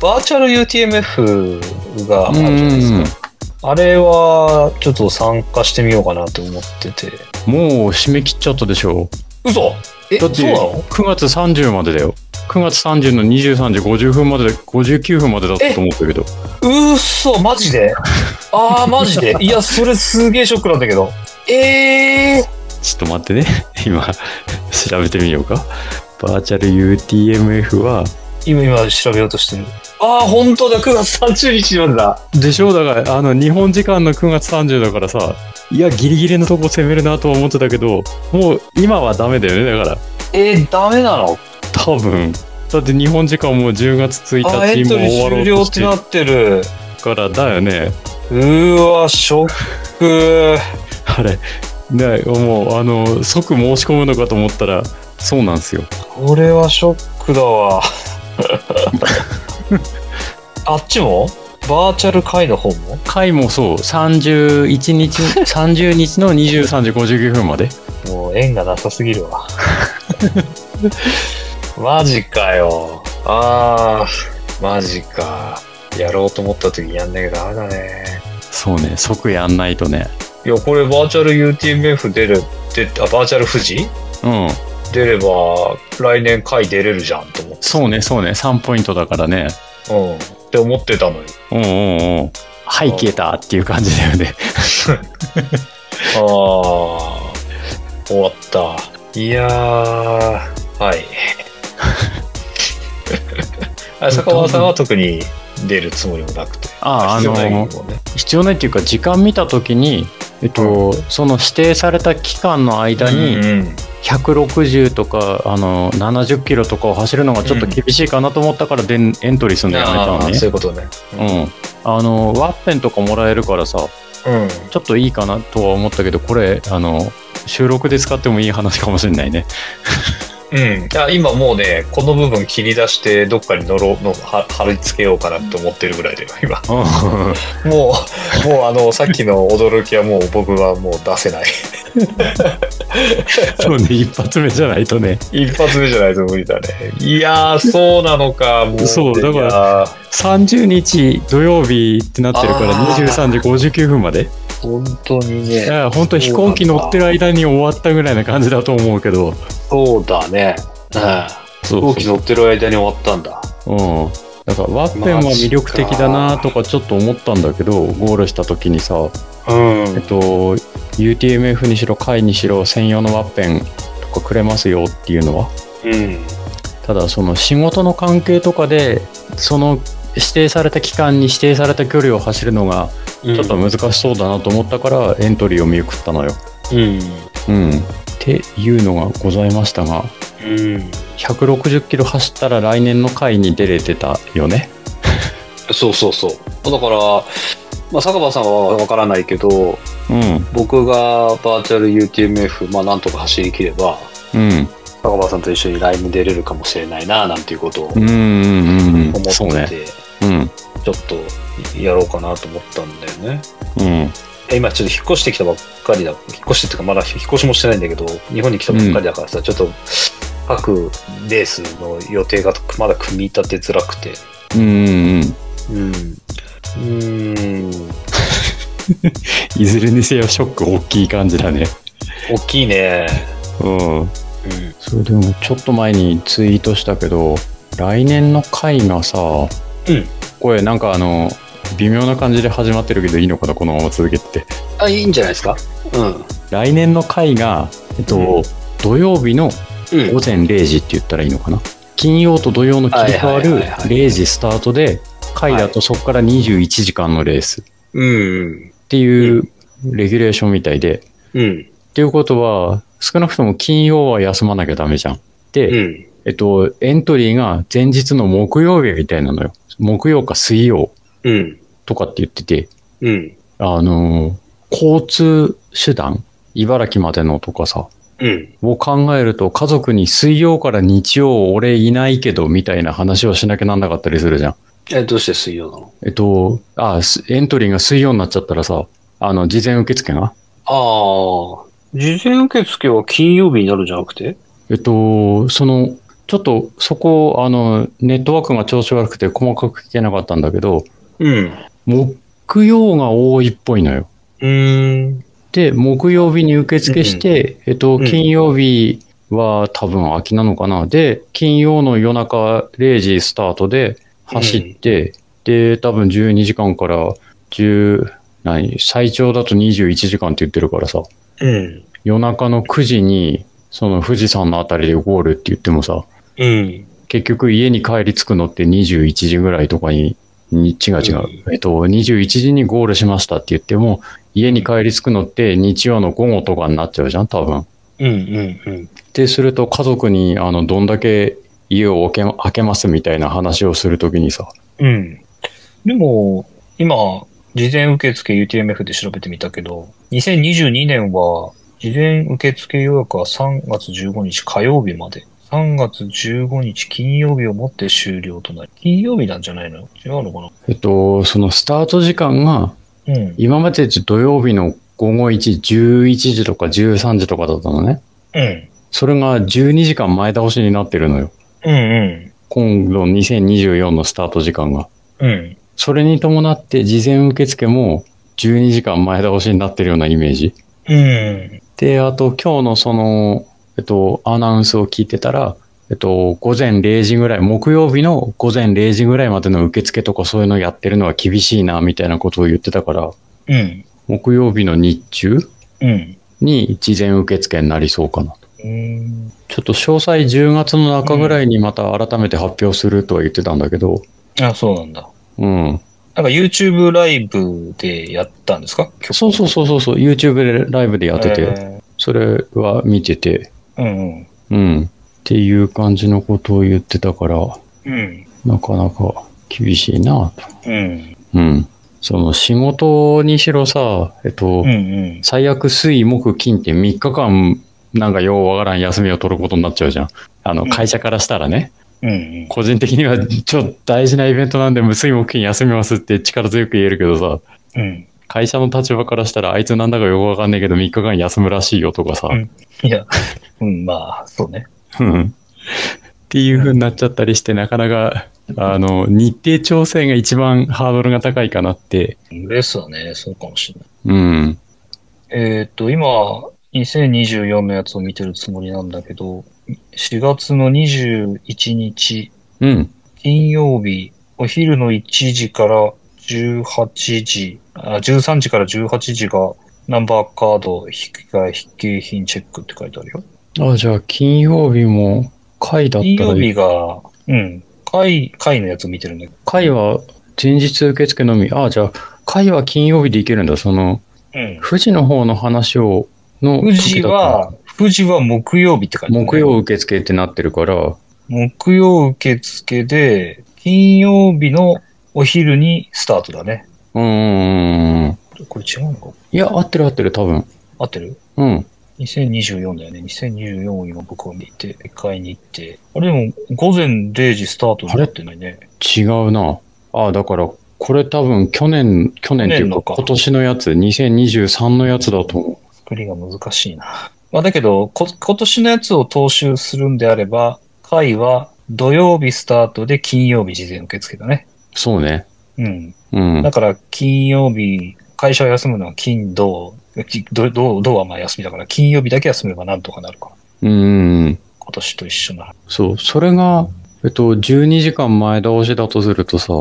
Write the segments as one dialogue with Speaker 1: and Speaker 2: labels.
Speaker 1: バーチャル UTMF があるじゃないです
Speaker 2: ん
Speaker 1: か。あれは、ちょっと参加してみようかなと思ってて。
Speaker 2: もう締め切っちゃったでしょ
Speaker 1: 嘘え、
Speaker 2: だ
Speaker 1: そ
Speaker 2: っ
Speaker 1: う
Speaker 2: て
Speaker 1: なの
Speaker 2: 9月30までだよ9月30の23時50分までで59分までだったと思ったけど
Speaker 1: うっそ、マジでああ、マジ でいや、それすげえショックなんだけど。ええ
Speaker 2: ちょっと待ってね 今調べてみようかバーチャル UTMF は
Speaker 1: 今、今、調べようとしてる。ああ、本当だ、9月30日までだ。
Speaker 2: でしょうだからあの日本時間の9月30だからさいやギリギリのとこ攻めるなとは思ってたけどもう今はダメだよねだから
Speaker 1: えー、ダメなの
Speaker 2: 多分だって日本時間もう10月1日
Speaker 1: あー、エントリ
Speaker 2: もう終
Speaker 1: ー
Speaker 2: わろ
Speaker 1: 終
Speaker 2: う
Speaker 1: 了
Speaker 2: と
Speaker 1: っ
Speaker 2: しててる
Speaker 1: なってる。
Speaker 2: からだよね
Speaker 1: うーわ、ショック。
Speaker 2: あれねもうあの即申し込むのかと思ったらそうなんですよ
Speaker 1: これはショックだ わあっちもバーチャル会の方も
Speaker 2: 回もそう31日 30日の23時59分まで
Speaker 1: もう縁がなさすぎる わマジかよあーマジかやろうと思った時にやんなきゃダメだね
Speaker 2: そうね即やんないとね
Speaker 1: いやこれバーチャル UTMF 出る出あバーチャル富士
Speaker 2: うん
Speaker 1: 出れば来年会出れるじゃんと思って
Speaker 2: そうねそうね3ポイントだからね
Speaker 1: うんって思ってたのよ
Speaker 2: うんうんうん背景だっていう感じだよね
Speaker 1: ああ、終わった。いやー、 はい。あ坂本さんは特に出るつもりもなくて。
Speaker 2: あああ
Speaker 1: 必要ない
Speaker 2: の
Speaker 1: けどね
Speaker 2: 必要ないっていうか時間見た時にえっと、その指定された期間の間に、
Speaker 1: うんうん
Speaker 2: 160とかあの70キロとかを走るのがちょっと厳しいかなと思ったからでん、エントリーするのやめたの
Speaker 1: あー
Speaker 2: ね
Speaker 1: そういうことね。
Speaker 2: うんあのワッペンとかもらえるからさ
Speaker 1: うん。
Speaker 2: ちょっといいかなとは思ったけどこれあの収録で使ってもいい話かもしれないね
Speaker 1: うん。いや、今もうね、この部分切り出して、どっかに乗ろうのは貼り付けようかなと思ってるぐらいだよ、今。
Speaker 2: う ん
Speaker 1: もう、もうあの、さっきの驚きはもう僕はもう出せない。
Speaker 2: そうね一発目じゃないとね
Speaker 1: 一発目じゃないと無理だね。いやー、そうなのか、もう。
Speaker 2: そうだから
Speaker 1: ら。
Speaker 2: 30日土曜日ってなってるから
Speaker 1: あー
Speaker 2: 23時59分まで
Speaker 1: 本当に
Speaker 2: い
Speaker 1: ね。
Speaker 2: や本当飛行機乗ってる間に終わったぐらいな感じだと思うけど
Speaker 1: そうだね。
Speaker 2: そ
Speaker 1: 飛行機乗ってる間に終わったんだ。
Speaker 2: うん、なんかワッペンは魅力的だなとかちょっと思ったんだけどゴールした時にさ、
Speaker 1: うん
Speaker 2: えっと、UTMF にしろ会にしろ専用のワッペンとかくれますよっていうのは
Speaker 1: うん。
Speaker 2: ただその仕事の関係とかでその指定された期間に指定された距離を走るのが
Speaker 1: ち
Speaker 2: ちょっと、難しそうだなと思ったからエントリーを見送ったのよ。
Speaker 1: うん。
Speaker 2: うん、っていうのがございましたが
Speaker 1: うん。
Speaker 2: 160キロ走ったら来年の会に出れてたよね。
Speaker 1: そうそうそう。だから、まあ、坂場さんはわからないけど、
Speaker 2: うん、
Speaker 1: 僕がバーチャル UTMF、まあ、なんとか走りきれば、
Speaker 2: うん
Speaker 1: 坂場さんと一緒に来年出れるかもしれないな、なんていうことを
Speaker 2: う
Speaker 1: 思
Speaker 2: んうんうんうん
Speaker 1: っ
Speaker 2: そう
Speaker 1: て
Speaker 2: ね。
Speaker 1: て、
Speaker 2: うん。
Speaker 1: ちょっとやろうかなと思ったんだよね。
Speaker 2: うん。
Speaker 1: え今ちょっと引っ越してきたばっかりだ引っ越してっていうかまだ引っ越しもしてないんだけど日本に来たばっかりだからさ、ちょっと各レースの予定がまだ組み立てづらくて
Speaker 2: うんうんうん。
Speaker 1: うんうーん
Speaker 2: いずれにせよショック大きい感じだね。
Speaker 1: 大きいね
Speaker 2: うん。それでもちょっと前にツイートしたけど、来年の回がさ、
Speaker 1: うん
Speaker 2: これなんかあの、微妙な感じで始まってるけどいいのかな、このまま続けてて。
Speaker 1: あいいんじゃないですかうん
Speaker 2: 来年の回が、えっと、
Speaker 1: うん
Speaker 2: 土曜日の
Speaker 1: うん
Speaker 2: 午前0時って言ったらいいのかな。金曜と土曜の切り替わる
Speaker 1: はいはいはいはい
Speaker 2: 0時スタートで、回だとそこから21時間のレースっ
Speaker 1: うん
Speaker 2: ていうレギュレーションみたいで、
Speaker 1: うん
Speaker 2: っていうことは、少なくとも金曜は休まなきゃダメじゃん。で、
Speaker 1: うん
Speaker 2: えっと、エントリーが前日の木曜日みたいなのよ。木曜か水曜
Speaker 1: うん
Speaker 2: とかって言ってて、
Speaker 1: うん
Speaker 2: あのー交通手段、茨城までのとかさ、
Speaker 1: うん
Speaker 2: を考えると家族に水曜から日曜俺いないけどみたいな話をしなきゃなんなかったりするじゃん。
Speaker 1: えどうして水曜なの
Speaker 2: えっと、あ、すエントリーが水曜になっちゃったらさ、あの、事前受付が
Speaker 1: ああ事前受付は金曜日になるんじゃなくて
Speaker 2: えっと、その、ちょっとそこ、あの、ネットワークが調子悪くて細かく聞けなかったんだけど、
Speaker 1: うん。
Speaker 2: 木曜が多いっぽいのよ。
Speaker 1: うーん。
Speaker 2: で、木曜日に受付して、えっと、
Speaker 1: うん
Speaker 2: 金曜日は多分空きなのかな。で、金曜の夜中0時スタートで走って、で、多分12時間から10、何、最長だと21時間って言ってるからさ、
Speaker 1: うん。
Speaker 2: 夜中の9時に、その富士山のあたりでゴールって言ってもさ、
Speaker 1: うん。
Speaker 2: 結局家に帰り着くのって21時ぐらいとかに、に違う違う、えっと、21時にゴールしましたって言っても、家に帰り着くのって日曜の午後とかになっちゃうじゃん、多分。
Speaker 1: うん。うん。うん。
Speaker 2: ってすると家族に、あの、どんだけ家を開け開けますみたいな話をするときにさ、
Speaker 1: うん。でも、今、事前受付 UTMF で調べてみたけど、2022年は、事前受付予約は3月15日火曜日まで。3月15日金曜日をもって終了となり。金曜日なんじゃないの違うのか
Speaker 2: えっと、そのスタート時間が、
Speaker 1: なうん。
Speaker 2: 今まで土曜日の午後1時、11時とか13時とかだったのね。
Speaker 1: うん。
Speaker 2: それが12時間前倒しになってるのよ。
Speaker 1: うん
Speaker 2: 今度2024のスタート時間が。
Speaker 1: うん。うん。
Speaker 2: それに伴って事前受付も12時間前倒しになってるようなイメージ。
Speaker 1: うん。
Speaker 2: で、あと今日のその、えっと、アナウンスを聞いてたら、えっと、午前0時ぐらい、木曜日の午前0時ぐらいまでの受付とかそういうのやってるのは厳しいな、みたいなことを言ってたから、
Speaker 1: うん。
Speaker 2: 木曜日の日中
Speaker 1: うん。
Speaker 2: に事前受付になりそうかな。
Speaker 1: うん。
Speaker 2: ちょっと詳細10月の中ぐらいにまた改めて発表するとは言ってたんだけど、
Speaker 1: あ、そうなんだ。
Speaker 2: うん。
Speaker 1: なんか YouTube ライブでやったんですか
Speaker 2: そうそうそうそうそう、YouTube でライブでやってて、
Speaker 1: え
Speaker 2: それは見てて、
Speaker 1: ーうん
Speaker 2: うん。っていう感じのことを言ってたから、
Speaker 1: うん。うん。
Speaker 2: なかなか厳しいなと。
Speaker 1: うん。
Speaker 2: うん。その仕事にしろさ、えっと、
Speaker 1: うんうん。
Speaker 2: 最悪水木金って3日間、なんかようわからん休みを取ることになっちゃうじゃん。あの、
Speaker 1: うん
Speaker 2: 会社からしたらね、
Speaker 1: うんうん。
Speaker 2: 個人的にはちょっと大事なイベントなんで、水木金休みますって力強く言えるけどさ、
Speaker 1: うん。
Speaker 2: 会社の立場からしたら、あいつなんだかよくわかんないけど、3日間休むらしいよとかさ、
Speaker 1: うんいや、うん、まあ、そうね。
Speaker 2: うんっていう風になっちゃったりして、なかなか、あの、日程調整が一番ハードルが高いかなって。
Speaker 1: レースはね、そうかもしれない。
Speaker 2: うん。
Speaker 1: えーっと、今、2024のやつを見てるつもりなんだけど、4月の21日、
Speaker 2: うん。
Speaker 1: 金曜日、お昼の1時から18時、あ13時から18時が、ナンバーカード、引き換え、筆記品チェックって書いてあるよ。
Speaker 2: あ、じゃあ、金曜日も、会だっ
Speaker 1: 金
Speaker 2: たら
Speaker 1: 曜、日が、うん、会、会のやつを見てるんだけ
Speaker 2: 会は前日受付のみ。あ、じゃあ、会は金曜日で行けるんだ。その、
Speaker 1: ど、うん。
Speaker 2: 富士の方の話を、の、
Speaker 1: 富士、は、富士は木曜日って書いてあるね
Speaker 2: 木曜受付ってなってるから、
Speaker 1: 木曜受付で、金曜日のお昼にスタートだね。
Speaker 2: うんうんうん。
Speaker 1: これ違うのか
Speaker 2: いや、合ってる合ってる、多分。
Speaker 1: 合ってる
Speaker 2: うん。
Speaker 1: ?2024 だよね。2024を今僕は見て、買いに行って。あれでも、午前0時スタートになってないね。
Speaker 2: 違うな。ああ、だから、これ多分去年、去年ってい
Speaker 1: 去年
Speaker 2: う
Speaker 1: のか
Speaker 2: か、今年のやつ、2023のやつだと思
Speaker 1: 作りが難しいな。まあだけど、こ今年のやつを踏襲するんであれば、会は土曜日スタートで金曜日事前受付だね。
Speaker 2: う。そうね。
Speaker 1: うん。
Speaker 2: うん
Speaker 1: だ。から、金曜日、会社を休むのは金、土、き土、土土はまあ休みだから、金曜日だけ休めばなんとかなるか。
Speaker 2: うんうんうん。
Speaker 1: 今年と一緒な。
Speaker 2: そう。それが、えっと、12時間前倒しだとするとさ、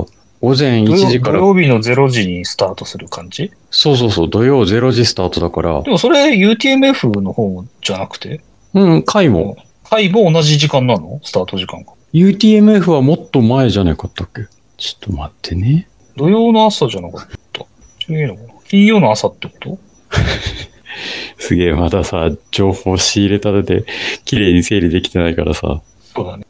Speaker 2: 午前1時か
Speaker 1: 土
Speaker 2: ら、
Speaker 1: 曜日の0時にスタートする感じ
Speaker 2: そうそうそう、土曜0時スタートだから
Speaker 1: で、もそれ UTMF の方じゃなくて
Speaker 2: うん、回も。
Speaker 1: 会も同じ時間なのスタート時間が。
Speaker 2: UTMF はもっと前じゃなかったっけちょっと待ってね。
Speaker 1: 土曜の朝じゃなかった。違うのかな金曜の朝ってこと
Speaker 2: すげえ、まださ、情報仕入れたてで、綺麗に整理できてないからさ。
Speaker 1: そうだね。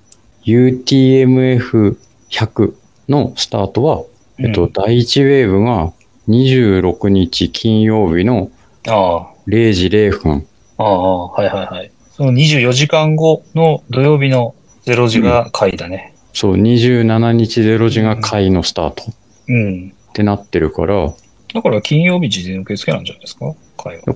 Speaker 2: UTMF100 のスタートは、えっと、
Speaker 1: うん
Speaker 2: 第1ウェーブが26日金曜日の
Speaker 1: あ
Speaker 2: 0時0分。
Speaker 1: あ、ああ、はいはいはい。その24時間後の土曜日の0時が会だね。
Speaker 2: そう、27日0時が回のスタート
Speaker 1: うん。
Speaker 2: ってなってるから、だ
Speaker 1: だから金曜日事前受付なんじゃないですか会は。
Speaker 2: か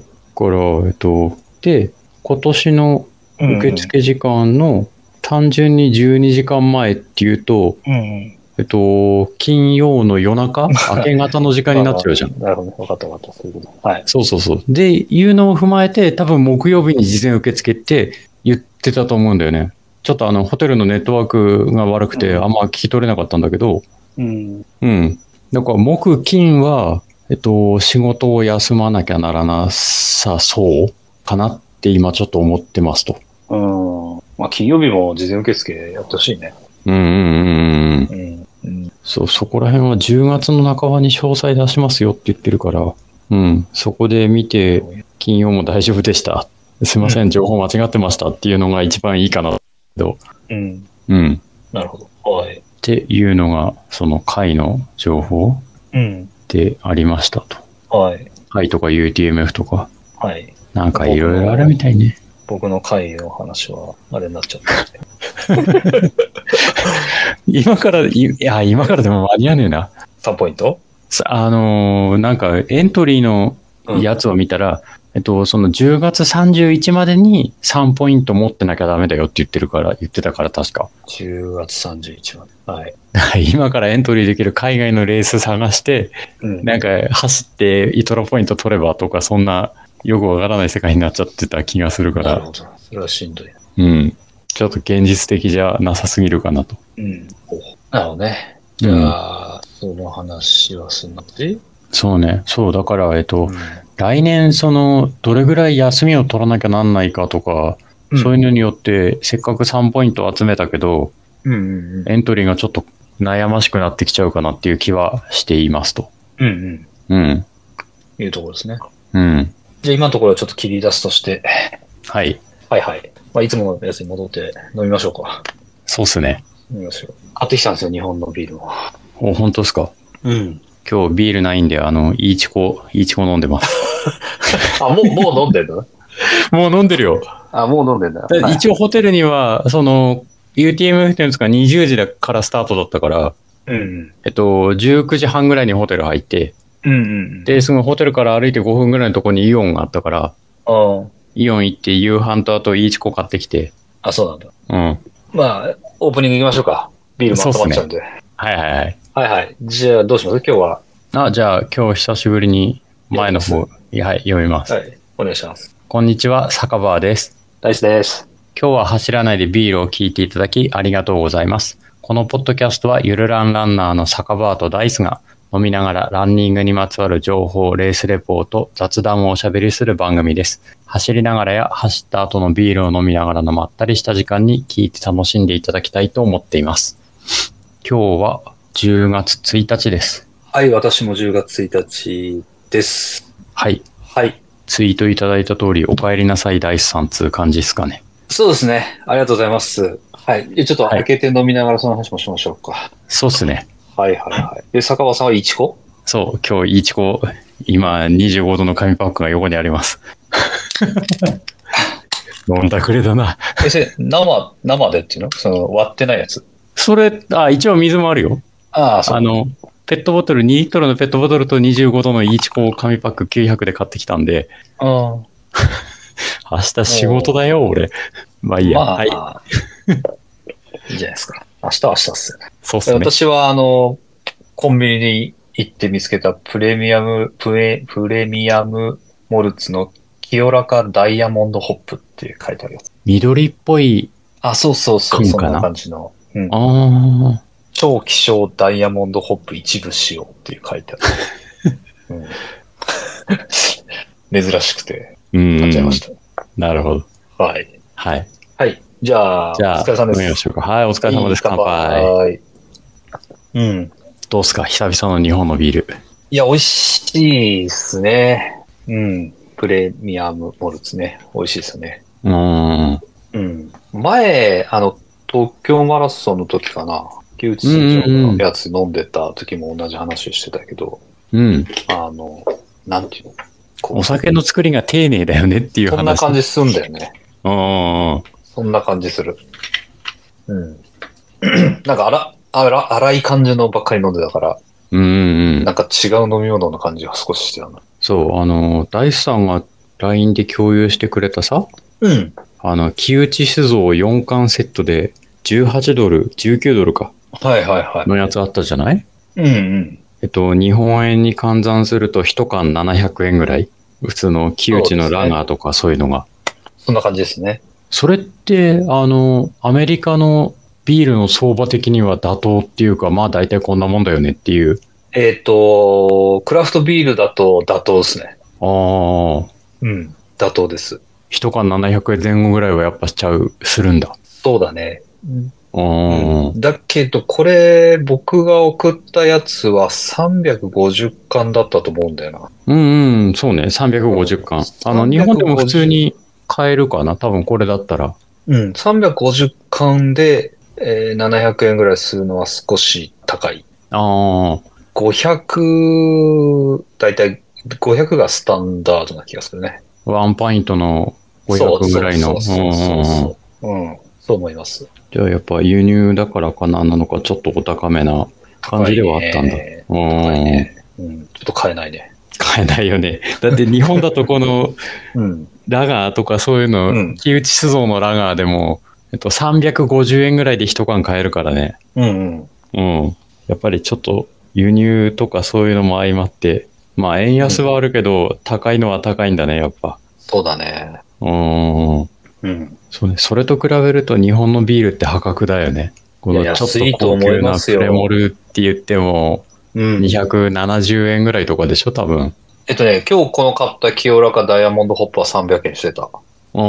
Speaker 2: ら、えっと、で、今年の
Speaker 1: うん
Speaker 2: 受付時間の単純に12時間前っていうと、
Speaker 1: うん。
Speaker 2: えっと、金曜の夜 中明け方の時間になっちゃうじゃん。
Speaker 1: なるほどね。わかったわかった。そういうこと。はい。
Speaker 2: そうそうそう。で、いうのを踏まえて、多分木曜日に事前受付って言ってたと思うんだよね。ちょっとあの、ホテルのネットワークが悪くて、
Speaker 1: うん
Speaker 2: あんま聞き取れなかったんだけど、
Speaker 1: うん。
Speaker 2: うん。だから、木、金は、えっと、仕事を休まなきゃならなさそうかなって今ちょっと思ってますと。
Speaker 1: うん。まあ、金曜日も事前受付やってほしいね。
Speaker 2: うんうんうんうん。
Speaker 1: うん。うん。
Speaker 2: そう、そこら辺は10月の半ばに詳細出しますよって言ってるから、うん、そこで見て、金曜も大丈夫でした。すいませ
Speaker 1: うん
Speaker 2: ん、情報間違ってましたっていうのが一番いいかな。
Speaker 1: うん。
Speaker 2: うん。
Speaker 1: なるほど。はい。
Speaker 2: っていうのが、その会の情報
Speaker 1: うん。
Speaker 2: でありましたと。
Speaker 1: はい。
Speaker 2: 会とか UTMF とか、
Speaker 1: はい。
Speaker 2: なんかいろいろあるみたいね。
Speaker 1: 僕の会の話は、あれになっちゃった。
Speaker 2: 今から、いいや、今からでも間に合わねえな。
Speaker 1: 3ポイント
Speaker 2: さあのーなんかエントリーの
Speaker 1: うん
Speaker 2: やつを見たら、えっと、その10月31までに3ポイント持ってなきゃダメだよって言ってるから、言ってたから確か。
Speaker 1: 10月31まで。はい。
Speaker 2: 今からエントリーできる海外のレース探して、
Speaker 1: うん
Speaker 2: なんか走ってイトラポイント取ればとか、そんなよくわからない世界になっちゃってた気がするか
Speaker 1: なるほ
Speaker 2: ら、
Speaker 1: ど。それはしんどい。
Speaker 2: うん。ちょっと現実的じゃなさすぎるかなと。
Speaker 1: うん。なるほどね。じゃあ、その話はすんなし、
Speaker 2: そうね。そう、だから、えっ
Speaker 1: う、
Speaker 2: と
Speaker 1: ん
Speaker 2: 来年、その、どれぐらい休みを取らなきゃなんないかとか、そういうのによって、せっかく3ポイント集めたけど、
Speaker 1: うんうんうん。
Speaker 2: エントリーがちょっと悩ましくなってきちゃうかなっていう気はしていますと。
Speaker 1: うんうん。
Speaker 2: うん。
Speaker 1: いうところですね。
Speaker 2: うん。
Speaker 1: じゃあ今のところはちょっと切り出すとして、
Speaker 2: はい。
Speaker 1: はいはい。まあ、いつものやつに戻って飲みましょうか。
Speaker 2: そうっすね。
Speaker 1: 飲みましょう。買ってきたんですよ、日本のビールを。
Speaker 2: お、本当っすか
Speaker 1: うん。
Speaker 2: 今日ビールないんで、あの、いいチコ、いいチコ飲んでます。
Speaker 1: あ、もう、もう飲んでんだ。
Speaker 2: もう飲んでるよ。
Speaker 1: あ、もう飲んでんだ。
Speaker 2: だ一応ホテルには、その、UTM っていうんですか、20時だからスタートだったから、
Speaker 1: うん。
Speaker 2: えっと、19時半ぐらいにホテル入って、
Speaker 1: うんうん。、
Speaker 2: で、そのホテルから歩いて5分ぐらいのところにイオンがあったから、
Speaker 1: あ
Speaker 2: イオン行って夕飯とあといいチコ買ってきて、
Speaker 1: あ、そうなんだ。
Speaker 2: うん。
Speaker 1: まあ、オープニング行きましょうか。ビールも温まっちゃうんで。
Speaker 2: はいはいはい。
Speaker 1: はいはい。じゃあ、どうします今日は。
Speaker 2: あ、じゃあ今日久しぶりに前の方、はい、読みます。
Speaker 1: はい。お願いします。
Speaker 2: こんにちは、酒場です。
Speaker 1: ナイスです。
Speaker 2: 今日は走らないでビールを聞いていただきありがとうございます。このポッドキャストはゆるランランナーの酒場とダイスが飲みながらランニングにまつわる情報、レースレポート、雑談をおしゃべりする番組です。走りながらや走った後のビールを飲みながらのまったりした時間に聞いて楽しんでいただきたいと思っています。今日は10月1日です。
Speaker 1: はい、私も10月1日です。
Speaker 2: はい。
Speaker 1: はい。
Speaker 2: ツイートいただいた通り、お帰りなさい、ダイスさんつう感じですかね。
Speaker 1: そうですね。ありがとうございます。はい。でちょっと
Speaker 2: はい
Speaker 1: 開けて飲みながらその話もしましょうか。
Speaker 2: そうっすね。
Speaker 1: はいはいはい。で、坂場さんはいちこ
Speaker 2: そう、今日、いちこ、今、25度の紙パックが横にあ ります。飲んだくれだな。
Speaker 1: え、それ、生、生でっていうのその、割ってないやつ。
Speaker 2: それ、あ、一応水もあるよ。
Speaker 1: ああ、そう。
Speaker 2: あの、ペットボトル、2リットルのペットボトルと25度のいちこ紙パック900で買ってきたんで、
Speaker 1: うん。
Speaker 2: 明日仕事だよ、俺。まあいいや。
Speaker 1: まあ、
Speaker 2: はい
Speaker 1: い、。 いじゃないですか。明日は明日っすよね。
Speaker 2: そうっ
Speaker 1: です
Speaker 2: ね。
Speaker 1: 私は、あの、コンビニに行って見つけたプレミアム、プレ、プレミアムモルツの清らかダイヤモンドホップって書いてあるやつ。
Speaker 2: 緑っぽい、
Speaker 1: あ、そうそうそう、
Speaker 2: 缶
Speaker 1: そん
Speaker 2: かな
Speaker 1: な感じの。うん。
Speaker 2: ああ、
Speaker 1: 超希少ダイヤモンドホップ一部使用っていう書いてある。 うん珍しくて、
Speaker 2: うん。
Speaker 1: 買っちゃいました。
Speaker 2: なるほど。
Speaker 1: はい。
Speaker 2: はい。
Speaker 1: はい。じゃあ、
Speaker 2: じゃあ、
Speaker 1: お疲れ様で。
Speaker 2: 飲みますしょうか。はい、お疲れ様です。乾杯。
Speaker 1: 杯。うん。
Speaker 2: どうっすか久々の日本のビール。
Speaker 1: いや、美味しいですね。うん。プレミアムモルツね。美味しいですね。
Speaker 2: うーん。
Speaker 1: うん。前、あの、東京マラソンの時かな。木内選手のやつ飲んでた時も同じ話してたけど、
Speaker 2: うん。
Speaker 1: あの、なんていうのこう
Speaker 2: お酒の作りが丁寧だよねっていう話。
Speaker 1: そんな感じするんだよね。
Speaker 2: うんうんうん。
Speaker 1: そんな感じする。うん。 なんか荒、荒、荒い感じのばっかり飲んでたから、
Speaker 2: うんうんう。
Speaker 1: なんんか違う飲み物の感じが少ししてたな。
Speaker 2: そう、あの、ダイスさんが LINE で共有してくれたさ、
Speaker 1: うん。
Speaker 2: あの、木内酒造4巻セットで18ドル、19ドルか、
Speaker 1: はいはいは
Speaker 2: のやつあったじゃない
Speaker 1: い。うんうん。
Speaker 2: えっと、日本円に換算すると1缶700円ぐらい。普通の木内のラガーとかそういうのが。
Speaker 1: そんな感じですね。
Speaker 2: それって、あの、アメリカのビールの相場的には妥当っていうか、まあ大体こんなもんだよねっていう。
Speaker 1: えっ、と、クラフトビールだと妥当ですね。
Speaker 2: ああ、
Speaker 1: うん。妥当です。
Speaker 2: 1缶700円前後ぐらいはやっぱしちゃう、するんだ。
Speaker 1: そうだね。
Speaker 2: あー
Speaker 1: だけど、これ、僕が送ったやつは350巻だったと思うんだよな。
Speaker 2: うんうん、そうね、350巻。あの、
Speaker 1: 350
Speaker 2: 日本でも普通に買えるかな、多分これだったら。
Speaker 1: うん。350巻で、えー700円ぐらいするのは少し高い。
Speaker 2: ああ、
Speaker 1: 500、だいたい500がスタンダードな気がするね。
Speaker 2: ワンパイントの
Speaker 1: そう
Speaker 2: 500ぐらいの。
Speaker 1: そううんそう
Speaker 2: うんうん
Speaker 1: そう。うん。そう思います。
Speaker 2: じゃあやっぱ輸入だからかな、なのか、ちょっとお高めな感じではあったんだ。
Speaker 1: 高いね
Speaker 2: う
Speaker 1: 高い
Speaker 2: ん。
Speaker 1: ね。うん。ちょっと買えないね。
Speaker 2: 買えないよね。だって日本だと この
Speaker 1: うん。
Speaker 2: ラガーとかそういうの、
Speaker 1: うん
Speaker 2: 木内酒造のラガーでも、えっと、350円ぐらいで一缶買えるからね。
Speaker 1: うんうん。
Speaker 2: うん。やっぱりちょっと輸入とかそういうのも相まって、まあ円安はあるけど、高いのは高いんだね、やっぱ。
Speaker 1: そうだね。
Speaker 2: うん。
Speaker 1: うん。
Speaker 2: そうね。それと比べると日本のビールって破格だよね。こ
Speaker 1: いや
Speaker 2: のちょっと
Speaker 1: 安いと
Speaker 2: 高
Speaker 1: 思
Speaker 2: 級
Speaker 1: い
Speaker 2: な
Speaker 1: ます
Speaker 2: ク
Speaker 1: よ
Speaker 2: レモルって言っても
Speaker 1: うん。
Speaker 2: 270円ぐらいとかでしょ、多分。
Speaker 1: えっとね、今日この買った清らかダイヤモンドホップは300円してた。
Speaker 2: うん。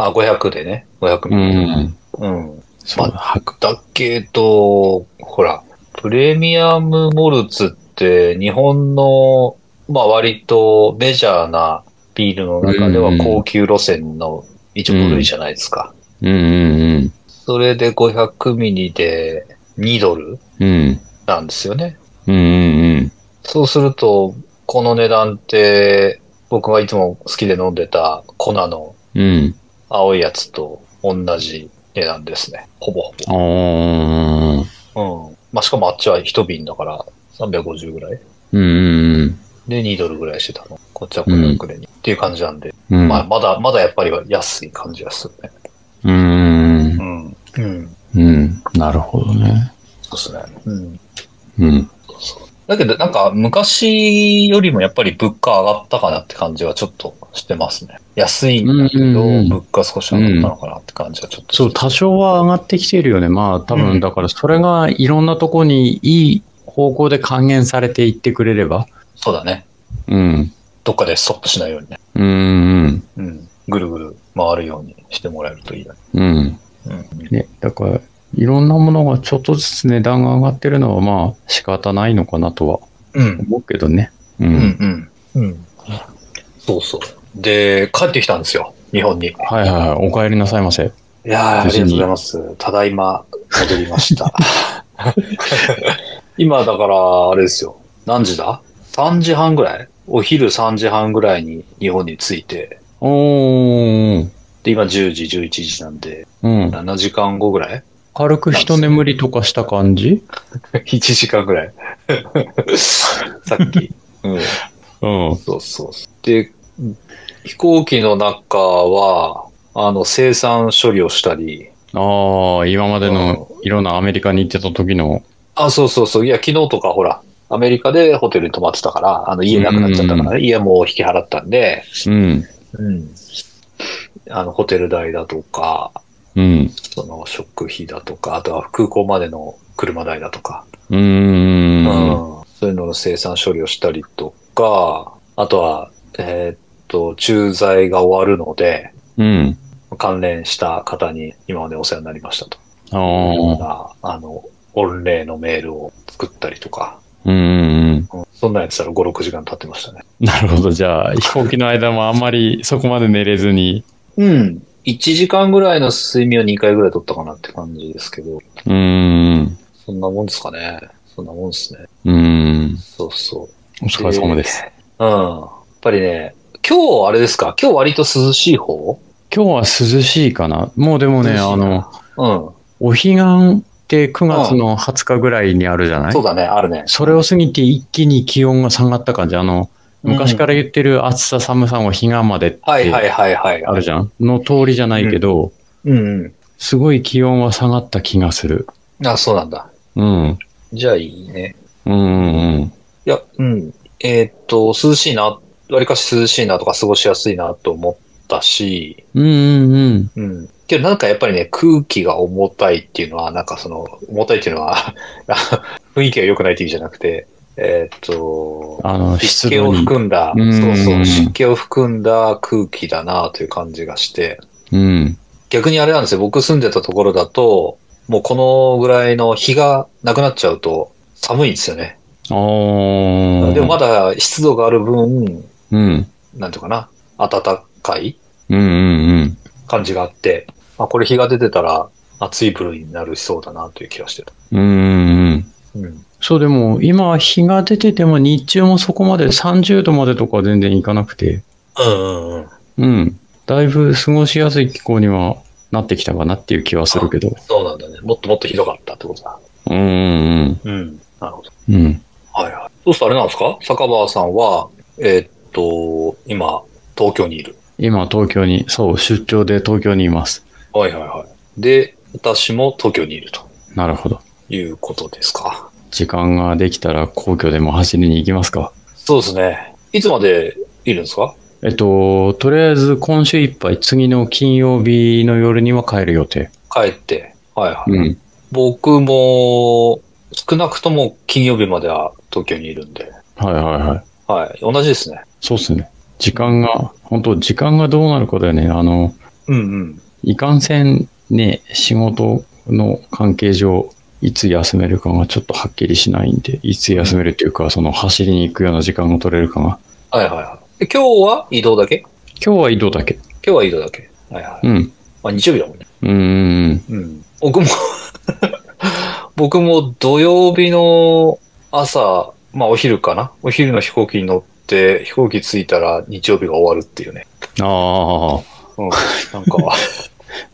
Speaker 1: あ、500でね。500
Speaker 2: う
Speaker 1: ミリ。
Speaker 2: ん。
Speaker 1: うん。
Speaker 2: そう、破格。
Speaker 1: だけど、ほら、プレミアムモルツって日本の、まあ割とメジャーなビールの中では高級路線の一部類じゃないですか。
Speaker 2: うんうん
Speaker 1: それで500ミリで2ドル
Speaker 2: うん。うん。
Speaker 1: なんですよね。
Speaker 2: うんうん
Speaker 1: そうすると、この値段って、僕がいつも好きで飲んでた粉の
Speaker 2: うん。うん。
Speaker 1: 青いやつと同じ値段ですね。ほぼほぼ。
Speaker 2: ああ。
Speaker 1: うん。まあ、しかもあっちは一瓶だから350ぐらい。
Speaker 2: うんうん
Speaker 1: で、2ドルぐらいしてたの。こっちはこれくらいに、っていう感じなんで。
Speaker 2: うん。うん。
Speaker 1: まあ、まだ、まだやっぱりは安い感じがするね。
Speaker 2: うん
Speaker 1: う。ん。うん。
Speaker 2: うん。なるほどね。
Speaker 1: そうですね。うん。
Speaker 2: うん。
Speaker 1: そうそう。だけど、なんか、昔よりもやっぱり物価上がったかなって感じはちょっとしてますね。安いんだけど、
Speaker 2: うんうんうん
Speaker 1: 物価少し上がったのかなって感じはちょっとして。
Speaker 2: そう、多少は上がってきてるよね。まあ、多
Speaker 1: うん
Speaker 2: 分、だから、それがいろんなとこにいい方向で還元されていってくれれば。
Speaker 1: そうだね。
Speaker 2: うん。
Speaker 1: どっかでストップしないようにね。
Speaker 2: うん、うん
Speaker 1: うん。ぐるぐる回るようにしてもらえるといいな。
Speaker 2: うん。うん。
Speaker 1: うん。
Speaker 2: ね、だから、いろんなものがちょっとずつ値段が上がってるのは、まあ、仕方ないのかなとは
Speaker 1: うん。
Speaker 2: 思うけどね。う。
Speaker 1: うんん。うん。うん。そうそう。で、帰ってきたんですよ。日本に。い
Speaker 2: はいはいはい。お帰りなさいませ。
Speaker 1: やーありが
Speaker 2: 無
Speaker 1: と
Speaker 2: 事
Speaker 1: うご
Speaker 2: に
Speaker 1: ざいます。ただいま、戻りま した。今、だから、あれですよ。何時だ ?3 時半ぐらいお昼3時半ぐらいに日本に着いて、
Speaker 2: おー。
Speaker 1: で、今10時、11時なんで、
Speaker 2: うん。
Speaker 1: 7時間後ぐらい
Speaker 2: 軽く一眠りとかした感じ
Speaker 1: ?1 時間ぐらい。 さっき。うん。
Speaker 2: うん。
Speaker 1: そうそうそう。で、飛行機の中は、あの、生産処理をしたり、
Speaker 2: ああ、今までのいろんなアメリカに行ってた時の。
Speaker 1: あ、そうそうそう。いや、昨日とかほら、アメリカでホテルに泊まってたから、あの、家なくなっちゃったからね、家も引き払ったんで、
Speaker 2: うん。
Speaker 1: うん。あの、ホテル代だとか、
Speaker 2: うん。
Speaker 1: その、食費だとか、あとは空港までの車代だとか、
Speaker 2: うーん。
Speaker 1: うんそういうのの生産処理をしたりとか、あとは、えーっと、駐在が終わるので、
Speaker 2: うん。
Speaker 1: 関連した方に今までお世話になりましたと。
Speaker 2: あ
Speaker 1: よう
Speaker 2: あ。
Speaker 1: なあの、御礼のメールを作ったりとか、
Speaker 2: うんうんうん。
Speaker 1: うんそんなんやってたら5、6時間経ってましたね。
Speaker 2: なるほど。じゃあ、飛行機の間もあんまりそこまで寝れずに。
Speaker 1: うん。1時間ぐらいの睡眠を2回ぐらい取ったかなって感じですけど、
Speaker 2: うーん。
Speaker 1: そんなもんですかね。そんなもんですね。
Speaker 2: うーん。
Speaker 1: そうそう。
Speaker 2: お疲れ様です。
Speaker 1: うん。やっぱりね、今日あれですか今日割と涼しい方
Speaker 2: 今日は涼しいかな。もうでもね、
Speaker 1: 涼しいな
Speaker 2: あの、
Speaker 1: うん。
Speaker 2: お彼岸って9月の20日ぐらいにあるじゃない
Speaker 1: そうだね、あるね。
Speaker 2: それを過ぎて一気に気温が下がった感じ。あの、昔から言ってる暑さ寒さも彼岸までって
Speaker 1: はいはい
Speaker 2: あ
Speaker 1: はいはい。
Speaker 2: るじゃんの通りじゃないけど、
Speaker 1: うん、
Speaker 2: すごい気温は下がった気がする。
Speaker 1: うん。あ、そうなんだ。
Speaker 2: うん。
Speaker 1: じゃあいいね。
Speaker 2: うんうんうん。
Speaker 1: いや、うん。えーっと、涼しいな、わりかし涼しいなとか過ごしやすいなと思ったし、
Speaker 2: うんうんうん。
Speaker 1: うん。けどなんかやっぱりね、空気が重たいっていうのは、なんかその、重たいっていうのは、 雰囲気が良くないっていう意味じゃなくて、えーっと、
Speaker 2: あの、
Speaker 1: 湿
Speaker 2: 湿
Speaker 1: 気を
Speaker 2: 度に。
Speaker 1: 含んだ、
Speaker 2: うん
Speaker 1: そうそう、湿気を含んだ空気だなという感じがして、
Speaker 2: うん。
Speaker 1: 逆にあれなんですよ、僕住んでたところだと、もうこのぐらいの日がなくなっちゃうと寒いんですよね。
Speaker 2: あー
Speaker 1: でもまだ湿度がある分、
Speaker 2: うん。
Speaker 1: なんていうかな、暖かい
Speaker 2: うんうんうん。
Speaker 1: 感じがあって、まあこれ日が出てたら暑い部類になるしそうだなという気がしてた。
Speaker 2: うんうんうん。
Speaker 1: うん。
Speaker 2: そう、でも、今は日が出てても日中もそこまで30度までとかは全然いかなくて、
Speaker 1: うんうんうん。
Speaker 2: うん。だいぶ過ごしやすい気候にはなってきたかなっていう気はするけど。
Speaker 1: そうなんだね。もっともっとひどかったってことだ。
Speaker 2: うんうん
Speaker 1: うん。なるほど。
Speaker 2: うん。うん。
Speaker 1: はいはい。そうするとあれなんですか坂場さんは、えーっと、今、東京にいる。
Speaker 2: 今、東京に、そう、出張で東京にいます。
Speaker 1: はいはいはい。で、私も東京にいると
Speaker 2: なるほど。
Speaker 1: いうことですか。
Speaker 2: 時間ができたら皇居でも走りに行きますか。
Speaker 1: そうですね。いつまでいるんですか
Speaker 2: えっと、とりあえず今週いっぱい、次の金曜日の夜には帰る予定。
Speaker 1: 帰って。はいはい。
Speaker 2: うん。
Speaker 1: 僕も、少なくとも金曜日までは東京にいるんで。
Speaker 2: はいはいはい。
Speaker 1: はい。同じですね。
Speaker 2: そうっすね。時間が、本当時間がどうなるかだよね。あの、
Speaker 1: うんうん。
Speaker 2: いかんせんね、仕事の関係上、いつ休めるかがちょっとはっきりしないんで、いつ休めるっていうか、その走りに行くような時間が取れるかが。
Speaker 1: はいはいはい。で今日は移動だけ
Speaker 2: 今日は移動だけ。
Speaker 1: 今日は移動だけ。はいはい。
Speaker 2: うん。
Speaker 1: まあ日曜日だもんね。
Speaker 2: うんうんうん。
Speaker 1: うん。僕も、 僕も土曜日の朝、まあお昼かな。お昼の飛行機に乗って、飛行機着いたら日曜日が終わるっていうね。
Speaker 2: ああ、
Speaker 1: うん。 なんか、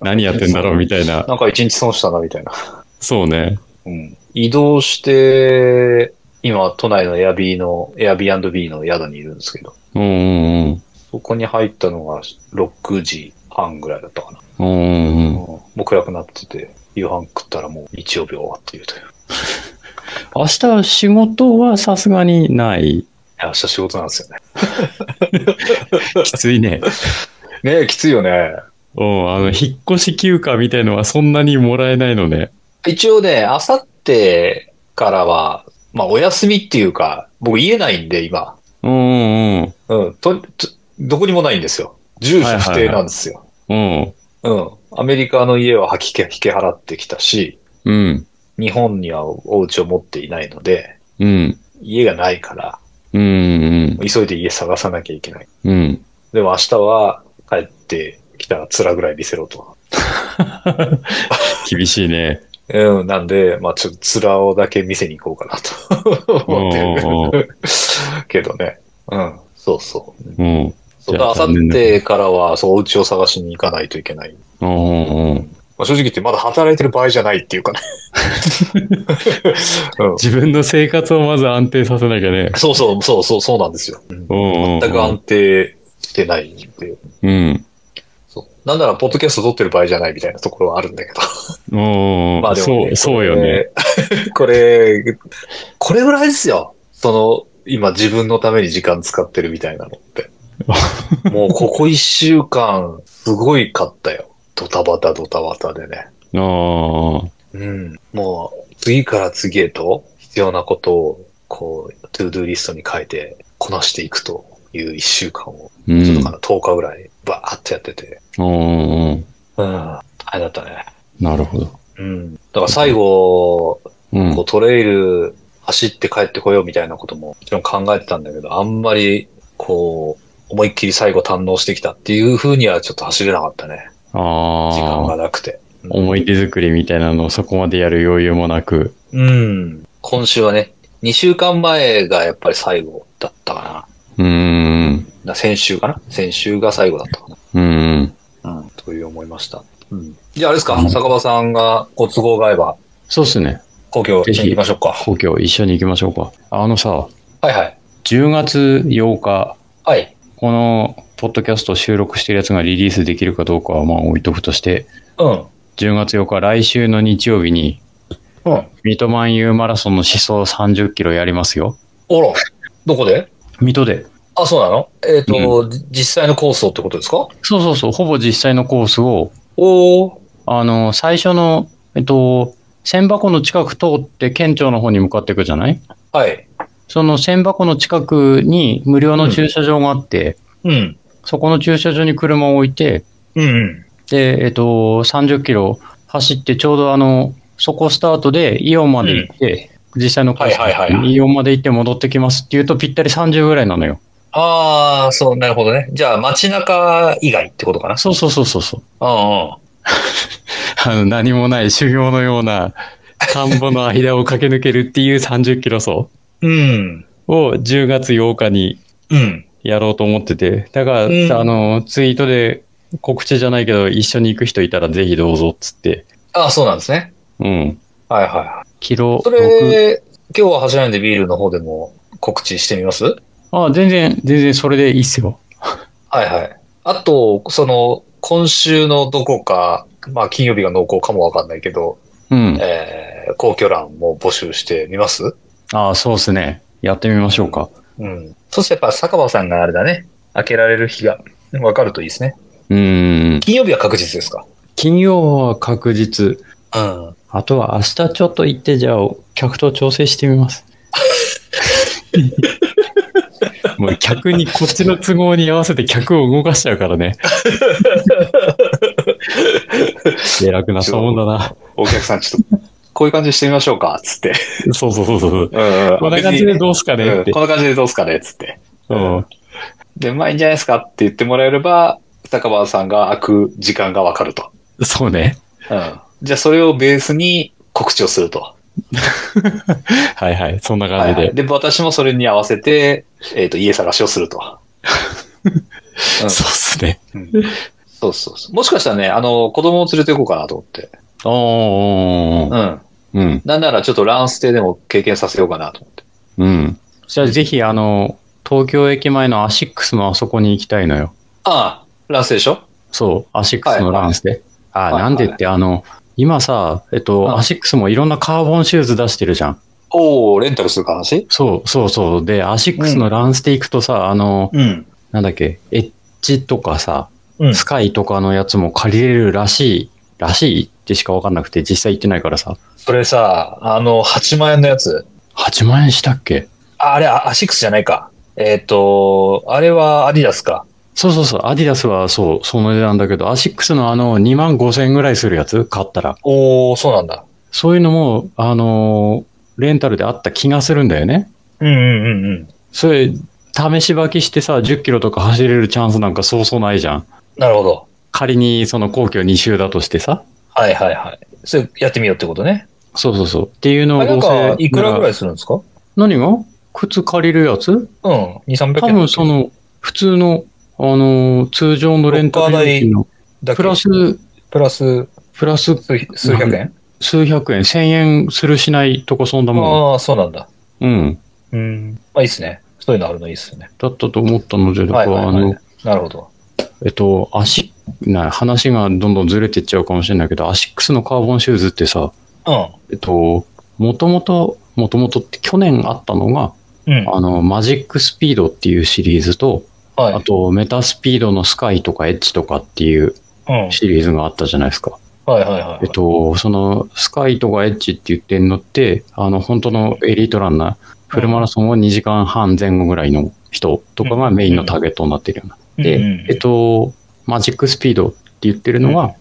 Speaker 2: 何やってんだろうみたいな。
Speaker 1: なんか一日損したなみたいな。
Speaker 2: そうね。
Speaker 1: うん。移動して、今都内のエアビーの、エアビービーの宿にいるんですけど、
Speaker 2: うんうん
Speaker 1: そこに入ったのが6時半ぐらいだったかな。
Speaker 2: うん。うんうんうん。
Speaker 1: もう暗くなってて、夕飯食ったらもう日曜日終わっているという。い
Speaker 2: 明日仕事はさすがにない。
Speaker 1: や明日仕事なんですよね。
Speaker 2: きついね。
Speaker 1: ねえ、きついよね。
Speaker 2: うん、あの、引っ越し休暇みたいのはそんなにもらえないのね。
Speaker 1: 一応ね、あさってからは、まあお休みっていうか、僕言えないんで今、
Speaker 2: うんうんうん。
Speaker 1: うん、と、とどこにもないんですよ。住所不定なんですよ。
Speaker 2: うん。
Speaker 1: うん。アメリカの家は吐き気引き払ってきたし、
Speaker 2: うん。
Speaker 1: 日本にはお家を持っていないので、
Speaker 2: うん。
Speaker 1: 家がないから、
Speaker 2: うんうん
Speaker 1: 急いで家探さなきゃいけない。
Speaker 2: うん。うん。
Speaker 1: でも明日は帰ってきたら面ぐらい見せろと。
Speaker 2: 厳しいね。
Speaker 1: うん、なんで、まあちょっと面をだけ見せに行こうかなと思ってるけどね。うん、そうそう。
Speaker 2: うん。
Speaker 1: そう
Speaker 2: じゃ
Speaker 1: あ
Speaker 2: あ
Speaker 1: さってからは、そう、お家を探しに行かないといけない。
Speaker 2: うんうん
Speaker 1: まあ、正直言って、まだ働いてる場合じゃないっていうかね。うん
Speaker 2: 自分の生活をまず安定させなきゃね。
Speaker 1: そうそう、そうそう、そうなんですよ。うん
Speaker 2: うん。
Speaker 1: 全く安定してないんで。
Speaker 2: うん。
Speaker 1: そう。なんなら、ポッドキャスト撮ってる場合じゃないみたいなところはあるんだけど。
Speaker 2: うんうん。
Speaker 1: まあでもね、
Speaker 2: そう、そうよね。
Speaker 1: これ。これ、これぐらいですよ。その、今自分のために時間使ってるみたいなの って。もうここ一週間、すごいかったよ。ドタバタドタバタでね。
Speaker 2: ああ。
Speaker 1: うん。もう、次から次へと必要なことを、こう、トゥードゥーリストに書いて、こなしていくという一週間を、
Speaker 2: う
Speaker 1: ちょっと
Speaker 2: ん
Speaker 1: か。な、10日ぐらい、バーってやってて。
Speaker 2: うんうん。
Speaker 1: うん。大変だったね。
Speaker 2: なるほど。
Speaker 1: うん。だから最後、
Speaker 2: うん
Speaker 1: こう。トレイル走って帰ってこようみたいなことももちろん考えてたんだけど、あんまりこう、思いっきり最後堪能してきたっていう風にはちょっと走れなかったね。時間
Speaker 2: あ
Speaker 1: が
Speaker 2: あ。
Speaker 1: なくて。
Speaker 2: 思い出作りみたいなのをそこまでやる余裕もなく。
Speaker 1: うん。今週はね、2週間前がやっぱり最後だったかな。だか
Speaker 2: うん。
Speaker 1: ら先週かな先週が最後だったか
Speaker 2: うん。
Speaker 1: な。うん。という思いました。うん。じゃああれですか、
Speaker 2: うん
Speaker 1: 坂場さんがご都合が合えば、
Speaker 2: そうっすね。
Speaker 1: 故郷に行きましょうか。
Speaker 2: 故郷一緒に行きましょうか。あのさ、
Speaker 1: はいはい。
Speaker 2: 10月8日、
Speaker 1: はい。
Speaker 2: このポッドキャスト収録してるやつがリリースできるかどうかはまあ置いとくとして、
Speaker 1: うん。
Speaker 2: 10月8日、来週の日曜日に、
Speaker 1: うん。
Speaker 2: 水戸万有マラソンの思想30キロやりますよ。
Speaker 1: おら、どこで
Speaker 2: 水戸で。
Speaker 1: あ、そうなのえっ、と、じ実際のコースをってことですか
Speaker 2: そうそうそう、ほぼ実際のコースを、
Speaker 1: おお。
Speaker 2: あの、最初の、えっと、千箱の近く通って県庁の方に向かっていくじゃない
Speaker 1: はい。
Speaker 2: その千箱の近くに無料の駐車場があって、
Speaker 1: うん。
Speaker 2: そこの駐車場に車を置いて、
Speaker 1: うんうん。
Speaker 2: で、えっと、30キロ走って、ちょうどあの、そこスタートでイオンまで行って、実際のコース
Speaker 1: はいはいはいはい
Speaker 2: イオンまで行って戻ってきますっていうとぴったり30ぐらいなのよ。
Speaker 1: ああ、そう、なるほどね。じゃあ、街中以外ってことかな
Speaker 2: そうそうそうそうそう。
Speaker 1: ああ。
Speaker 2: あの、何もない修行のような田んぼの間を駆け抜けるっていう30キロ走
Speaker 1: うん。
Speaker 2: を10月8日に
Speaker 1: うん。
Speaker 2: やろうと思ってて。だから、
Speaker 1: うん
Speaker 2: あの、ツイートで告知じゃないけど、一緒に行く人いたらぜひどうぞっつって。
Speaker 1: ああ、そうなんですね。
Speaker 2: うん。
Speaker 1: はいはいは
Speaker 2: キロ
Speaker 1: い。そ
Speaker 2: 6。
Speaker 1: れ、今日は走らないんでビールの方でも告知してみますは
Speaker 2: あ、全然、全然それでいいっすよ。
Speaker 1: いはい。あと、その、今週のどこか、まあ金曜日が濃厚かもわかんないけど、
Speaker 2: うん。
Speaker 1: えー、皇居欄も募集してみます
Speaker 2: ああ、そうですね。やってみましょうか。
Speaker 1: うん。そしてやっぱ坂場さんがあれだね。開けられる日がわかるといいですね。
Speaker 2: うーん。
Speaker 1: 金曜日は確実ですか
Speaker 2: 金曜は確実。
Speaker 1: うん。
Speaker 2: あとは明日ちょっと行って、じゃあ、客と調整してみ ます。もう客に、こっちの都合に合わせて客を動かしちゃうからね。偉くなったもんだな。
Speaker 1: お客さんちょっと、こういう感じにしてみましょうか、つって。
Speaker 2: そうそうそうそう。
Speaker 1: うん
Speaker 2: こんな感じでどうすかねって
Speaker 1: こ。んな感じでどうすかね、つって。
Speaker 2: うん。
Speaker 1: で、まあいいんじゃないですかって言ってもらえれば、坂場さんが開く時間がわかると。
Speaker 2: そうね。
Speaker 1: うん。じゃあそれをベースに告知をすると。
Speaker 2: はいはい。そんな
Speaker 1: は
Speaker 2: 感
Speaker 1: い
Speaker 2: じ
Speaker 1: はい、
Speaker 2: で。
Speaker 1: で、私もそれに合わせて、えっ、と、家探しをする と。うん
Speaker 2: そうっすね。
Speaker 1: うんそうそうそう。もしかしたらね、あの、子供を連れて行こうかなと思って。
Speaker 2: おーおーおーお
Speaker 1: う
Speaker 2: ー。
Speaker 1: ん。
Speaker 2: うん。
Speaker 1: なんならちょっとランステでも経験させようかなと思って。
Speaker 2: うん。じゃあぜひ、あの、東京駅前のアシックスのあそこに行きたいのよ。
Speaker 1: ああ、ランステでしょ
Speaker 2: そう、アシックスのランスで。あ、
Speaker 1: はいはい
Speaker 2: なんでって、あの、今さ、えっと、
Speaker 1: うん
Speaker 2: アシックスもいろんなカーボンシューズ出してるじゃん。
Speaker 1: おおレンタルする話
Speaker 2: そう、そうそう。で、アシックスのランスで行くとさ、あの、
Speaker 1: うん。
Speaker 2: なんだっけ、エッジとかさ、
Speaker 1: うん
Speaker 2: スカイとかのやつも借りれるらしい、らしいってしかわかんなくて、実際行ってないからさ、
Speaker 1: それさ、あの、8万円のやつ。
Speaker 2: 8万円したっけ
Speaker 1: あ、あれ、アアシックスじゃないか。えっ、と、あれはアディダスか。
Speaker 2: そうそうそう、アディダスはそう、その値段だけど、アシックスのあの、2万5千円ぐらいするやつ買ったら、
Speaker 1: おおそうなんだ。
Speaker 2: そういうのも、あのーレンタルであった気がするんだよね。
Speaker 1: うんうんうんうん。
Speaker 2: それ、試し履きしてさ、10キロとか走れるチャンスなんかそうそうないじゃん。
Speaker 1: なるほど。
Speaker 2: 仮にその皇居2周だとしてさ。
Speaker 1: はいはいはい。それやってみようってことね。
Speaker 2: そうそうそう。っていうの
Speaker 1: あ
Speaker 2: を
Speaker 1: れなんか、いくらぐら
Speaker 2: い
Speaker 1: いするんですか
Speaker 2: 何が靴借りるや
Speaker 1: う
Speaker 2: つ
Speaker 1: ん。2、300
Speaker 2: 多
Speaker 1: 円
Speaker 2: 分その、普通の、あのー通常のレンタ
Speaker 1: ロッ
Speaker 2: ル
Speaker 1: カー代
Speaker 2: 料金の
Speaker 1: だけ。
Speaker 2: プラス、
Speaker 1: プラス
Speaker 2: プラス
Speaker 1: 数数百円
Speaker 2: 数百円、千円するしないとかそんなも
Speaker 1: ああ、そうなんだ。
Speaker 2: ん。うん。
Speaker 1: うん。まあいいっすね。そういうのあるのいいっすね。
Speaker 2: だったと思ったので、
Speaker 1: はいはいはい
Speaker 2: あの、
Speaker 1: なるほど。
Speaker 2: えっと、足、な、話がどんどんずれてっちゃうかもしれないけど、アシックスのカーボンシューズってさ、
Speaker 1: う
Speaker 2: えっと、もともと、もともとって去年あったのが、
Speaker 1: ん。うん。
Speaker 2: あの、マジックスピードっていうシリーズと、あ
Speaker 1: はい。
Speaker 2: と、メタスピードのスカイとかエッジとかっていう
Speaker 1: うん。
Speaker 2: シリーズがあったじゃないですか。
Speaker 1: はいはいはい。
Speaker 2: えっと、その、スカイとかエッジって言ってんのって、あの、本当のエリートランナー、フルマラソンを2時間半前後ぐらいの人とかがメインのターゲットになってるような。
Speaker 1: うん
Speaker 2: で、えっ、と、マジックスピードって言ってるのは、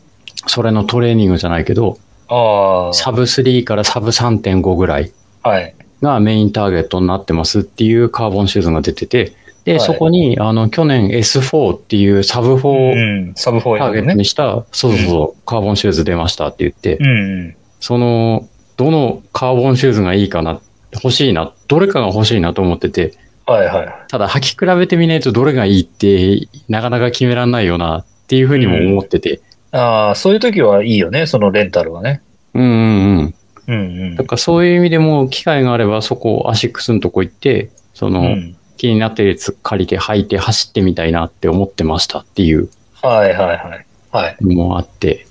Speaker 2: それのトレーニングじゃないけど、
Speaker 1: あ
Speaker 2: サブ3からサブ3.5ぐらい
Speaker 1: あ、はい。
Speaker 2: がメインターゲットになってますっていうカーボンシューズが出てて、で、
Speaker 1: はい
Speaker 2: そこに、あの、去年 S4 っていうサブ
Speaker 1: う
Speaker 2: 4
Speaker 1: ん、サブ4
Speaker 2: ターゲット
Speaker 1: ね。
Speaker 2: にした、そうそうそう、カーボンシューズ出ましたって言って、
Speaker 1: うん。
Speaker 2: その、どのカーボンシューズがいいかな、欲しいな、どれかが欲しいなと思ってて、
Speaker 1: はいはい。
Speaker 2: ただ履き比べてみないとどれがいいって、なかなか決めらんないよなっていうふうにも思ってて、
Speaker 1: ああ、そういう時はいいよね、そのレンタルはね。
Speaker 2: うんうんうん。
Speaker 1: うんうん
Speaker 2: だからそういう意味でも、機会があればそこ、アシックスのとこ行って、その、
Speaker 1: うん。
Speaker 2: 気になってるやつ借りて履いて走ってみたいなって思ってましたっていう
Speaker 1: はいはいはい。はい。
Speaker 2: のもあって、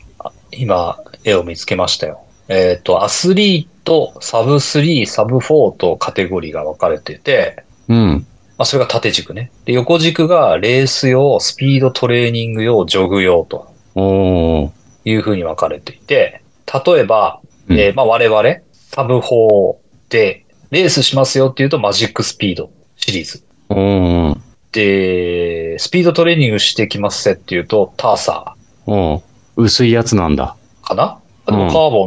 Speaker 1: 今、絵を見つけましたよ。えっ、と、アスリート、サブ3、サブ4とカテゴリーが分かれてて、
Speaker 2: うん。
Speaker 1: まあ、それが縦軸ね。で、横軸がレース用、スピードトレーニング用、ジョグ用と
Speaker 2: おー。
Speaker 1: いうふうに分かれていて、例えば、
Speaker 2: うん
Speaker 1: えーまあ、我々、サブ4で、レースしますよっていうと、マジックスピードシリーズ。
Speaker 2: おー。
Speaker 1: で、スピードトレーニングしてきますせっていうと、ターサ
Speaker 2: おー。薄いやつなんだ。
Speaker 1: ーかなあで
Speaker 2: うん
Speaker 1: もカーボ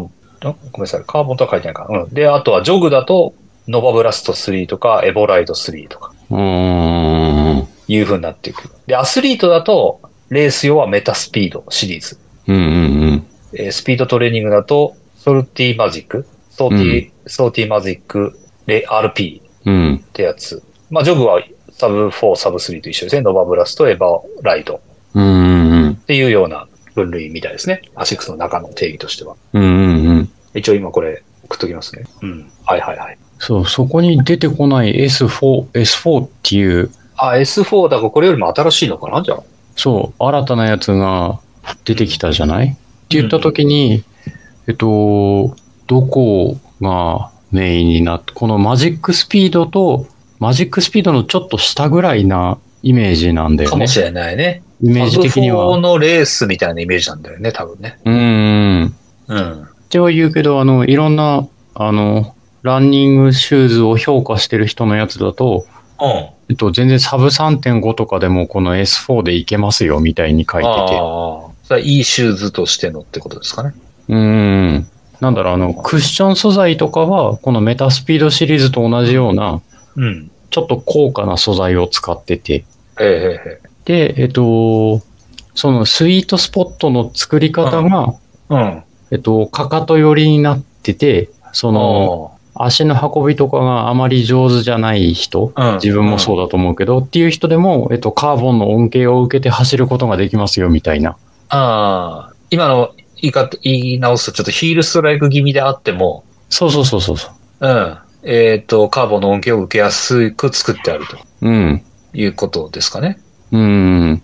Speaker 1: ン、あごめんなさい、カーボンとは書いてないか。うん。で、あとはジョグだと、ノバブラスト3とか、エボライド3とか、
Speaker 2: うーん。
Speaker 1: いう風になっていく。で、アスリートだと、レース用はメタスピードシリーズ。
Speaker 2: うんうんうん。
Speaker 1: えースピードトレーニングだと、ソルティマジック、ソーティ、ソーティマジック、レ、RP っ
Speaker 2: うん。
Speaker 1: てやつ。まあ、ジョグはサブ4、サブ3と一緒ですね。ノバブラスト、エバーライド。
Speaker 2: うんうんうん。
Speaker 1: っていうような分類みたいですね。アシックスの中の定義としては。
Speaker 2: うんうんうん。
Speaker 1: 一応今これ送っときますね。うん。はいはいはい。
Speaker 2: そう、そこに出てこない S4、S4 っていう、
Speaker 1: あ、S4 だからこれよりも新しいのかなじゃあ。
Speaker 2: そう、新たなやつが出てきたじゃないって言った時に、えっと、どこがメインになって、このマジックスピードと、マジックスピードのちょっと下ぐらいなイメージなんだよ
Speaker 1: かも
Speaker 2: ね。
Speaker 1: しれないね。
Speaker 2: イメージ的に
Speaker 1: サブ4
Speaker 2: は。
Speaker 1: のレースみたいなイメージなんだよね、多分ね。
Speaker 2: うんうん。っ
Speaker 1: うん。
Speaker 2: ては言うけど、あの、いろんな、あの、ランニングシューズを評価してる人のやつだと、
Speaker 1: うん。
Speaker 2: えっと、全然サブ3.5とかでもこの S4 でいけますよみたいに書いて
Speaker 1: あ
Speaker 2: て。
Speaker 1: あ。それはいいシューズとしてのってことですかね。
Speaker 2: うん。なんだろう、あの、クッション素材とかは、このメタスピードシリーズと同じような、
Speaker 1: うん。
Speaker 2: ちょっと高価な素材を使ってて。
Speaker 1: ええええ。
Speaker 2: で、えっと、そのスイートスポットの作り方が、
Speaker 1: うん。
Speaker 2: えっと、かかと寄りになってて、その、足の運びとかがあまり上手じゃない人、
Speaker 1: うん、
Speaker 2: 自分もそう
Speaker 1: だ。
Speaker 2: だと思うけど、っていう人でも、えっと、カーボンの恩恵を受けて走ることができますよ、みたいな。
Speaker 1: ああ。今の言い方、言い直すとちょっとヒールストライク気味であっても、
Speaker 2: そうそうそうそうそ
Speaker 1: うん。えっ、と、カーボンの恩恵を受けやすく作ってあると
Speaker 2: う。うん。
Speaker 1: いうことですかね。
Speaker 2: うん。
Speaker 1: うん。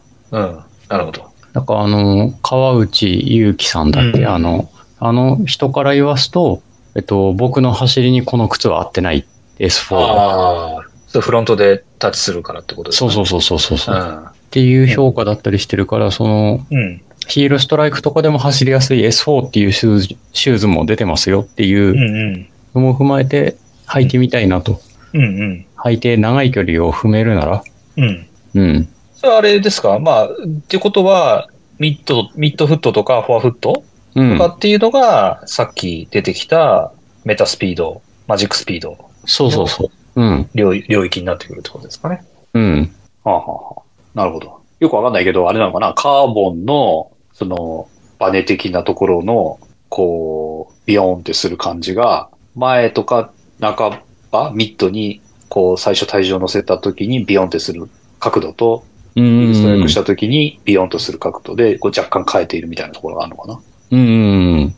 Speaker 1: なるほど。
Speaker 2: なんかあの、川内優樹さんだっけ、
Speaker 1: うん
Speaker 2: あの、あの人から言わすと、えっと、僕の走りにこの靴は合ってない S4。
Speaker 1: ああ。そう、フロントでタッチするからってことです
Speaker 2: そう
Speaker 1: か
Speaker 2: そうそうそうそう。う
Speaker 1: う。
Speaker 2: っていう評価だったりしてるから、その、
Speaker 1: うん。うん。
Speaker 2: ヒールストライクとかでも走りやすい S4 っていうシューズシューズも出てますよっていううん
Speaker 1: うん。
Speaker 2: のも踏まえて、履いてみたいなと。
Speaker 1: うんうん。
Speaker 2: 履いて長い距離を踏めるなら、
Speaker 1: うん。
Speaker 2: うん。
Speaker 1: それはあれですかまあ、ってことは、ミッド、ミッドフットとかフォアフット
Speaker 2: う
Speaker 1: と
Speaker 2: ん
Speaker 1: か。っていうのが、さっき出てきたメタスピード、マジックスピード、
Speaker 2: そうそうそう。うん。
Speaker 1: 領域領域になってくるってことですかね。
Speaker 2: うん。
Speaker 1: はあ、はあはあ、なるほど。よくわかんないけど、あれなのかなカーボンの、その、バネ的なところの、こう、ビヨーンってする感じが、前とか半ば、ミッドに、こう、最初体重を乗せた時にビヨーンってする角度と、
Speaker 2: う
Speaker 1: ストライ
Speaker 2: ん
Speaker 1: クし。た時にビヨーンとする角度で、こう若干変えているみたいなところがあるのかな
Speaker 2: うん。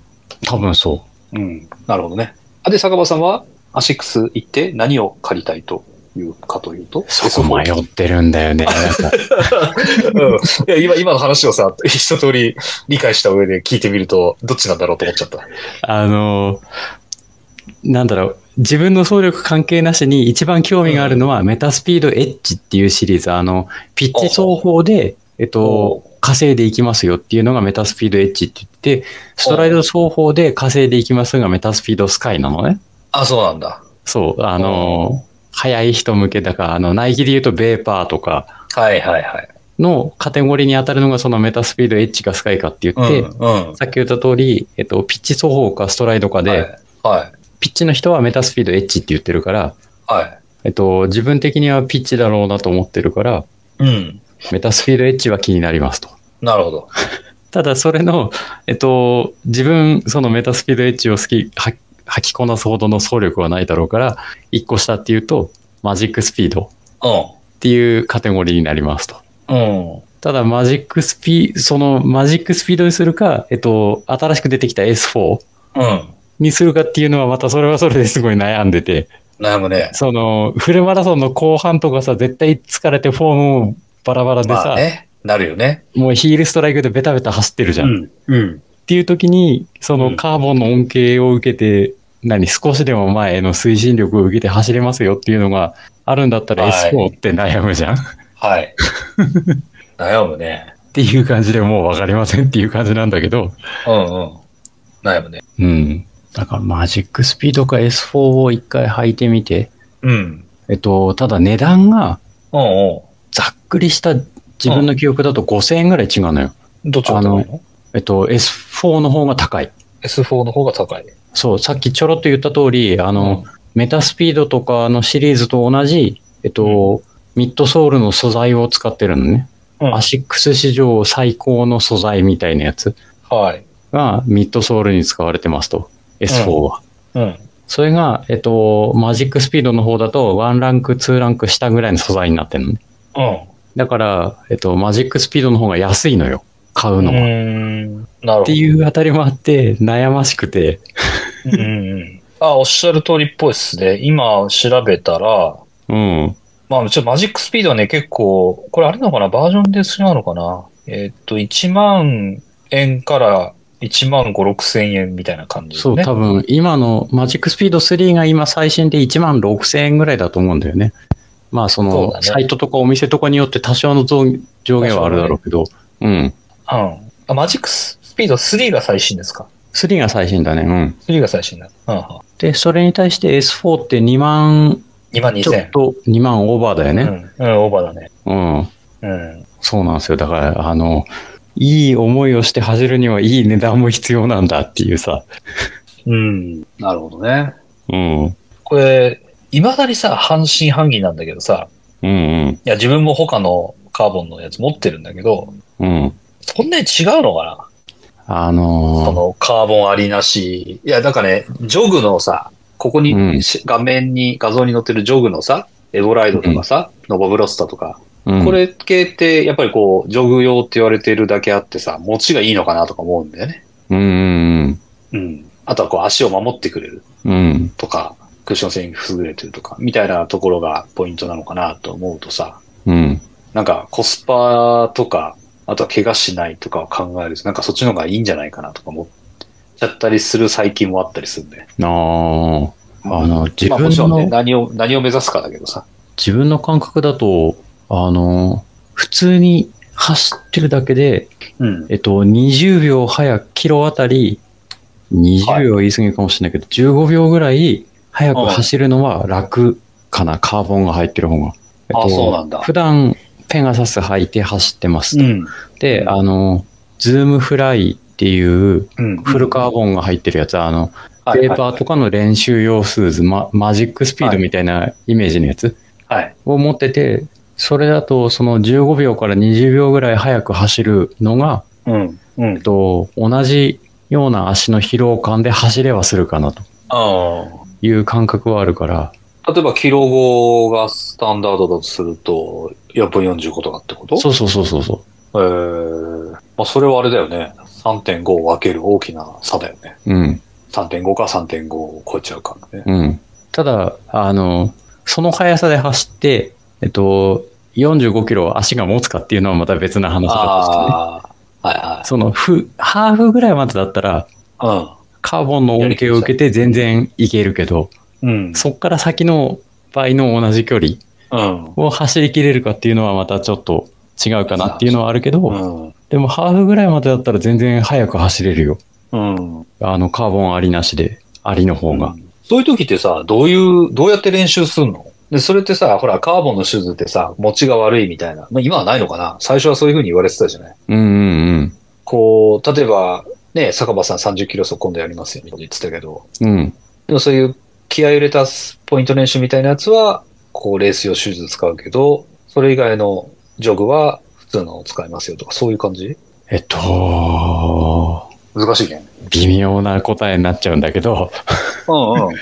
Speaker 2: 多分そ
Speaker 1: うん。なるほどね。あで、坂場さんは、アシックス行って何を借りたいというか というと、
Speaker 2: う。そこ迷ってるんだよね。
Speaker 1: うんいや今、今の話をさ、一通り理解した上で聞いてみると、どっちなんだろうと思っちゃった。
Speaker 2: あの、なんだろう、自分の走力関係なしに一番興味があるのは、メタスピードエッジっていうシリーズ、あの、ピッチ走法で、えっと、稼いでいきますよっていうのがメタスピードエッジって言って、ストライド走法で稼いでいきますがメタスピードスカイなのね。
Speaker 1: あ、そうなんだ。
Speaker 2: そう、あの、速い人向けだから、あの、ナイキで言うとベーパーとか
Speaker 1: はいはいはい。
Speaker 2: のカテゴリーに当たるのがそのメタスピードエッジかスカイかって言って、
Speaker 1: うん。
Speaker 2: さっき言った通り、えっと、ピッチ走法かストライドかで、
Speaker 1: はい、はい。
Speaker 2: ピッチの人はメタスピードエッジって言ってるから、
Speaker 1: はい。
Speaker 2: えっと、自分的にはピッチだろうなと思ってるから、
Speaker 1: うん。
Speaker 2: メタスピードエッジは気になりますと。
Speaker 1: なるほど。
Speaker 2: ただ、それの、えっと、自分、そのメタスピードエッジを好き、は吐きこなすほどの走力はないだろうから、一個下っていうと、マジックスピードっていうカテゴリーになりますと。
Speaker 1: うん。うん。
Speaker 2: ただ、マジックスピ、そのマジックスピードにするか、えっと、新しく出てきた S4
Speaker 1: うん。
Speaker 2: にするかっていうのは、またそれはそれですごい悩んでて。
Speaker 3: 悩むね。
Speaker 2: その、フルマラソンの後半とかさ、絶対疲れてフォームもバラバラでさ、
Speaker 3: まあね、なるよね。
Speaker 2: もうヒールストライクでベタベタ走ってるじゃん。っ
Speaker 3: ん。うん。
Speaker 2: ていう時に、そうの
Speaker 3: ん
Speaker 2: カーボンの恩恵を受けて、何、少しでも前への推進力を受けて走れますよっていうのがあるんだったら
Speaker 3: はい
Speaker 2: S 4って悩むじゃん。
Speaker 3: はい。悩むね。
Speaker 2: っていう感じでもう分かりませんっていう感じなんだけど、
Speaker 3: うんうん。悩むね。
Speaker 2: うん。だからマジックスピードか S4 を一回履いてみて、
Speaker 3: うん。
Speaker 2: えっと、ただ値段が
Speaker 3: うんうん。
Speaker 2: ざっくりした自分の記憶だと5000円ぐらい違うのよ。
Speaker 1: どっちが高いの
Speaker 2: えっと、S4 の方が高い。
Speaker 1: ?S4 の方が高い。
Speaker 2: そう、さっきちょろっと言った通り、あの、メタスピードとかのシリーズと同じ、えっと、ミッドソールの素材を使ってるのね。
Speaker 1: うん
Speaker 2: アシックス史上最高の素材みたいなやつ
Speaker 1: はい。
Speaker 2: がミッドソールに使われてますと。S4 は。
Speaker 1: うん。
Speaker 2: それが、えっと、マジックスピードの方だと、1ランク、2ランク下ぐらいの素材になってるのね。
Speaker 1: うん。
Speaker 2: だから、えっと、マジックスピードの方が安いのよ。買
Speaker 1: う
Speaker 2: うのが。っ
Speaker 1: ーん。なるほど。
Speaker 2: ていうあたりもあって、悩ましくて。
Speaker 1: うんうん。あ、おっしゃる通りっぽいっすね。今調べたら、
Speaker 2: うん。
Speaker 1: まあ、ちょっとマジックスピードはね、結構、これあれなのかなバージョンで違うのかなえーっと、1万円から1万5、6千円みたいな感じ
Speaker 2: そ
Speaker 1: でね。
Speaker 2: う、多分、今のマジックスピード3が今最新で1万6000円ぐらいだと思うんだよね。まあ、そ
Speaker 1: そう
Speaker 2: の、
Speaker 1: だね
Speaker 2: サイトとかお店とかによって多少の増上限はあるだろうけど、うん。
Speaker 1: うん。あ、マジックスピード3が最新ですか
Speaker 2: 3が最新だね。うん。
Speaker 1: ?3 が最新だ。うんうん。
Speaker 2: で、それに対して S4 って2万、
Speaker 1: 2万
Speaker 2: ちょっ
Speaker 1: 2000。
Speaker 2: と2万オーバーだよ
Speaker 1: う
Speaker 2: ね。
Speaker 1: ん。うん、オーバーだね。
Speaker 2: うん
Speaker 1: うん。
Speaker 2: そうなんですよ。だから、あの、いい思いをして走るにはいい値段も必要なんだっていうさ。
Speaker 1: うん。
Speaker 3: なるほどね。
Speaker 2: うん。うん
Speaker 1: これ、いまだにさ、半信半疑なんだけどさ、
Speaker 2: うん。
Speaker 1: いや、自分も他のカーボンのやつ持ってるんだけど、
Speaker 2: うん。
Speaker 1: そんなに違うのかな
Speaker 2: あ
Speaker 1: そ
Speaker 2: の
Speaker 1: のカーボンありなし。いや、だからね、ジョグのさ、ここに、
Speaker 2: うん
Speaker 1: し画面に画像に載ってるジョグのさ、エボライドとかさ、ノバブロスタとか、
Speaker 2: ー、うん
Speaker 1: こ、れ系ってやっぱりこう、ジョグ用って言われてるだけあってさ、持ちがいいのかなとか思うんだよね。
Speaker 2: うんうん
Speaker 1: うん。あとはこう、足を守ってくれる
Speaker 2: うん。うん。
Speaker 1: とか、クッション性に優れてるとか、みたいなところがポイントなのかなと思うとさ、
Speaker 2: うん。
Speaker 1: なんかコスパとか、あとは怪我しないとかを考えると、なんかそっちの方がいいんじゃないかなとか思っちゃったりする最近もあったりするんで。
Speaker 2: あーあの、自
Speaker 1: まあも
Speaker 2: 分
Speaker 1: ちろんね、
Speaker 2: の、
Speaker 1: 何を、何を目指すかだけどさ。
Speaker 2: 自分の感覚だと、あの、普通に走ってるだけで、
Speaker 1: うん。
Speaker 2: えっと、20秒早く、キロあたり、20秒は言い過ぎるかもしれないけど、15秒ぐらい早く走るのは楽かな、カーボンが入ってる方が。えっと
Speaker 1: あ、そうなんだ。
Speaker 2: 普段、ペガサス履いて走ってますと。
Speaker 1: ん。
Speaker 2: で、あの、ズームフライっていう、
Speaker 1: うん。
Speaker 2: フルカーボンが入ってるやつ、あの、
Speaker 1: はい
Speaker 2: ペーパーとかの練習用スーズ、ママジックスピードみたいなイメージのやつ
Speaker 1: はい。
Speaker 2: を持ってて、それだと、その15秒から20秒ぐらい早く走るのが、
Speaker 1: うん。うん
Speaker 2: えっ。と、同じような足の疲労感で走れはするかなと
Speaker 1: あ
Speaker 2: いう感覚はあるから、
Speaker 1: あ。例えば、キロ号がスタンダードだとすると、4分45とかってこと
Speaker 2: そうそうそうそうそ
Speaker 1: え
Speaker 2: う。
Speaker 1: ーまあ、それはあれだよね。3.5を分ける大きな差だよね。
Speaker 2: うん、
Speaker 1: 3.5か3.5を超えちゃうからね。
Speaker 2: うん。ただ、あの、その速さで走って、えっと、45キロを足が持つかっていうのはまた別な話だとしてね。
Speaker 1: ああ。は
Speaker 2: その、ふ、ハーフぐらいまでだったら、
Speaker 1: いは
Speaker 2: カーボンの恩恵を受けて全然いけるけど、
Speaker 1: い。うん。うん。
Speaker 2: そっから先の倍の同じ距離
Speaker 1: うん。
Speaker 2: を走りきれるかっていうのはまたちょっと違うかなっていうのはあるけど、
Speaker 1: うん。
Speaker 2: でもハーフぐらいまでだったら全然早く走れるよ。
Speaker 1: うん。
Speaker 2: あの、カーボンありなしで、ありの方が。
Speaker 1: そういう時ってさ、どういう、どうやって練習すんので、それってさ、ほら、カーボンのシューズってさ、持ちが悪いみたいな。まあ、今はないのかな最初はそういう風に言われてたじゃない
Speaker 2: うんうん
Speaker 1: こう、例えば、ね、坂場さん30キロ走今度やりますよって言ってたけど、
Speaker 2: うん。うん。
Speaker 1: でもそういう気合を入れたポイント練習みたいなやつは、こう、レース用シューズ使うけど、それ以外のジョグは普通のを使いますよとか、そういう感じ
Speaker 2: えっと、
Speaker 1: 難しいね。
Speaker 2: 微妙な答えになっちゃうんだけど、
Speaker 1: うんうん。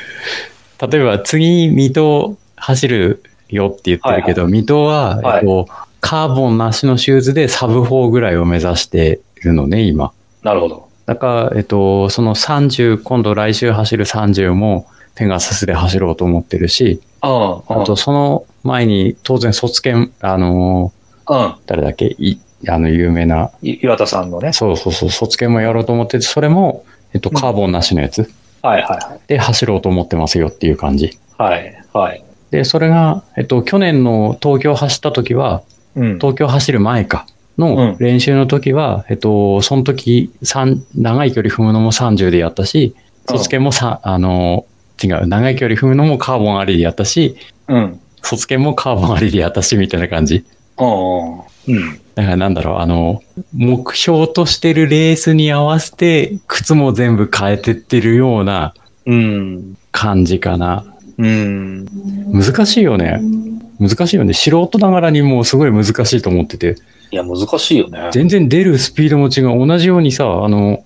Speaker 2: 例えば次、水戸走るよって言ってるけど、水戸は、
Speaker 1: はい
Speaker 2: えっと、カーボンなしのシューズでサブ4ぐらいを目指しているのね、今。
Speaker 1: なるほど。
Speaker 2: だから、えっと、その30、今度来週走る30も、ペガサスで走ろうと思ってるし、
Speaker 1: ああ、
Speaker 2: あとその前に当然卒検、あの
Speaker 1: うん
Speaker 2: ー、誰だっけ、い、あの有名な、
Speaker 4: い岩田さんのね。
Speaker 2: そうそうそう、卒検もやろうと思ってて、それも、えっと、カーボンなしのやつ
Speaker 4: はいは
Speaker 2: で走ろうと思ってますよっていう感じ。
Speaker 4: いはい。はいはい。
Speaker 2: で、それが、えっと、去年の東京走った時は、
Speaker 4: うん。
Speaker 2: 東京走る前か
Speaker 1: うん
Speaker 2: の練習の時は、えっと、その時、三長い距離踏むのも30でやったし、
Speaker 1: うん
Speaker 2: 卒検もさ、あの、違う、長い距離踏むのもカーボンありでやったし、
Speaker 1: うん。
Speaker 2: 卒検もカーボンありでやったし、みたいな感じ。
Speaker 1: うん。
Speaker 4: うん。
Speaker 2: だからなんだろう、あの、目標としてるレースに合わせて、靴も全部変えてってるような
Speaker 4: うん。
Speaker 2: 感じかな。
Speaker 4: うん。
Speaker 2: 難しいよね。難しいよね。素人ながらにもうすごい難しいと思ってて。
Speaker 1: いや、難しいよね。
Speaker 2: 全然出るスピードも違う。同じようにさ、あの、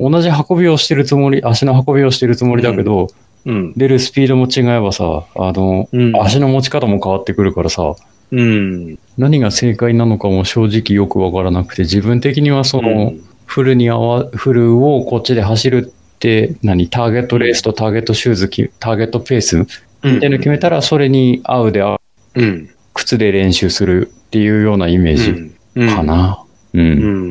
Speaker 1: うん。
Speaker 2: 同じ運びをしてるつもり、足の運びをしてるつもりだけど、
Speaker 4: うん。
Speaker 2: 出るスピードも違えばさ、あの、
Speaker 4: うん。
Speaker 2: 足の持ち方も変わってくるからさ、
Speaker 4: うん。
Speaker 2: 何が正解なのかも正直よくわからなくて、自分的にはその、フルに合わ、フルをこっちで走るって、何、ターゲットレースとターゲットシューズき、ターゲットペースみ
Speaker 4: うん
Speaker 2: たいなの決めたら、それに合うで合う、
Speaker 4: うん。
Speaker 2: 靴で練習するっていうようなイメージ
Speaker 4: うん。
Speaker 2: か。な。うん。
Speaker 4: う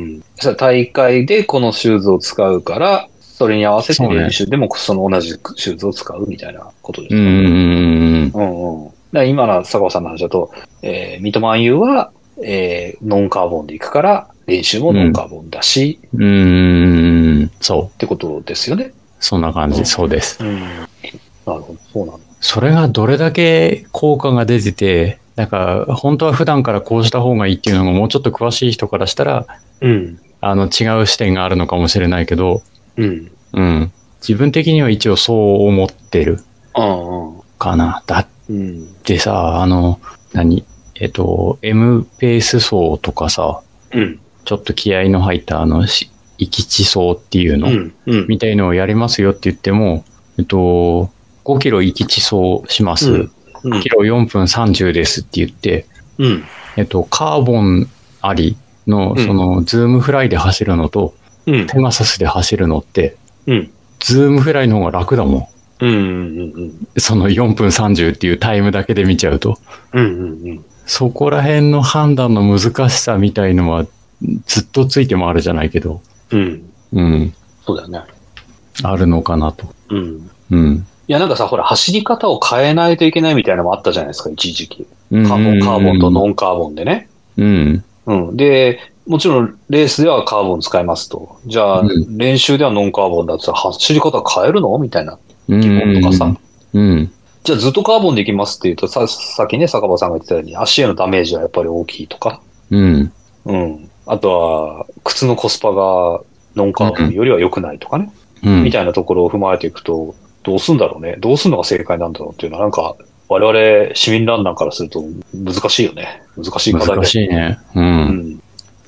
Speaker 4: ん。
Speaker 1: さ大会でこのシューズを使うから、それに合わせて練習でもその同じシューズを使うみたいなことです
Speaker 2: う
Speaker 1: よ
Speaker 2: んう
Speaker 1: ね。
Speaker 2: んうんうん。
Speaker 1: うんうん。だから今の坂尾さんの話だと、えー、三笘優は、えー、ノンカーボンで行くから、練習もノンカーボンだし、
Speaker 2: うーん。そ
Speaker 1: ってことですよね。
Speaker 2: う。そんな感
Speaker 1: う
Speaker 2: じ。
Speaker 1: ん
Speaker 2: そうです。
Speaker 1: うん。なるほど、そうなんだ。
Speaker 2: それがどれだけ効果が出てて、なんか、本当は普段からこうした方がいいっていうのがもうちょっと詳しい人からしたら、
Speaker 4: うん。
Speaker 2: あの、違う視点があるのかもしれないけど、
Speaker 4: うん。
Speaker 2: うん。自分的には一応そう思ってる
Speaker 1: うんうん。
Speaker 2: かな。だっ
Speaker 4: うん。
Speaker 2: てさ、あの、何えっと、M ペース層とかさ、
Speaker 4: うん。
Speaker 2: ちょっと気合の入ったあの、し行地層っていうの、
Speaker 4: うん。うん。
Speaker 2: みたいのをやりますよって言っても、えっと、5キロ行き地層します。
Speaker 4: うんうん
Speaker 2: キロ4分30ですって言って、
Speaker 4: うん。
Speaker 2: えっと、カーボンあり
Speaker 4: う
Speaker 2: の、
Speaker 4: ん
Speaker 2: その、ズームフライで走るのと、
Speaker 4: うん。
Speaker 2: ペガサスで走るのって、
Speaker 4: うん
Speaker 2: ズームフライの方が楽だもん。
Speaker 4: うん。うん。
Speaker 2: その4分30っていうタイムだけで見ちゃうと、
Speaker 4: うん。
Speaker 2: そこら辺の判断の難しさみたいのはずっとついてもあるじゃないけど、
Speaker 4: うん。
Speaker 2: うん、
Speaker 1: そうだよね。
Speaker 2: あるのかなと。
Speaker 4: うん。
Speaker 2: うん。
Speaker 1: いや、なんかさ、ほら、走り方を変えないといけないみたいなのもあったじゃないですか、一時期。
Speaker 2: カ
Speaker 1: カーボン、カーボンとノンカーボンでね。
Speaker 2: うん。
Speaker 1: うん。で、もちろん、レースではカーボン使いますと。じゃあ、
Speaker 2: うん
Speaker 1: 練習ではノンカーボンだったら、走り方変えるのみたいな
Speaker 2: うん。
Speaker 1: 疑問とかさ。
Speaker 2: うん。
Speaker 1: じゃあずっとカーボンでいきますっていうと、さ、さっきね、坂場さんが言ってたように、足へのダメージはやっぱり大きいとか、
Speaker 2: うん。
Speaker 1: うん。あとは、靴のコスパがノンカーボンよりは良くないとかね、
Speaker 2: うん。
Speaker 1: みたいなところを踏まえていくと、どうすんだろうね。どうすんのが正解なんだろうっていうのは、なんか、我々市民ランナーからすると難しいよね。難しい課題だよ
Speaker 2: 難しいね。う。
Speaker 1: うんん。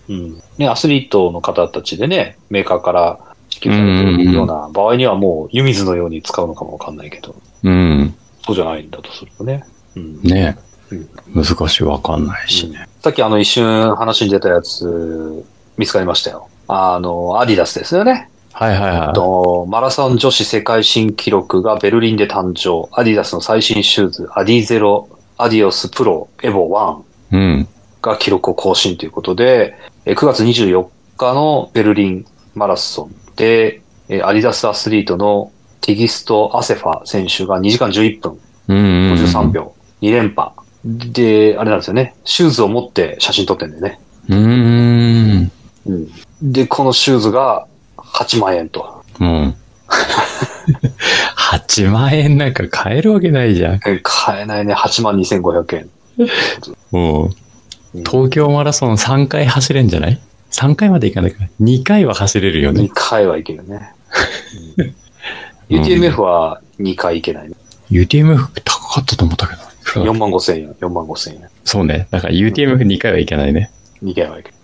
Speaker 1: うん。ね、アスリートの方たちでね、メーカーから支給されているような場合にはもう湯水のように使うのかもわかんないけど、
Speaker 2: うん。
Speaker 1: そうじゃないんだとするとね。うん。
Speaker 2: ね
Speaker 1: うん
Speaker 2: 難しい、わかんないし。
Speaker 1: さっきあの一瞬話に出たやつ、見つかりましたよ。あの、アディダスですよね。
Speaker 2: はいはいは
Speaker 1: とマラソン女子世界新記録がベルリンで誕生。アディダスの最新シューズ、アディゼロ、アディオスプロ、エボ1
Speaker 2: い。うん。
Speaker 1: が記録を更新ということで、えー9月24日のベルリンマラソンで、えーアディダスアスリートのティギスト・アセファ選手が2時間11分
Speaker 2: うん。
Speaker 1: 53。秒、2連覇。で、あれなんですよね。シューズを持って写真撮ってんだよね。
Speaker 2: うん。
Speaker 1: で、このシューズが8万円と。
Speaker 2: うん。8万円なんか買えるわけないじゃん。
Speaker 1: え買えないね、8万2500円。
Speaker 2: うん。
Speaker 1: うん
Speaker 2: 東京マラソン3回走れんじゃない ?3 回までいかないから。2回は走れるよ
Speaker 1: 2
Speaker 2: ね。
Speaker 1: 回はいけるね。
Speaker 2: うん
Speaker 1: UTMF は2回いけないね。
Speaker 2: UTMF 高かったと思ったけど。
Speaker 1: 4万5千円、4万5千円。
Speaker 2: そうね。だから UTMF2 回はいけないね。
Speaker 1: 2回はいける。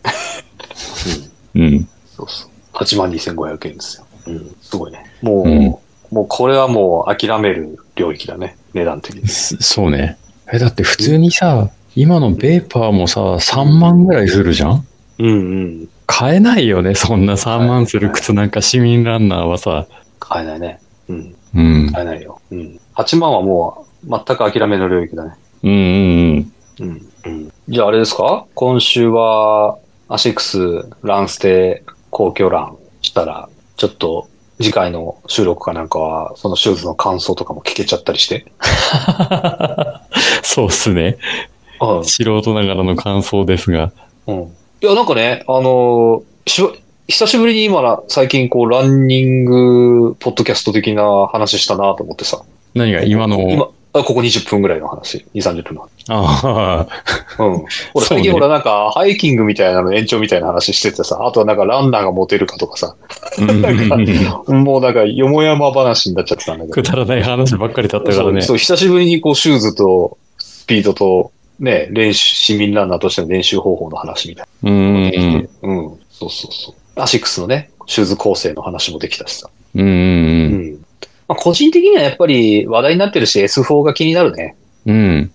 Speaker 2: うん。
Speaker 1: そうそう。8万2500円ですよ。うん、すごいね。もう、
Speaker 2: うん
Speaker 1: もうこれはもう諦める領域だね、値段的に。
Speaker 2: そそうね。え、だって普通にさ、今のベーパーもさ、3万ぐらいするじゃん
Speaker 1: うんうん。
Speaker 2: 買えないよね。そんな3万する靴なんか市民ランナーはさ。
Speaker 1: 買えないね。うん。
Speaker 2: うん。
Speaker 1: 買えないよ。うん。8万はもう、全く諦めの領域だね。
Speaker 2: うんうん
Speaker 1: う
Speaker 2: うん。
Speaker 1: ん。うん。じゃああれですか今週は、アシックス、ランステ、公共ランしたら、ちょっと、次回の収録かなんかは、そのシューズの感想とかも聞けちゃったりして。
Speaker 2: そうっすね。
Speaker 1: うん。
Speaker 2: 素人ながらの感想ですが。
Speaker 1: うん。いや、なんかね、あのーしば久しぶりに今な、最近こう、ランニング、ポッドキャスト的な話したなと思ってさ。
Speaker 2: 何が今の、
Speaker 1: 今、あここ20分ぐらいの話。2、30分の話。
Speaker 2: ああ、
Speaker 1: うん。俺最
Speaker 2: そうね
Speaker 1: 近ほらなんか、ハイキングみたいなの延長みたいな話しててさ、あとはなんかランナーがモテるかとかさ、
Speaker 2: うんうんうん
Speaker 1: もうなんか、よもやま話になっちゃってたんだけ
Speaker 2: く
Speaker 1: ど。
Speaker 2: だらない話ばっかりだったからね。
Speaker 1: そうそう、久しぶりにこう、シューズと、スピードと、ね、練習、市民ランナーとしての練習方法の話みたいな。
Speaker 2: うんうん
Speaker 1: うん、そうそうそう。アシックスのね、シューズ構成の話もできたしさ。
Speaker 2: うん。うん
Speaker 1: う
Speaker 2: うん
Speaker 1: ん。まあ、個人的にはやっぱり話題になってるし、S4 が気になるね。
Speaker 2: うん。うん。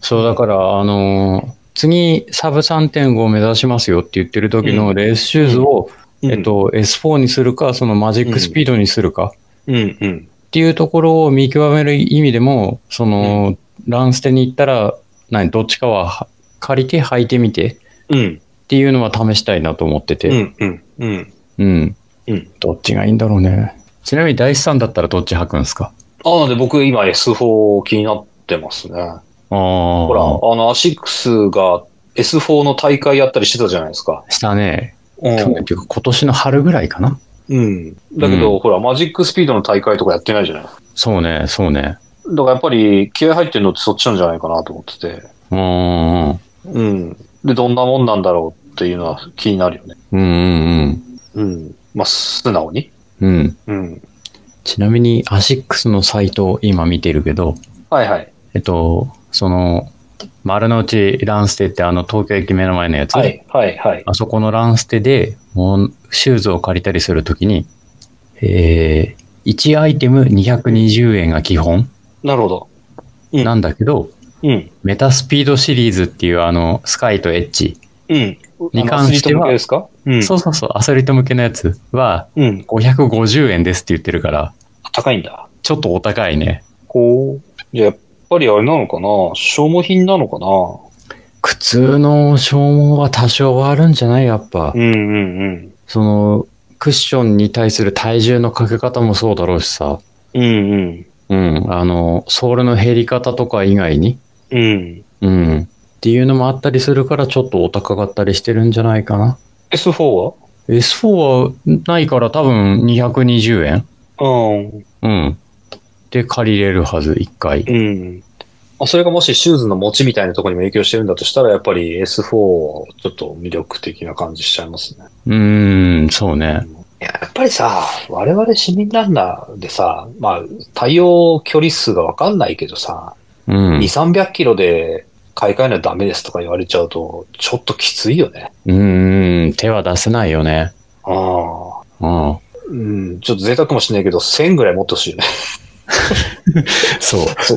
Speaker 2: そう、だから、あのー次、サブ3.5を目指しますよって言ってる時のレースシューズを、えっ、と、S4 にするか、そのマジックスピードにするか
Speaker 1: うんうん。
Speaker 2: っていうところを見極める意味でも、その、ランステに行ったら、何、どっちかはは借りて履いてみてっ
Speaker 1: うん。
Speaker 2: ていうのは試したいなと思って
Speaker 1: う
Speaker 2: て。
Speaker 1: んうん。うん。
Speaker 2: うん。
Speaker 1: うん
Speaker 2: どっちがいいんだろうね。ちなみに大師さんだったらどっち履くんですか
Speaker 1: あ、なので僕今 S4 気になってますね。
Speaker 2: ああ。ほ
Speaker 1: ほら、あの、アシックスが S4 の大会やったりしてたじゃないですか。
Speaker 2: したね。
Speaker 1: う
Speaker 2: 去
Speaker 1: ん
Speaker 2: 年。っていうか今年の春ぐらいかな。
Speaker 1: うん。だけど、ほら、マジックスピードの大会とかやってないじゃない。だか
Speaker 2: そうね、そうね。
Speaker 1: らやっぱり気合入ってるのってそっちなんじゃないかなと思ってて。
Speaker 2: うんうん
Speaker 1: うん。で、どんなもんなんだろうっていうのは気になるよね。
Speaker 2: うん。う
Speaker 1: う
Speaker 2: ん
Speaker 1: ん。まあ、素直に。
Speaker 2: うんうん。うん。
Speaker 1: うん。
Speaker 2: ちなみに、アシックスのサイトを今見てるけど、
Speaker 1: はいはい。
Speaker 2: えっと、その、丸の内ランステってあの東京駅目の前のやつ、
Speaker 1: はいはいはい。
Speaker 2: あそこのランステで、もうシューズを借りたりするときに、えー、1アイテム220円が基本
Speaker 1: なるほど。うん
Speaker 2: なんだけど、
Speaker 1: うん。
Speaker 2: メタスピードシリーズっていうあの、スカイとエッジ、
Speaker 1: うん。
Speaker 2: に関しては
Speaker 1: あのアスリート向けですかうん。
Speaker 2: そうそうそう、アスリート向けのやつは
Speaker 1: うん。
Speaker 2: 550円ですって言ってるから、
Speaker 1: 高いんだ。
Speaker 2: ちょっとお高いね。
Speaker 1: こう。じゃあやっぱりあれなのかな消耗品なのかな
Speaker 2: 苦痛の消耗は多少はあるんじゃないやっぱ。
Speaker 1: うんうんうん。
Speaker 2: その、クッションに対する体重のかけ方もそうだろうしさ。
Speaker 1: うんうん。
Speaker 2: うん。あの、ソールの減り方とか以外に。
Speaker 1: うん。
Speaker 2: うん。っていうのもあったりするから、ちょっとお高かったりしてるんじゃないかな。
Speaker 1: S4 は
Speaker 2: S4 はないから多分220円
Speaker 1: うん。
Speaker 2: うん。で借りれるはず、一回。
Speaker 1: うん。まあそれがもしシューズの持ちみたいなところにも影響してるんだとしたら、やっぱり S4 はちょっと魅力的な感じしちゃいますね。
Speaker 2: うーん、そうね。
Speaker 1: いややっぱりさ、我々市民ランナーでさ、まあ、対応距離数がわかんないけどさ、
Speaker 2: うん。
Speaker 1: 2、300キロで買い替えないとダメですとか言われちゃうと、ちょっときついよね。
Speaker 2: うーん、手は出せないよね。
Speaker 1: ああ。
Speaker 2: うん。
Speaker 1: うん、ちょっと贅沢かもしれないけど、1000ぐらい持ってほしい よね。
Speaker 2: そう。
Speaker 1: そう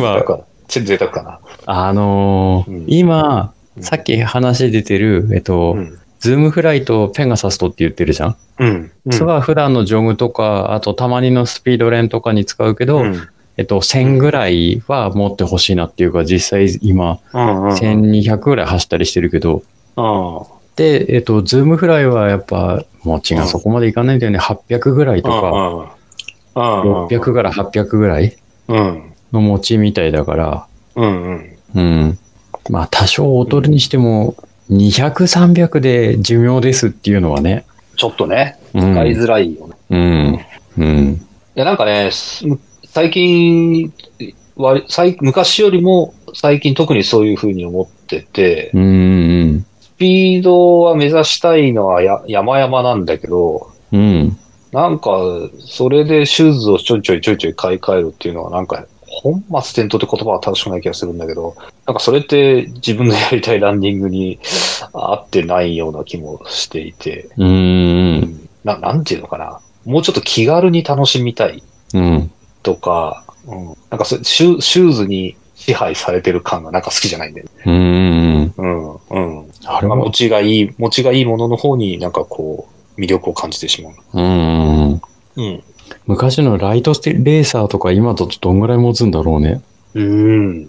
Speaker 1: だ
Speaker 2: は、
Speaker 1: から、ちょっと贅沢かな。
Speaker 2: あのー
Speaker 1: うん
Speaker 2: 今、さっき話出てる、えっと、
Speaker 1: うん。
Speaker 2: ズームフライとペガサストって言ってるじゃん。
Speaker 1: うん。うん
Speaker 2: それは普段のジョグとか、あとたまにのスピード練とかに使うけど、
Speaker 1: うん
Speaker 2: えっと、1000ぐらいは持ってほしいなっていうか、実際今、
Speaker 1: うんうん。
Speaker 2: 1200ぐらい走ったりしてるけど、
Speaker 1: うん。
Speaker 2: で、えっと、ズームフライはやっぱ、持ちがそこまでいかないんだよね。800ぐらいとか、
Speaker 1: うんうんうん
Speaker 2: 600から800ぐらい
Speaker 1: うん。
Speaker 2: の持ちみたいだから、
Speaker 1: うんうん。
Speaker 2: うん。まあ、多少劣るにしても、200、300で寿命ですっていうのはね。
Speaker 1: ちょっとね、
Speaker 2: う
Speaker 1: 使い
Speaker 2: ん。
Speaker 1: づらいよね。
Speaker 2: うん。うん。
Speaker 1: いや、なんかね、す最近、割最昔よりも最近特にそういうふうに思ってて、
Speaker 2: うん。うん。
Speaker 1: スピードは目指したいのはや山々なんだけど、
Speaker 2: うん。
Speaker 1: なんか、それでシューズをちょいちょいちょいちょい買い替えるっていうのはなんか、本末転倒って言葉は正しくない気がするんだけど、なんかそれって自分のやりたいランニングに合ってないような気もしていて、
Speaker 2: うん。
Speaker 1: ななんていうのかな。もうちょっと気軽に楽しみたい
Speaker 2: うん。
Speaker 1: とか、うん、なんかそシュシューズに支配されてる感がなんか好きじゃないんだよね。
Speaker 2: うん。
Speaker 1: うん、うん。
Speaker 2: あれ
Speaker 1: まあ、
Speaker 2: は
Speaker 1: 持ちがいい、持ちがいいものの方になんかこう、魅力を感じてしまう。
Speaker 2: うん。
Speaker 1: うん。
Speaker 2: 昔のライトステレーサーとか今とどんぐらい持つんだろうね。
Speaker 1: うん。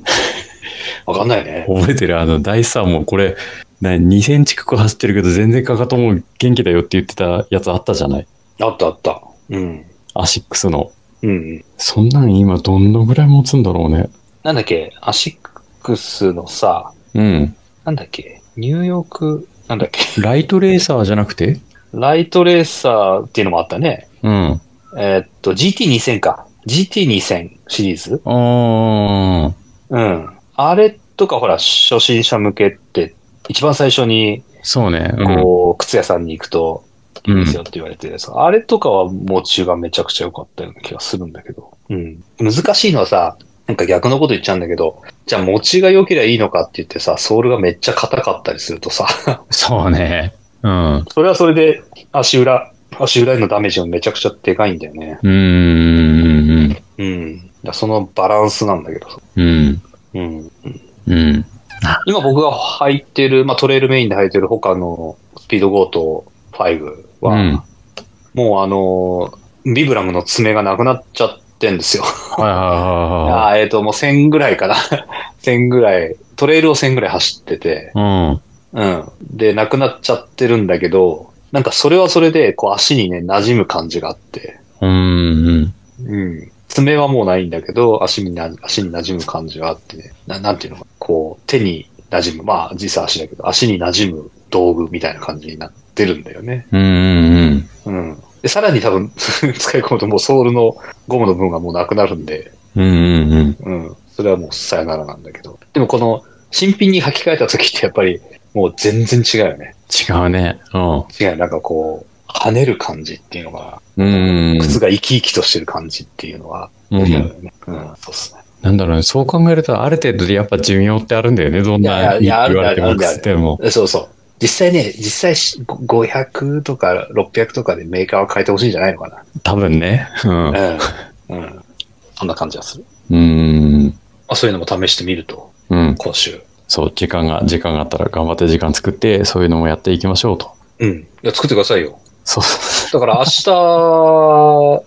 Speaker 1: わかんないね。
Speaker 2: 覚えてるあの、ダイサーもこれ、な2センチく走ってるけど全然かかとも元気だよって言ってたやつあったじゃない
Speaker 1: あったあった。うん。
Speaker 2: アシックスの。
Speaker 1: うん。
Speaker 2: そんなん今どのぐらい持つんだろうね。
Speaker 1: なんだっけ、アシックスのさ、
Speaker 2: うん。
Speaker 1: なんだっけ、ニューヨーク、なんだっけ、
Speaker 2: ライトレーサーじゃなくて
Speaker 1: ライトレーサーっていうのもあったね。
Speaker 2: うん。
Speaker 1: えーっと、GT2000 か。GT2000 シリーズ
Speaker 2: あ
Speaker 1: うん。あれとかほら、初心者向けって、一番最初に、
Speaker 2: あ、そうね。うん
Speaker 1: こう、靴屋さんに行くと、いいですよって言われてさ、あれとかはもう中がめちゃくちゃ良かったような気がするんだけど。うん。難しいのはさ、なんか逆のこと言っちゃうんだけど、じゃあ持ちが良ければいいのかって言ってさ、ソールがめっちゃ硬かったりするとさ、
Speaker 2: そうね。うん。う
Speaker 1: それはそれで足裏、足裏へのダメージもめちゃくちゃでかいんだよね。
Speaker 2: ーん。
Speaker 1: うん。だからそのバランスなんだけど。
Speaker 2: うん。
Speaker 1: うん。
Speaker 2: うん。
Speaker 1: 今僕が履いてる、まあトレイルメインで履いてる他のスピードゴート5は、
Speaker 2: うん
Speaker 1: もうあのービブラムの爪がなくなっちゃってんですよ。
Speaker 2: はいは
Speaker 1: あーえっ、と、もう1000ぐらいかな。1000ぐらい、トレイルを1000ぐらい走ってて、
Speaker 2: いはいは
Speaker 1: う
Speaker 2: い。
Speaker 1: ん。で、なくなっちゃってるんだけど、なんかそれはそれで、こう足にね、馴染む感じがあって、
Speaker 2: うん。うん。
Speaker 1: うん。爪はもうないんだけど、足にな、足に馴染む感じがあってね、ななんていうのか、こう、手に馴染む、まあ、実際足だけど、足に馴染む道具みたいな感じになってるんだよね。
Speaker 2: うん。うん。
Speaker 1: うん。で、さらに多分、 使い込むともうソールのゴムの部分がもうなくなるんで、
Speaker 2: うん。うん。うん。
Speaker 1: うん。それはもうさよならなんだけど。でもこの新品に履き替えた時ってやっぱりもう全然違うよね。
Speaker 2: 違うね。うん。
Speaker 1: 違う。なんかこう、跳ねる感じっていうのが、
Speaker 2: うん。
Speaker 1: 靴が生き生きとしてる感じっていうのは、
Speaker 2: う
Speaker 1: 違うよ
Speaker 2: ん
Speaker 1: ね。うん、そうっすね。
Speaker 2: なんだろうね。そう考えると、ある程度でやっぱ寿命ってあるんだよね。どんなに
Speaker 1: いやいや
Speaker 2: 言われて
Speaker 1: あ
Speaker 2: も、
Speaker 1: るんだよ
Speaker 2: 靴っても。
Speaker 1: えそうそう。実際ね、実際し500とか600とかでメーカーは変えてほしいんじゃないのか
Speaker 2: 多分ね。うん。
Speaker 1: な。うん。うん。そんな感じがする。
Speaker 2: うん。
Speaker 1: まあ、そういうのも試してみると、
Speaker 2: うん。
Speaker 1: 今週。
Speaker 2: そう、時間が、時間があったら頑張って時間作って、そういうのもやっていきましょうと。
Speaker 1: うん。いや、作ってくださいよ。
Speaker 2: そう
Speaker 1: だから明日、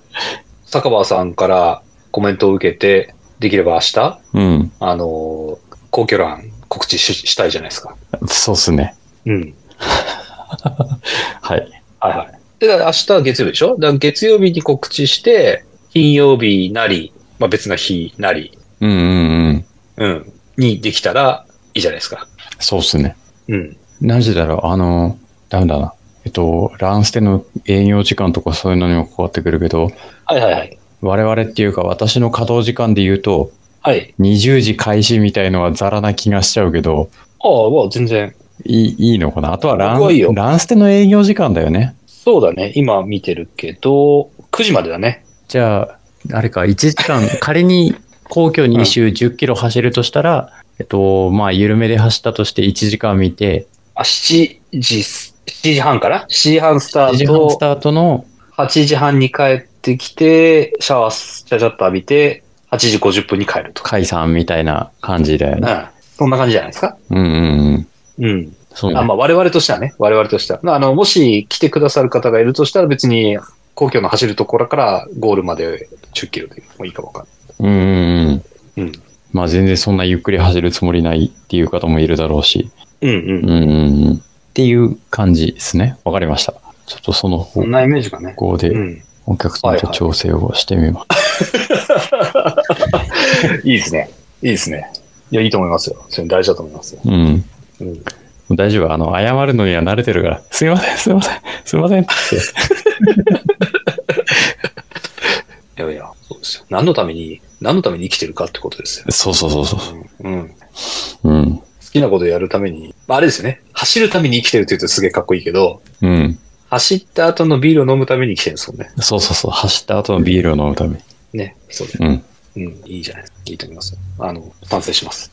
Speaker 1: 坂場さんからコメントを受けて、できれば明日、
Speaker 2: うん。
Speaker 1: あの、皇居欄告知ししたいじゃないですか。
Speaker 2: そうっすね。
Speaker 1: うん。
Speaker 2: はい。
Speaker 1: はいはい。で、だから明日は月曜日でしょだから月曜日に告知して、金曜日なり、まあ、別の日なり、
Speaker 2: うんうんうん。
Speaker 1: うん、にできたらいいじゃないですか。
Speaker 2: そうっすね。
Speaker 1: うん。
Speaker 2: なぜだろう、あの、ダメだな。えっと、ランステの営業時間とかそういうのにも関わってくるけど、
Speaker 1: はいはいはい。
Speaker 2: 我々っていうか私の稼働時間で言うと、
Speaker 1: はい。
Speaker 2: 20時開始みたいのはザラな気がしちゃうけど、
Speaker 1: ああ、まあ全然。
Speaker 2: いいいいのかなあとはラ
Speaker 1: 僕はいいよ
Speaker 2: ンランステの営業時間だよね。
Speaker 1: そうだね。今見てるけど、9時までだね。
Speaker 2: じゃあ、あれか、1時間、仮に皇居2周10キロ走るとしたら、えっと、まあ、緩めで走ったとして1時間見て、
Speaker 1: あ、7時、7時半かな ?7 時半スター
Speaker 2: 1
Speaker 1: ト。
Speaker 2: 時半スタートの、
Speaker 1: 8時半に帰ってきて、シャワー、ちゃちゃっと浴びて、8時50分に帰るとか。
Speaker 2: 解散みたいな感じだよ
Speaker 1: う
Speaker 2: ね。
Speaker 1: ん。そんな感じじゃないですか
Speaker 2: うんうんうん。
Speaker 1: うん。
Speaker 2: そうね
Speaker 1: あまあ、我々としてはね。我々としては。あの、もし来てくださる方がいるとしたら別に、皇居の走るところからゴールまで10キロでもいいかもわかんない。
Speaker 2: うんうんう
Speaker 1: う
Speaker 2: ん。
Speaker 1: ん
Speaker 2: まあ全然そんなゆっくり走るつもりないっていう方もいるだろうし。
Speaker 1: うんう
Speaker 2: うん
Speaker 1: ん。
Speaker 2: うんうん。っていう感じですね。わかりました。ちょっとその方
Speaker 1: そんなイメージがね。
Speaker 2: 向
Speaker 1: う
Speaker 2: で
Speaker 1: ん。
Speaker 2: お客さんと調整をしてみます。
Speaker 1: いいですね。いいですね。いや、いいと思いますよ。それ大事だと思いますよ。
Speaker 2: うん。
Speaker 1: うん。
Speaker 2: もう大丈夫。あの、謝るのには慣れてるから、すいません、すいません、すいませんって。
Speaker 1: いやいや、そうですよ。何のために、何のために生きてるかってことですよ。
Speaker 2: そうそうそうそ
Speaker 1: うん。うん
Speaker 2: う。うん。
Speaker 1: 好きなことをやるために、まあ、あれですよね。走るために生きてるって言うとすげえかっこいいけど、
Speaker 2: うん。
Speaker 1: 走った後のビールを飲むために生きてるんですもんね。
Speaker 2: そうそうそう。走った後のビールを飲むために。
Speaker 1: ね。そうだ
Speaker 2: うん。
Speaker 1: うん、いいじゃないですか。いいと思いますよ。あの、賛成します。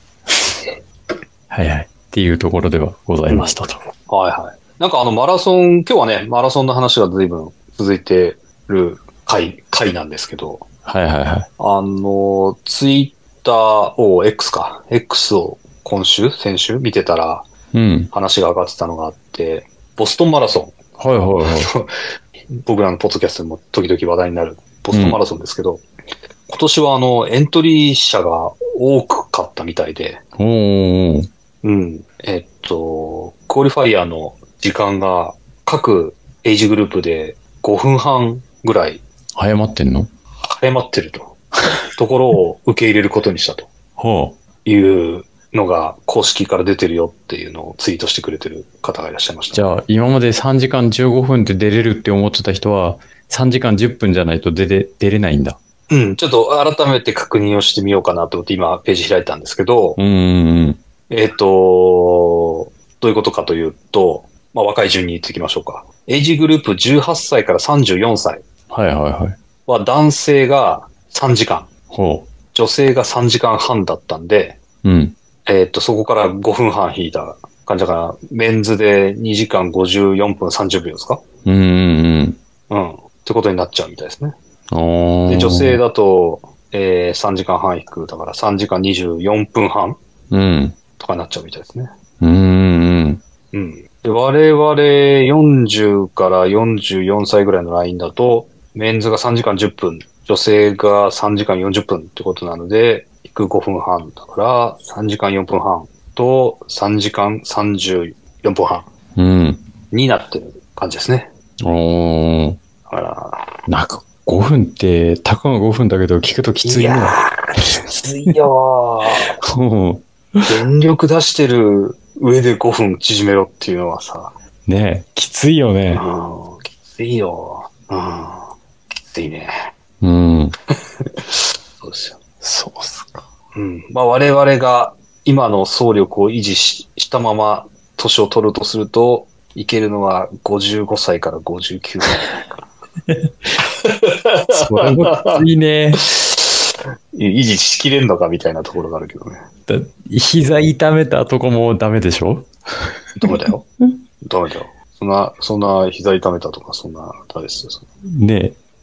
Speaker 2: はいはい。っていうところではございましたと。
Speaker 1: はいはい。なんかあの、マラソン、今日はね、マラソンの話が随分続いてる回、回なんですけど、
Speaker 2: はいはいはい。
Speaker 1: あの、ツイッターを、X か、X を今週、先週見てたら
Speaker 2: うん。
Speaker 1: 話が上がってたのがあって、ボストンマラソン。
Speaker 2: はいはいはい。
Speaker 1: 僕らのポッドキャストでも時々話題になるボストンマラソンですけど、今年はあの、エントリー者が多く買ったみたいで、
Speaker 2: おーおー
Speaker 1: うん。えっと、クオリファイアの時間が各エイジグループで5分半ぐらい
Speaker 2: 早まってんの
Speaker 1: 早まってる と。ところを受け入れることにしたと
Speaker 2: は
Speaker 1: いうのが公式から出てるよっていうのをツイートしてくれてる方がいらっしゃいました。
Speaker 2: じゃあ、今まで3時間15分で出れるって思ってた人は、3時間10分じゃないと出れ、出れないんだ。
Speaker 1: うん、ちょっと改めて確認をしてみようかなと思って今ページ開いたんですけど、
Speaker 2: うんうんうん。
Speaker 1: えっ、と、どういうことかというと、まあ若い順に言っていきましょうか。エイジグループ18歳から34歳
Speaker 2: はいはいはい。
Speaker 1: は男性が3時間、
Speaker 2: ほ
Speaker 1: 女性が3時間半だったんで、
Speaker 2: う。うん。
Speaker 1: えっ、と、そこから5分半引いた感じだから、メンズで2時間54分30秒ですか
Speaker 2: うんうん
Speaker 1: うん。ってことになっちゃうみたいですね。
Speaker 2: うん。お
Speaker 1: で、
Speaker 2: ー
Speaker 1: 女性。だと、えー、3時間半引く、だから3時間24分半
Speaker 2: うん。
Speaker 1: とかになっちゃうみたいですね。
Speaker 2: うんうんうん。
Speaker 1: うん。で我々40から44歳ぐらいのラインだと、メンズが3時間10分、女性が3時間40分ってことなので、引く5分半だから、3時間4分半と3時間34分半
Speaker 2: うん。
Speaker 1: になってる感じですね。
Speaker 2: おー。
Speaker 1: だから、
Speaker 2: なんか5分って、たかが5分だけど聞くときつい
Speaker 1: い
Speaker 2: な。
Speaker 1: やー、きついよー。
Speaker 2: ほ
Speaker 1: 全力出してる上で5分縮めろっていうのはさ、
Speaker 2: うねえ、きついよね。
Speaker 1: うん、きついよ。うん、きついね。
Speaker 2: うん。
Speaker 1: そうですよ。
Speaker 2: そうっすか。
Speaker 1: うん。まあ我々が今の総力を維持ししたまま年を取るとすると、いけるのは55歳から59歳。
Speaker 2: それもきついね。
Speaker 1: 維持しきれんのかみたいなところがあるけどね。
Speaker 2: だ膝痛めたとこもダメでしょ
Speaker 1: ダメだよ。ダメだよ。そんな、そんな膝痛めたとか、そんな、あれですよ。
Speaker 2: ね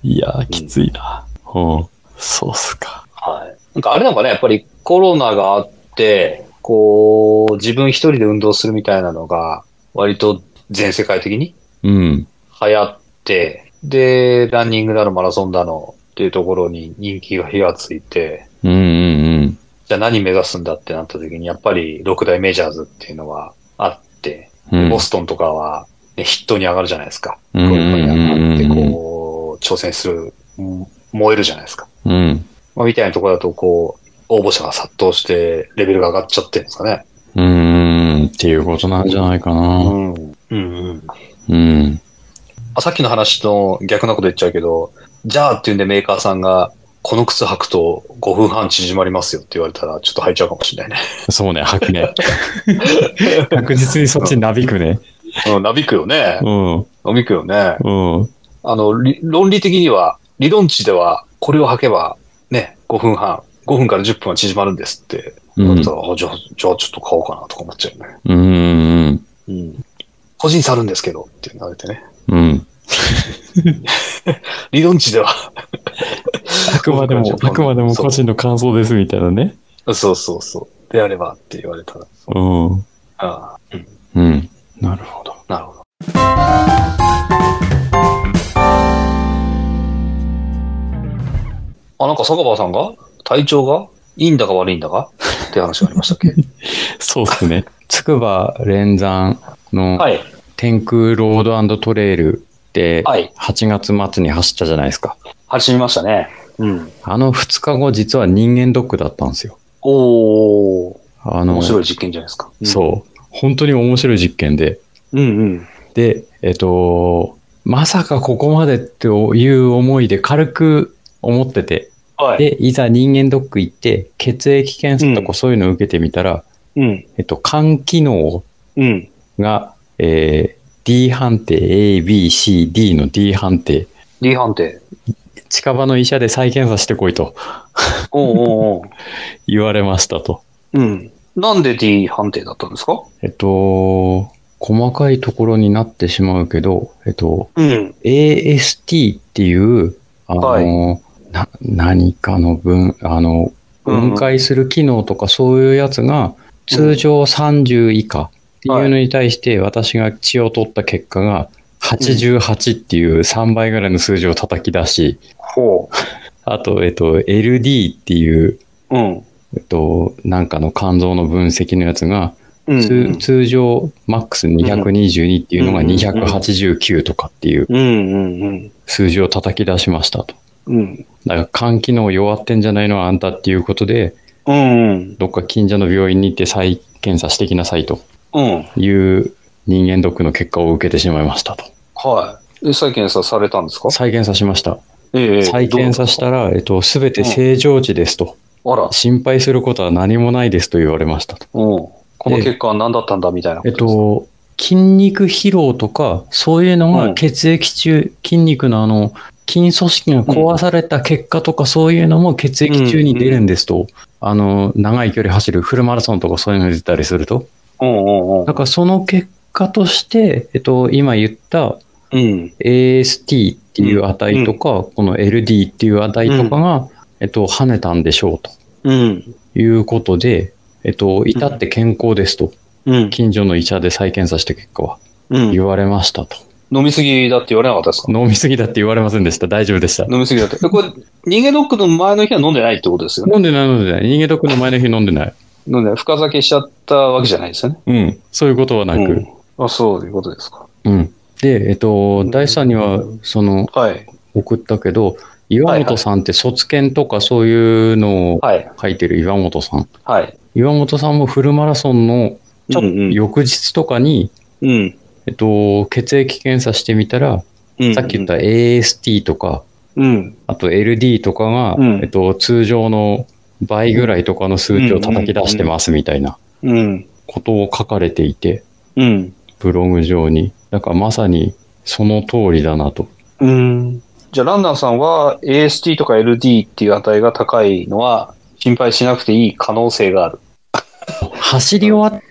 Speaker 2: え。いやー、きついな。うん。そうっすか。
Speaker 1: はい。なんかあれなんかね、やっぱりコロナがあって、こう、自分一人で運動するみたいなのが、割と全世界的に
Speaker 2: うん。
Speaker 1: 流行って、で、ランニングだのマラソンだのっていうところに人気が火がついて、
Speaker 2: うんうん
Speaker 1: じゃあ何目指すんだってなった時に、やっぱり六大メジャーズっていうのはあって、
Speaker 2: うん。うん
Speaker 1: ボストンとかは、ね、ヒットに上がるじゃないですか。
Speaker 2: う
Speaker 1: こ
Speaker 2: ん
Speaker 1: う
Speaker 2: う
Speaker 1: いうふうに上が
Speaker 2: ん
Speaker 1: っ
Speaker 2: う
Speaker 1: て、
Speaker 2: んうん
Speaker 1: こう、挑戦する、燃えるじゃないですか。
Speaker 2: うん。
Speaker 1: まあ、みたいなところだと、こう、応募者が殺到して、レベルが上がっちゃってるんですかね。
Speaker 2: うんうんうん。っていうことなんじゃないかな。
Speaker 1: ん。うんうん。
Speaker 2: うん。
Speaker 1: あさっきの話と逆なこと言っちゃうけど、じゃあっていうんでメーカーさんが、この靴履くと5分半縮まりますよって言われたら、ちょっと履いちゃうかもしれないね。
Speaker 2: そうね、吐くね。 確実にそっちになびくね。
Speaker 1: うん、なびくよね
Speaker 2: う。ん。
Speaker 1: なびくよね。
Speaker 2: うん。
Speaker 1: あの、り論理的には、理論値では、これを履けば、ね、5分半、5分から10分は縮まるんですって、
Speaker 2: う
Speaker 1: だっ
Speaker 2: ん
Speaker 1: た。ら、あじゃあ、じゃあちょっと買おうかなとか思っちゃうよね。
Speaker 2: うんうん
Speaker 1: うん。個人差あるんですけど、って言われてね。
Speaker 2: うん。うん。
Speaker 1: 理論値では。
Speaker 2: あくまでも、あくまでも個人の感想ですみたいなね。
Speaker 1: そうそうそう。であればって言われたら。
Speaker 2: うん。う
Speaker 1: ああ、うん。
Speaker 2: ん。なるほど。
Speaker 1: なるほど。あ、なんか坂場さんが体調がいいんだか悪いんだかって話がありましたっ け
Speaker 2: そうっす ね。つくば連山の
Speaker 1: はい。
Speaker 2: 天空ロードトレイルで
Speaker 1: はい。
Speaker 2: 8月末に走ったじゃないですか。
Speaker 1: 走りましたね。うん。
Speaker 2: あの2日後実は人間ドックだったんですよ。
Speaker 1: おー。
Speaker 2: あの、
Speaker 1: 面白い実験じゃないですか。
Speaker 2: そう。本当に面白い実験で。
Speaker 1: うん。うんうん。
Speaker 2: で、えっと、まさかここまでっていう思いで軽く思ってて、
Speaker 1: はい。
Speaker 2: で、いざ人間ドック行って、血液検査とかそういうのを受けてみたら、
Speaker 1: うん。
Speaker 2: えっと、肝機能
Speaker 1: うん。
Speaker 2: が、えー D 判定、A、B、C、D の D 判定、
Speaker 1: D 判定。
Speaker 2: 近場の医者で再検査してこいと
Speaker 1: おうおうおう。
Speaker 2: 言われましたと。
Speaker 1: うん。なんで D 判定だったんですか
Speaker 2: えっと、細かいところになってしまうけど、えっと、
Speaker 1: うん。
Speaker 2: AST っていう、あの、
Speaker 1: はい
Speaker 2: な何かの分、あの、分解する機能とかそういうやつが、通常30以下っていうのに対して私が血を取った結果が88っていう3倍ぐらいの数字を叩き出し、
Speaker 1: ほ
Speaker 2: あと、えっと、LD っていう、
Speaker 1: う。うん。
Speaker 2: えっと、なんかの肝臓の分析のやつが、
Speaker 1: うん
Speaker 2: 通通常マックス222っていうのが
Speaker 1: うん
Speaker 2: 289とかっていう
Speaker 1: うんうんうん。
Speaker 2: 数字を叩き出しましたと。
Speaker 1: うん。
Speaker 2: だから肝機能弱ってんじゃないのあんたっていうことで、
Speaker 1: うんうん。
Speaker 2: どっか近所の病院に行って再検査してきなさいと
Speaker 1: うん。
Speaker 2: いう人間ドックの結果を受けてしまいましたと。
Speaker 1: はい。で、再検査されたんですか
Speaker 2: 再検査しました。
Speaker 1: ええ
Speaker 2: 再検査したら、えっと、すべて正常値ですと。
Speaker 1: どうだったあら、
Speaker 2: 心配することは何もないですと言われましたと。
Speaker 1: うん。この結果は何だったんだみたいな。
Speaker 2: えっ、と、筋肉疲労とか、そういうの
Speaker 1: う
Speaker 2: が
Speaker 1: ん
Speaker 2: 血液中、筋肉のあの、筋組織が壊された結果とか、そういうのも血液中に出るんですと、あの、長い距離走るフルマラソンとかそういうの出たりすると。
Speaker 1: うんうんうん
Speaker 2: だ。からその結果として、えっと、今言った
Speaker 1: うん。
Speaker 2: AST っていう値とか、この LD っていう値とかが、えっと、跳ねたんでしょうと
Speaker 1: うん。
Speaker 2: いうことで、えっと、至って健康ですと、
Speaker 1: うん。
Speaker 2: 近所の医者で再検査した結果は。
Speaker 1: うん。
Speaker 2: 言われましたと。
Speaker 1: 飲みすぎだって言われなかったですか
Speaker 2: 飲みすぎだって言われませんでした。大丈夫でした。
Speaker 1: 飲みすぎだって。でこれ、人間ドックの前の日は飲んでないってことですよね。
Speaker 2: 飲んでない飲んでない。人間ドックの前の日飲んでない。
Speaker 1: 飲んでない深酒しちゃったわけじゃないですよね。
Speaker 2: うん。そういうことはなく。
Speaker 1: うんあ、そういうことですか。
Speaker 2: うん。で、えっと、大地さんには、その、
Speaker 1: はい。
Speaker 2: 送ったけど、岩本さんって卒検とかそういうのを
Speaker 1: はい。
Speaker 2: 書いてる岩本さん。
Speaker 1: はい。
Speaker 2: 岩本さんもフルマラソンのちょっと
Speaker 1: うんうん
Speaker 2: 翌日とかに、
Speaker 1: うん。
Speaker 2: えっと、血液検査してみたら、
Speaker 1: うん
Speaker 2: さっき言った AST とか、
Speaker 1: うん。
Speaker 2: あと LD とかが、
Speaker 1: うん
Speaker 2: えっと、通常の倍ぐらいとかの数値を叩き出してますみたいな
Speaker 1: うん。
Speaker 2: ことを書かれていて、
Speaker 1: うん。
Speaker 2: ブログ上に。だからまさにその通りだなと。
Speaker 1: うん。じゃあ、ランナーさんは AST とか LD っていう値が高いのは心配しなくていい可能性がある。
Speaker 2: 走り終わっ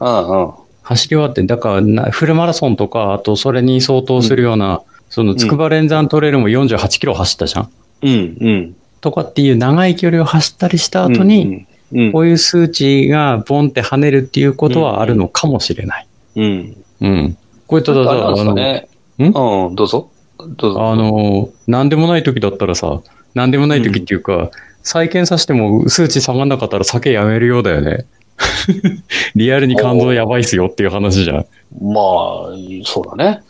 Speaker 1: うんうん。
Speaker 2: 走り終わって、だからなフルマラソンとか、あとそれに相当するような、その筑波連山トレイルも48キロ走ったじゃん
Speaker 1: うんうん。
Speaker 2: とかっていう長い距離を走ったりした後に、、
Speaker 1: うん
Speaker 2: こ。ういう数値がボンって跳ねるっていうことはあるのかもしれない。
Speaker 1: うん。
Speaker 2: うん。こういった
Speaker 1: あ
Speaker 2: だ
Speaker 1: れ
Speaker 2: か
Speaker 1: なんで
Speaker 2: ら、あ
Speaker 1: すか
Speaker 2: の、
Speaker 1: ね。
Speaker 2: ん
Speaker 1: うん、どうぞ。どうぞ。
Speaker 2: あの、なんでもない時だったらさ、なんでもない時っていうか、再検査しても数値下がんなかったら酒やめるようだよね。 リアルに肝臓やばいっすよっていう話じゃん。
Speaker 1: まあ、そうだね。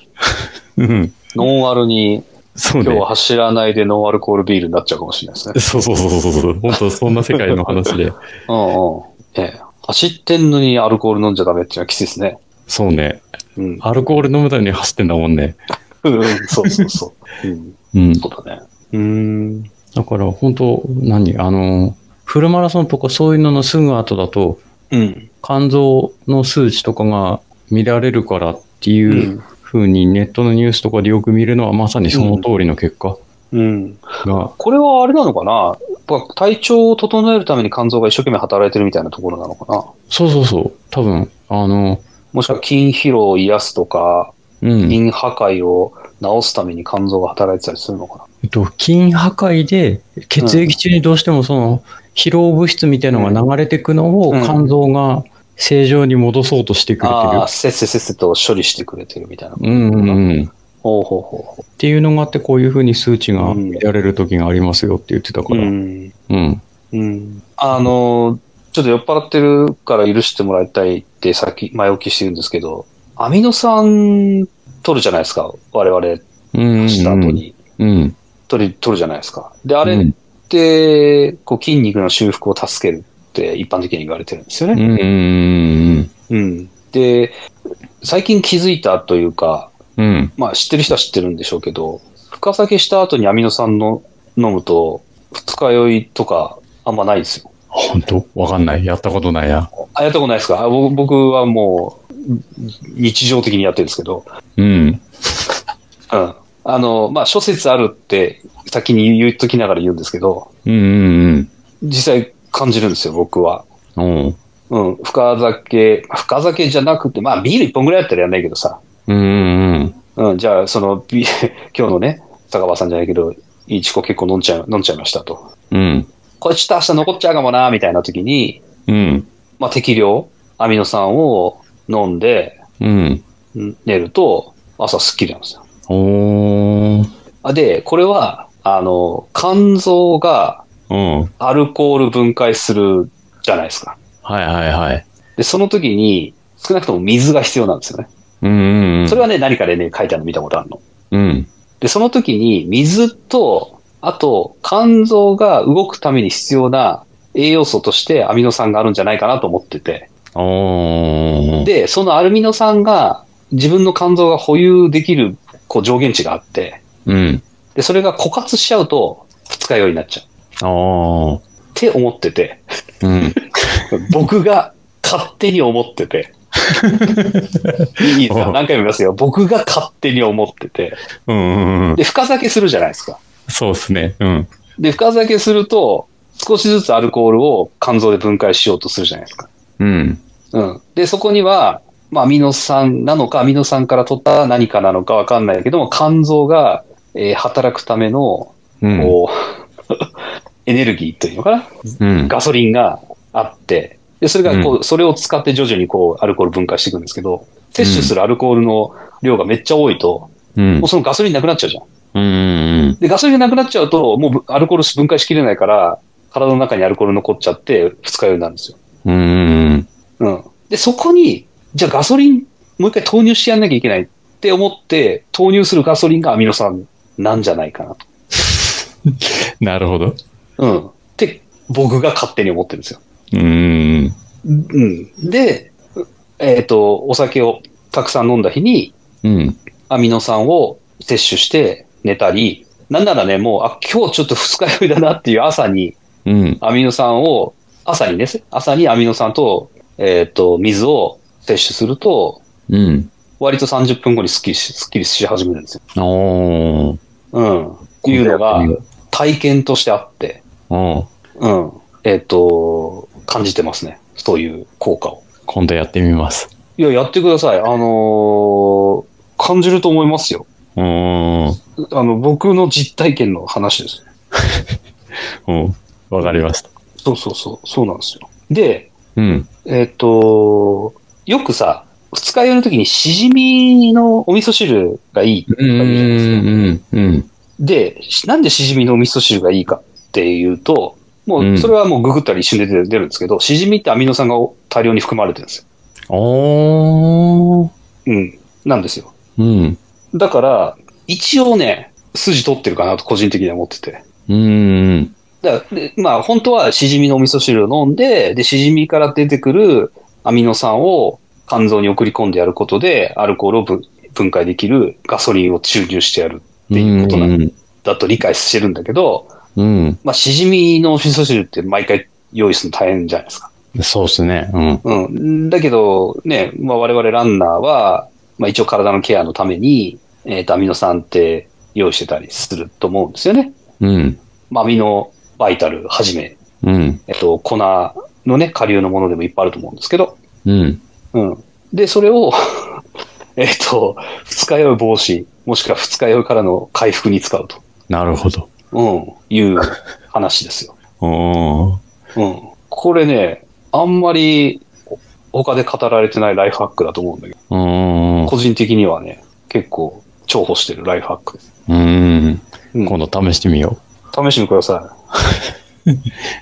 Speaker 2: うん。
Speaker 1: ノンアルに、
Speaker 2: そう
Speaker 1: 今日
Speaker 2: ね。
Speaker 1: は走らないでノンアルコールビールになっちゃうかもしれないですね。
Speaker 2: そうそうそうそうそう。本当そんな世界の 話で。
Speaker 1: うんうん。ええ。走ってんのにアルコール飲んじゃダメっていうのはきついですね。
Speaker 2: そうね。
Speaker 1: うん。
Speaker 2: アルコール飲むために走ってんだもんね。
Speaker 1: うんそうそうそう。うん。
Speaker 2: うん。
Speaker 1: そうだね。うん。
Speaker 2: だから本当何あの、フルマラソンとかそういうののすぐ後だと、
Speaker 1: うん。
Speaker 2: 肝臓の数値とかが見られるからっていうふうにネットのニュースとかでよく見るのはまさにその通りの結果
Speaker 1: うん。
Speaker 2: が、
Speaker 1: これはあれなのかなやっぱ体調を整えるために肝臓が一生懸命働いてるみたいなところなのかな
Speaker 2: そうそうそう、多分、あの、
Speaker 1: もしくは筋疲労を癒すとか、
Speaker 2: うん、
Speaker 1: 筋破壊を治すために肝臓が働いてたりするのかな
Speaker 2: えっと、筋破壊で血液中にどうしてもその疲労物質みたいなのが流れていくのを
Speaker 1: うん
Speaker 2: 肝臓が正常に戻そうとしてくれて
Speaker 1: ああ、せっせせっせと処理してくれてるみたいな。
Speaker 2: る。うんうんうん。っ
Speaker 1: ほうほうほ
Speaker 2: ていうのがあって、こういうふうに数値が見られる時がありますよって言ってたか
Speaker 1: う。う
Speaker 2: ら。うん。
Speaker 1: ん。うん。あの、ちょっと酔っ払ってるから許してもらいたいってさっき前置きしてるんですけど、アミノ酸取るじゃないですか。我々、
Speaker 2: うん。
Speaker 1: した後に。
Speaker 2: うん。
Speaker 1: 取る、取るじゃないですか。で、あ
Speaker 2: あ
Speaker 1: れって、こう筋肉の修復を助けるって一般的に言われてるんですよ
Speaker 2: うん
Speaker 1: ね。
Speaker 2: うんうん
Speaker 1: うん。で、最近気づいたというか、
Speaker 2: うん。うん。
Speaker 1: まあ知ってる人は知ってるんでしょうけど、深酒した後にアミノ酸の飲むと、二日酔いとかあんまないですよ。
Speaker 2: 本当わかんない。やったことないや。
Speaker 1: あ、やったことないですかあぼ僕はもう、日常的にやってるんですけど、
Speaker 2: うん。
Speaker 1: うん。あの、まあ諸説あるって先に言っときながら言うんですけど、
Speaker 2: うんうん
Speaker 1: 実際感じるんですよ、僕は。
Speaker 2: うん。おう
Speaker 1: うん、深酒、深酒じゃなくて、まあビール一本ぐらいだったらやんないけどさ。
Speaker 2: うんうんうん。
Speaker 1: うん、じゃあその、ビ 今日のね、坂場さんじゃないけど、いちこ結構飲んちゃい、飲んじゃいましたと。
Speaker 2: うん。
Speaker 1: これちょっと明日残っちゃうかもな、みたいな時に、
Speaker 2: うん。
Speaker 1: まあ適量、アミノ酸を飲んで、
Speaker 2: うん。
Speaker 1: うん寝ると、朝スッキリなんですよ。
Speaker 2: おー。
Speaker 1: あで、これは、あの、肝臓が
Speaker 2: うん。はい
Speaker 1: アルコール分解するじゃないですか。
Speaker 2: はいはい。
Speaker 1: で、その時に、少なくとも水が必要なんですよね。
Speaker 2: うんうんうん。
Speaker 1: それはね、何かでね、書いてあるの見たことあるの。
Speaker 2: うん。
Speaker 1: で、その時に水と、あと肝臓が動くために必要な栄養素としてアミノ酸があるんじゃないかなと思ってて。
Speaker 2: おー。
Speaker 1: で、そのアルミノ酸が自分の肝臓が保有できるこう上限値があって、
Speaker 2: うん。
Speaker 1: で、それが枯渇しちゃうと二日酔いになっちゃう。
Speaker 2: おー。
Speaker 1: って思ってて、
Speaker 2: うん。
Speaker 1: 僕が勝手に思ってて。いいですか何回も言いますよ。僕が勝手に思ってて。
Speaker 2: うんうんうん。
Speaker 1: で、深酒するじゃないですか。
Speaker 2: そうですね。うん。
Speaker 1: で、深酒すると、少しずつアルコールを肝臓で分解しようとするじゃないですか。
Speaker 2: うん。
Speaker 1: うん。で、そこには、まあ、アミノ酸なのか、アミノ酸から取った何かなのかわかんないけども、肝臓が、えー働くための、
Speaker 2: うん。
Speaker 1: こう、 エネルギーというのかな
Speaker 2: うん。
Speaker 1: ガソリンがあって、で、それがこう、それを使って徐々にこう、アルコール分解していくんですけど、摂取するアルコールの量がめっちゃ多いと、
Speaker 2: うん
Speaker 1: もう。そのガソリンなくなっちゃうじゃん。
Speaker 2: うんうん
Speaker 1: で、ガソリンがなくなっちゃうと、もうぶアルコール分解しきれないから、体の中にアルコール残っちゃって、二日酔いになるんですよ。
Speaker 2: うん。うん
Speaker 1: うん。で、そこに、じゃあガソリン、もう一回投入してやんなきゃいけないって思って、投入するガソリンがアミノ酸なんじゃないかなと。
Speaker 2: なるほど。
Speaker 1: うん。って、僕が勝手に思ってるんですよ。
Speaker 2: うん。
Speaker 1: うん。で、えっ、と、お酒をたくさん飲んだ日に、
Speaker 2: うん。
Speaker 1: アミノ酸を摂取して寝たり、なんならね、もう、あ、今日ちょっと二日酔いだなっていう朝に、
Speaker 2: うん。
Speaker 1: アミノ酸を、朝にね、朝にアミノ酸と、えっ、と、水を摂取すると、
Speaker 2: うん。
Speaker 1: 割と30分後にスッキリし、スッキリし始めるんですよ。
Speaker 2: おー。
Speaker 1: うん。っていうのが
Speaker 2: うん、
Speaker 1: 体験としてあって、
Speaker 2: おー
Speaker 1: うん。えっ、と、感じてますね。そういう効果を。
Speaker 2: 今度やってみます。
Speaker 1: いや、やってください。あのー感じると思いますよ。
Speaker 2: うん。
Speaker 1: あの、僕の実体験の話です。
Speaker 2: うん。わかりました。
Speaker 1: そうそうそう、そうなんですよ。で、
Speaker 2: うん。
Speaker 1: えっ、と、よくさ、二日酔いの時にしじみのお味噌汁がいい。
Speaker 2: うん。うん。うん。
Speaker 1: で、しなんでしじみのお味噌汁がいいかっていうと、もう、それはもうググったら一瞬で出る出るんですけど、しじみってアミノ酸が大量に含まれてるんですよ。
Speaker 2: おー。
Speaker 1: うん。なんですよ。
Speaker 2: うん。
Speaker 1: だから、一応ね、筋取ってるかなと個人的には思ってて。
Speaker 2: うん。
Speaker 1: だからでまあ、本当はしじみのお味噌汁を飲んで、で、しじみから出てくるアミノ酸を肝臓に送り込んでやることで、アルコールをぶ分解できるガソリンを注入してやる、
Speaker 2: っていうことなん
Speaker 1: だと理解してるんだけど、
Speaker 2: うん。
Speaker 1: まあ、しじみのお味噌汁って毎回用意するの大変じゃないですか。
Speaker 2: そうですね。う
Speaker 1: う
Speaker 2: ん。
Speaker 1: ん。だけど、ね、まあ、我々ランナーは、まあ、一応体のケアのために、えっ、と、アミノ酸って用意してたりすると思うんですよね。
Speaker 2: うん。
Speaker 1: まあ、アミノバイタルはじめ
Speaker 2: うん。
Speaker 1: えっと、粉のね、下流のものでもいっぱいあると思うんですけど、
Speaker 2: うん。
Speaker 1: うん。で、それを、 えっと、二日酔い防止、もしくは二日酔いからの回復に使うと、
Speaker 2: なるほど。
Speaker 1: うん、いう話ですよ。
Speaker 2: おー。
Speaker 1: うん。これね、あんまりお他で語られてないライフハックだと思うんだけど、
Speaker 2: うん。
Speaker 1: 個人的にはね、結構重宝してるライフハックです。
Speaker 2: うん。
Speaker 1: うん
Speaker 2: 今度試してみよ
Speaker 1: 試してみてくださ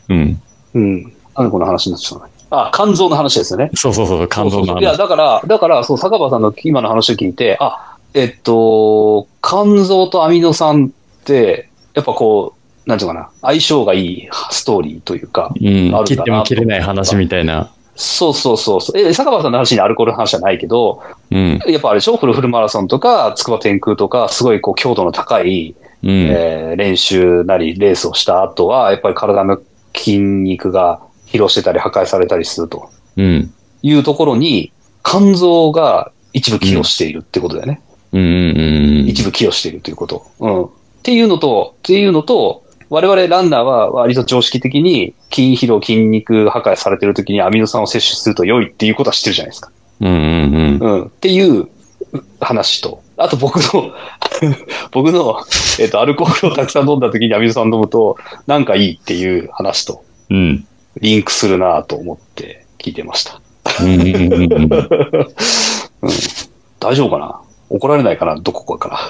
Speaker 2: う。うん。
Speaker 1: い。うん。なんでこの話になっちゃったのあ、肝臓の話ですよね。
Speaker 2: そうそうそう、肝臓の
Speaker 1: そうそうそういや、
Speaker 2: 話。
Speaker 1: だから、だから、そう、坂場さんの今の話を聞いて、あ、えっと、肝臓とアミノ酸って、やっぱこう、なんていうのかな、相性がいいストーリーというか、
Speaker 2: うん。切っても切れない話みたいな。
Speaker 1: そうそうそうそう、え、坂場さんの話にアルコールの話じゃないけど、
Speaker 2: うん。
Speaker 1: やっぱあれでしょフルフルマラソンとか、筑波天空とか、すごいこう、強度の高い、
Speaker 2: うん。
Speaker 1: えー練習なり、レースをした後は、やっぱり体の筋肉が疲労してたり、破壊されたりすると
Speaker 2: うん。
Speaker 1: いうところに、肝臓が一部寄与しているってことだよね。
Speaker 2: うん。うん。
Speaker 1: 一部寄与しているということ。うん。っていうのと、っていうのと、我々ランナーは割と常識的に筋疲労、筋肉破壊されてる時にアミノ酸を摂取すると良いっていうことは知ってるじゃないですか。
Speaker 2: うん。うん。うん。
Speaker 1: うん。っていう話と、あと僕の、 僕の、えっ、と、アルコールをたくさん飲んだ時にアミノ酸飲むと、なんかいいっていう話と、
Speaker 2: うん。
Speaker 1: リンクするなぁと思って聞いてました。
Speaker 2: うん。うん。
Speaker 1: 大丈夫かな怒られないかな、どこかか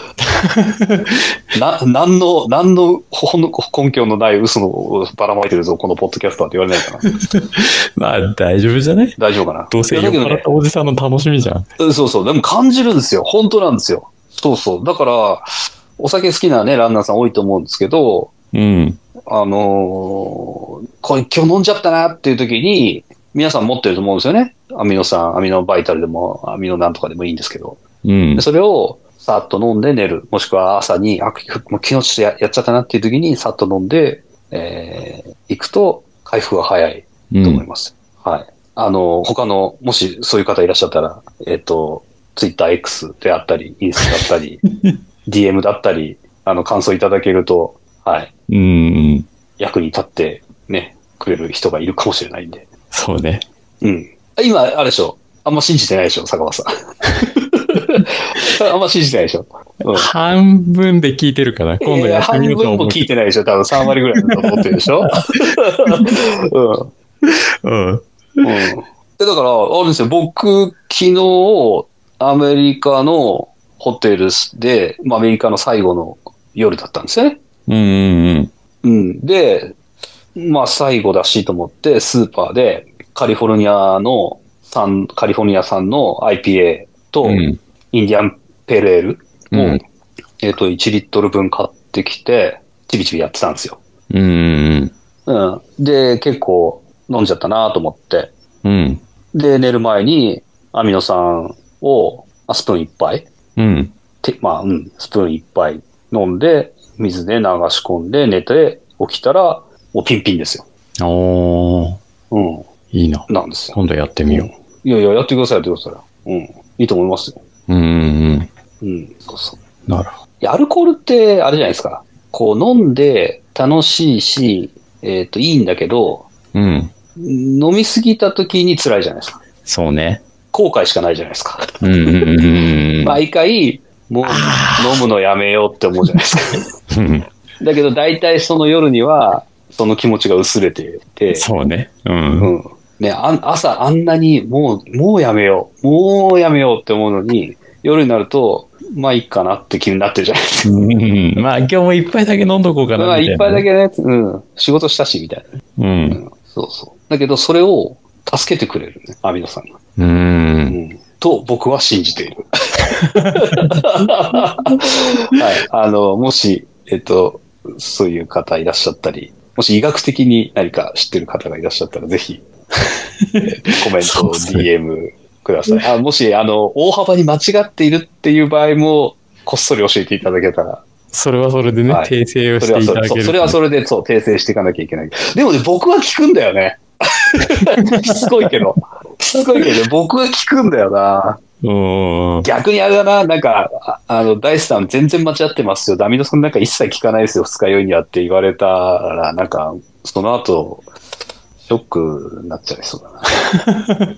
Speaker 1: ら。 な、なんの、なんのほんの根拠のない嘘のばらまいてるぞ、このポッドキャストはって言われないかな。
Speaker 2: まあ、大丈夫じゃない
Speaker 1: 大丈夫かな。
Speaker 2: どう
Speaker 1: い
Speaker 2: せ
Speaker 1: や
Speaker 2: 酔っ
Speaker 1: だけど
Speaker 2: 払っ
Speaker 1: ね
Speaker 2: たおじさんの楽しみじゃん。
Speaker 1: うんそうそう、でも感じるんですよ。本当なんですよ。そうそう。だから、お酒好きなね、ランナーさん多いと思うんですけど、
Speaker 2: うん。
Speaker 1: あのーこれ今日飲んじゃったなっていう時に、皆さん持ってると思うんですよね。アミノ酸、アミノバイタルでも、アミノなんとかでもいいんですけど。
Speaker 2: うん
Speaker 1: で。それを、さっと飲んで寝る。もしくは朝に、あ、もう昨日ちょっとややっちゃったなっていう時に、さっと飲んで、えー、行くと回復が早いと思います。はい。あの、他の、もしそういう方いらっしゃったら、えっ、と、TwitterX であったり、インスタだったり、DM だったり、あの、感想いただけると、はい。
Speaker 2: うん。
Speaker 1: 役に立ってね、くれる人がいるかもしれないんで。
Speaker 2: そうね。
Speaker 1: うん。今、あれでしょ。あんま信じてないでしょ、坂本さん。あんま信じてないでしょ。うん
Speaker 2: 半分で聞いてるから、今度
Speaker 1: いや
Speaker 2: やって
Speaker 1: 半
Speaker 2: み
Speaker 1: 分
Speaker 2: ようと思
Speaker 1: も
Speaker 2: う。
Speaker 1: 聞いてないでしょ。多分3割ぐらいだと思ってるでし ょ。
Speaker 2: うん。
Speaker 1: うん。うん。で、だから、あれですよ。僕、昨日、アメリカのホテルで、まあ、アメリカの最後の夜だったんですよね。
Speaker 2: うんうんう
Speaker 1: う
Speaker 2: ん。
Speaker 1: ん。で、まあ最後だしと思って、スーパーでカリフォルニアの産、カリフォルニア産の IPA と
Speaker 2: うん
Speaker 1: インディアンペールエール
Speaker 2: う
Speaker 1: を、
Speaker 2: ん
Speaker 1: えっ、と、1リットル分買ってきて、ちびちびやってたんですよ。
Speaker 2: うん
Speaker 1: うん。で、結構飲んじゃったなと思って。
Speaker 2: うん。うん。
Speaker 1: で、寝る前にアミノ酸をあスプーン一杯
Speaker 2: うん。
Speaker 1: て、まあ、うん、スプーン一杯飲んで、水で流し込んで寝て起きたら、もうピンピンですよ。
Speaker 2: おー、
Speaker 1: うん。
Speaker 2: いいな。
Speaker 1: なんですよ。
Speaker 2: 今度やってみよ
Speaker 1: いやいや、やってください、やってくださいよ。うん。いいと思いますよ。
Speaker 2: う。うんうんうん。
Speaker 1: うん。そうそう。い
Speaker 2: なるほ
Speaker 1: や、アルコールって、あれじゃないですか。こう、飲んで楽しいし、えっ、と、いいんだけど、
Speaker 2: ど。うん。
Speaker 1: 飲みすぎた時に辛いじゃないですか。
Speaker 2: そうね。
Speaker 1: 後悔しかないじゃないですか。
Speaker 2: うんうんうんうん。
Speaker 1: 毎回、もう、飲むのやめようって思うじゃない です
Speaker 2: うん
Speaker 1: か。だけど、大体その夜には、その気持ちが薄れてて、
Speaker 2: そうね。うん。
Speaker 1: うん。ね、あん朝あんなにもう、もうやめよう、もうやめようって思うのに、夜になると、まあいいかなって気になってるじゃないですか。
Speaker 2: うんまあ今日も一杯だけ飲んどこうかな
Speaker 1: まあ
Speaker 2: みたいな。
Speaker 1: 一杯だけね、うん、仕事したし、みたいな。
Speaker 2: うん。
Speaker 1: そうそう。だけど、それを助けてくれるね、アミノさんが。
Speaker 2: う。
Speaker 1: うんん。と、僕は信じている。はい。あの、もし、えっと、そういう方いらっしゃったり、もし医学的に何か知ってる方がいらっしゃったら、ぜひ、えーコメン
Speaker 2: そ
Speaker 1: ト、
Speaker 2: うですね
Speaker 1: DM ください。あもし、あの、大幅に間違っているっていう場合も、こっそり教えていただけたら、
Speaker 2: それはそれでね、
Speaker 1: はい
Speaker 2: 訂正を
Speaker 1: そ
Speaker 2: し
Speaker 1: れは
Speaker 2: て
Speaker 1: いそ
Speaker 2: ただ
Speaker 1: れ
Speaker 2: け
Speaker 1: そう
Speaker 2: る。
Speaker 1: それはそれで、そう、訂正していかなきゃいけない。でもね、僕は聞くんだよね。 しつこいけど。しつこいけど、僕は聞くんだよな。
Speaker 2: うんうん
Speaker 1: 逆にあれだな、なんか、ああの、ダイスさん全然間違ってますよ。ダミノさんなんか一切聞かないですよ。二日酔いにはって言われたら、なんか、その後、ショックになっちゃいそうだな。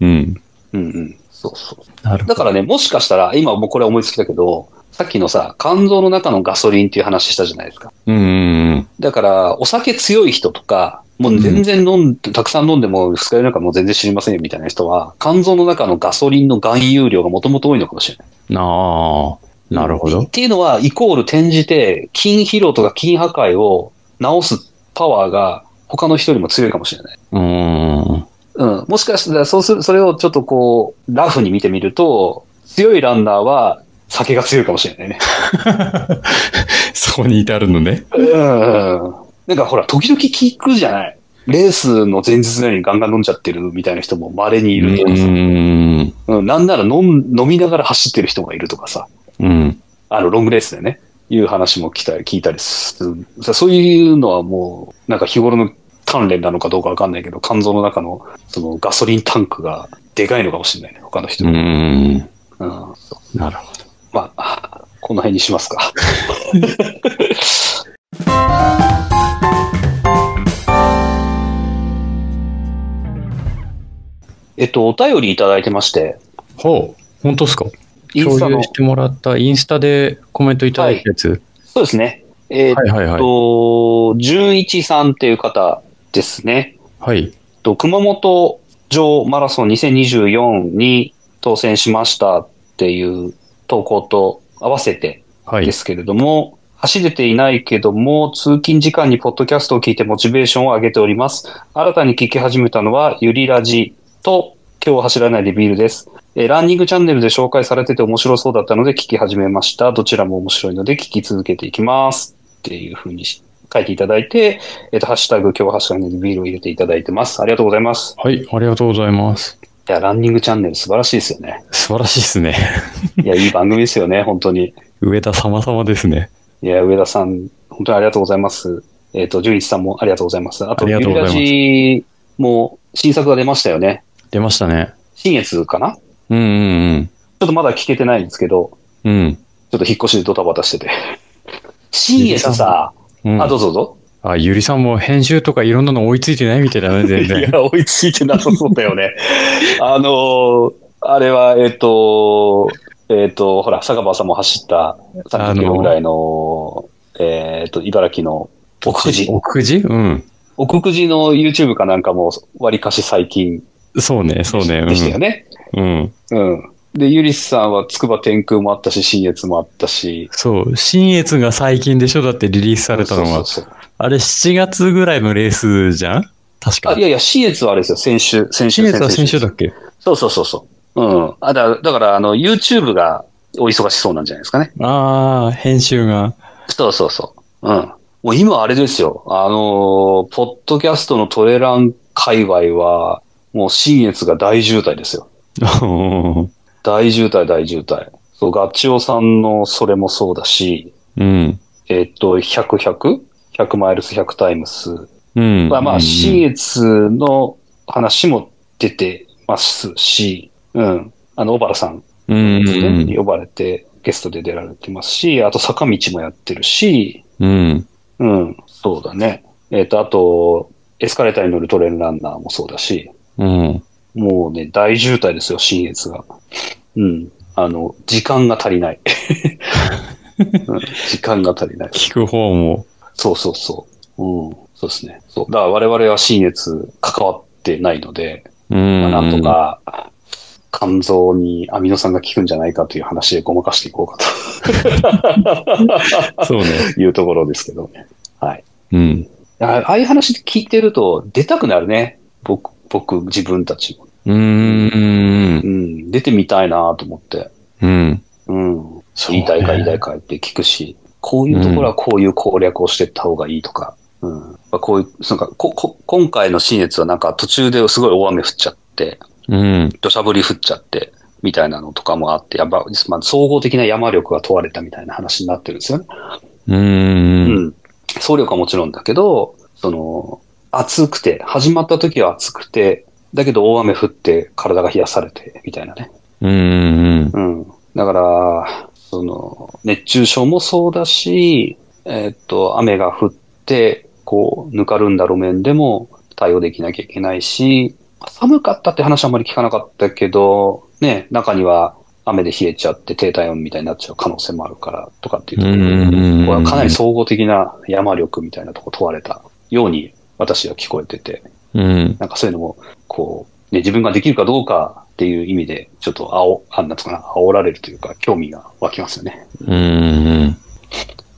Speaker 2: うん。うん。
Speaker 1: うんうん。そうそう。
Speaker 2: なるほ
Speaker 1: だからね、もしかしたら、今もうこれ思いつきだけど、さっきのさ、肝臓の中のガソリンっていう話したじゃないですか。
Speaker 2: ど。うんうんうん。
Speaker 1: だから、お酒強い人とか、もう全然飲ん、たくさん飲んでも二日酔いなんかもう全然知りませんよみたいな人は、肝臓の中のガソリンの含有量がもともと多いのかもしれない。
Speaker 2: なあ、なるほ
Speaker 1: っ
Speaker 2: ど。
Speaker 1: ていうのは、イコール転じて、筋疲労とか筋破壊を治すパワーが他の人よりも強いかもしれない。
Speaker 2: うん。
Speaker 1: うん。もしかしたら、そうする、それをちょっとこう、ラフに見てみると、強いランナーは酒が強いかもしれ ないね。
Speaker 2: そこに至るのね。
Speaker 1: うん。なんかほら、時々聞くじゃないレースの前日のようにガンガン飲んじゃってるみたいな人も稀にいると
Speaker 2: う
Speaker 1: かさ
Speaker 2: ん。
Speaker 1: うん、なんなら飲ん飲みながら走ってる人がいるとかさ。
Speaker 2: うん。
Speaker 1: あの、ロングレースでね、いう話も来た聞いたりする。さそういうのはもう、なんか日頃の鍛錬なのかどうかわかんないけど、肝臓の中の、そのガソリンタンクがでかいのかもしれないね、他の人
Speaker 2: う
Speaker 1: より。
Speaker 2: ん。
Speaker 1: うん。そう
Speaker 2: なるほど。
Speaker 1: まあ、この辺にしますか。 えっと、お便りいただいてまして、
Speaker 2: ほう。本当ですか
Speaker 1: インスタ
Speaker 2: 共
Speaker 1: の
Speaker 2: 有、してもらったインスタでコメントいただいたやつ。
Speaker 1: そうですね。えっ
Speaker 2: はいはいはい。
Speaker 1: と、純一さんっていう方ですね。
Speaker 2: はい。
Speaker 1: と熊本上マラソン2024に当選しましたっていう投稿と合わせて
Speaker 2: は
Speaker 1: で
Speaker 2: い。
Speaker 1: すけれども、走れていないけども、通勤時間にポッドキャストを聞いてモチベーションを上げております。新たに聞き始めたのは、ゆりラジと、今日は走らないでビールです。えーランニングチャンネルで紹介されてて面白そうだったので聞き始めました。どちらも面白いので聞き続けていきます。っていうふうにし書いていただいて、えっ、と、ハッシュタグ、今日は走らないでビールを入れていただいてます。ありがとうございます。
Speaker 2: はい、ありがとうございます。
Speaker 1: いや、ランニングチャンネル素晴らしいですよね。
Speaker 2: 素晴らしいですね。
Speaker 1: いや、いい番組ですよね、本当に。
Speaker 2: 上田様々ですね。
Speaker 1: いや、上田さん、本当にありがとうございます。えっ、と、純一さんもありがとうございます。あと、
Speaker 2: あり
Speaker 1: ゆ
Speaker 2: がとう
Speaker 1: り
Speaker 2: ござい
Speaker 1: ラ
Speaker 2: ます
Speaker 1: ジも新作が出ましたよね。
Speaker 2: 出ましたね。
Speaker 1: 新越かなち
Speaker 2: うんうん
Speaker 1: ょっとまだ聞けてないんですけど、
Speaker 2: うん。うん。
Speaker 1: ちょっと引っ越しでドタバタして て。新越さ、
Speaker 2: うん、
Speaker 1: あ、どうぞどうぞ。
Speaker 2: あ、ゆりさんも編集とかいろんなの追いついてないみたいだね、全
Speaker 1: い
Speaker 2: 然。
Speaker 1: や、追いついてなさそうだよ ね。あのーあれは、えっ、と、えっ、と、ほら、坂場さんも走った
Speaker 2: あ
Speaker 1: 3
Speaker 2: の
Speaker 1: キロぐらいの、えっ、と、茨城の奥久慈。
Speaker 2: 奥時うん。
Speaker 1: 奥久慈の YouTube かなんかも、割かし最近
Speaker 2: そうね、そうね。
Speaker 1: でしたよね。
Speaker 2: うん。うん。
Speaker 1: うん。で、ゆりさんは筑波天空もあったし、新越もあったし。
Speaker 2: そう。新越が最近でしょだってリリースされたのは。
Speaker 1: そうそうそう
Speaker 2: あれ7月ぐらいのレースじゃん確
Speaker 1: あ
Speaker 2: か
Speaker 1: い。やいや、新越はあれですよ、先週、先週。
Speaker 2: 新越は先週だっけ
Speaker 1: そうそうそうそう。うん。あだだから、あの、YouTube がお忙しそうなんじゃないですかね。
Speaker 2: ああ、編集が。
Speaker 1: そうそうそう。うん。もう今あれですよ、あのーポッドキャストのトレラン界隈は、もう新越が大渋滞ですよ。大渋滞、大渋滞。そう、ガチオさんのそれもそうだし、
Speaker 2: うん。
Speaker 1: えっと、100、100?100 マイルス、100タイムス。
Speaker 2: うん。
Speaker 1: まあま
Speaker 2: う
Speaker 1: あ、
Speaker 2: ん
Speaker 1: 新越の話も出てますし、うん。あの、小原さん
Speaker 2: うん
Speaker 1: ですね
Speaker 2: うん
Speaker 1: に呼ばれて、ゲストで出られてますし、あと坂道もやってるし、
Speaker 2: うん。
Speaker 1: うん、そうだね。えっ、と、あと、エスカレーターに乗るトレインランナーもそうだし、
Speaker 2: うん。
Speaker 1: もうね、大渋滞ですよ、新越が。うん。あの、時間が足りない。うん時間が足りない。
Speaker 2: 聞く方も。
Speaker 1: そうそうそう。うん。そうですね。そう。だから我々は新越関わってないので、
Speaker 2: うん。
Speaker 1: まあ、なんと。か、肝臓にアミノ酸が効くんじゃないかという話でごまかしていこうか
Speaker 2: そうね。
Speaker 1: というところですけどね。
Speaker 2: うん。
Speaker 1: あああいう話聞いてると出たくなるね。僕、僕、自分たちも。
Speaker 2: うん
Speaker 1: う。ん。出てみたいなと思って。
Speaker 2: うん。
Speaker 1: うん。
Speaker 2: そう
Speaker 1: 言
Speaker 2: ね
Speaker 1: いたいか言いたいかって聞くし、こういうところはこういう攻略をしていった方がいいとか。うん。まあこういう、なんかここ、今回の新越はなんか途中ですごい大雨降っちゃって、
Speaker 2: うん。
Speaker 1: 土砂降り降っちゃって、みたいなのとかもあって、やっぱ、まあ、総合的な山力が問われたみたいな話になってるんですよね。
Speaker 2: う。
Speaker 1: うんん。総力はもちろんだけど、その、暑くて、始まった時は暑くて、だけど大雨降って体が冷やされて、みたいなね。
Speaker 2: うん。
Speaker 1: うん。だから、その、熱中症もそうだし、えーっと、雨が降って、こう、ぬかるんだ路面でも対応できなきゃいけないし、寒かったって話はあんまり聞かなかったけど、ね、中には雨で冷えちゃって低体温みたいになっちゃう可能性もあるから、とかっていうところで
Speaker 2: うんうんうんうん
Speaker 1: これはかなり総合的な山力みたいなとこ問われたように私は聞こえてて、
Speaker 2: うん。
Speaker 1: なんかそういうのも、こう、ね、自分ができるかどうかっていう意味で、ちょっとあお、あんなんつうかな、煽られるというか、興味が湧きますよね。
Speaker 2: うん。
Speaker 1: っ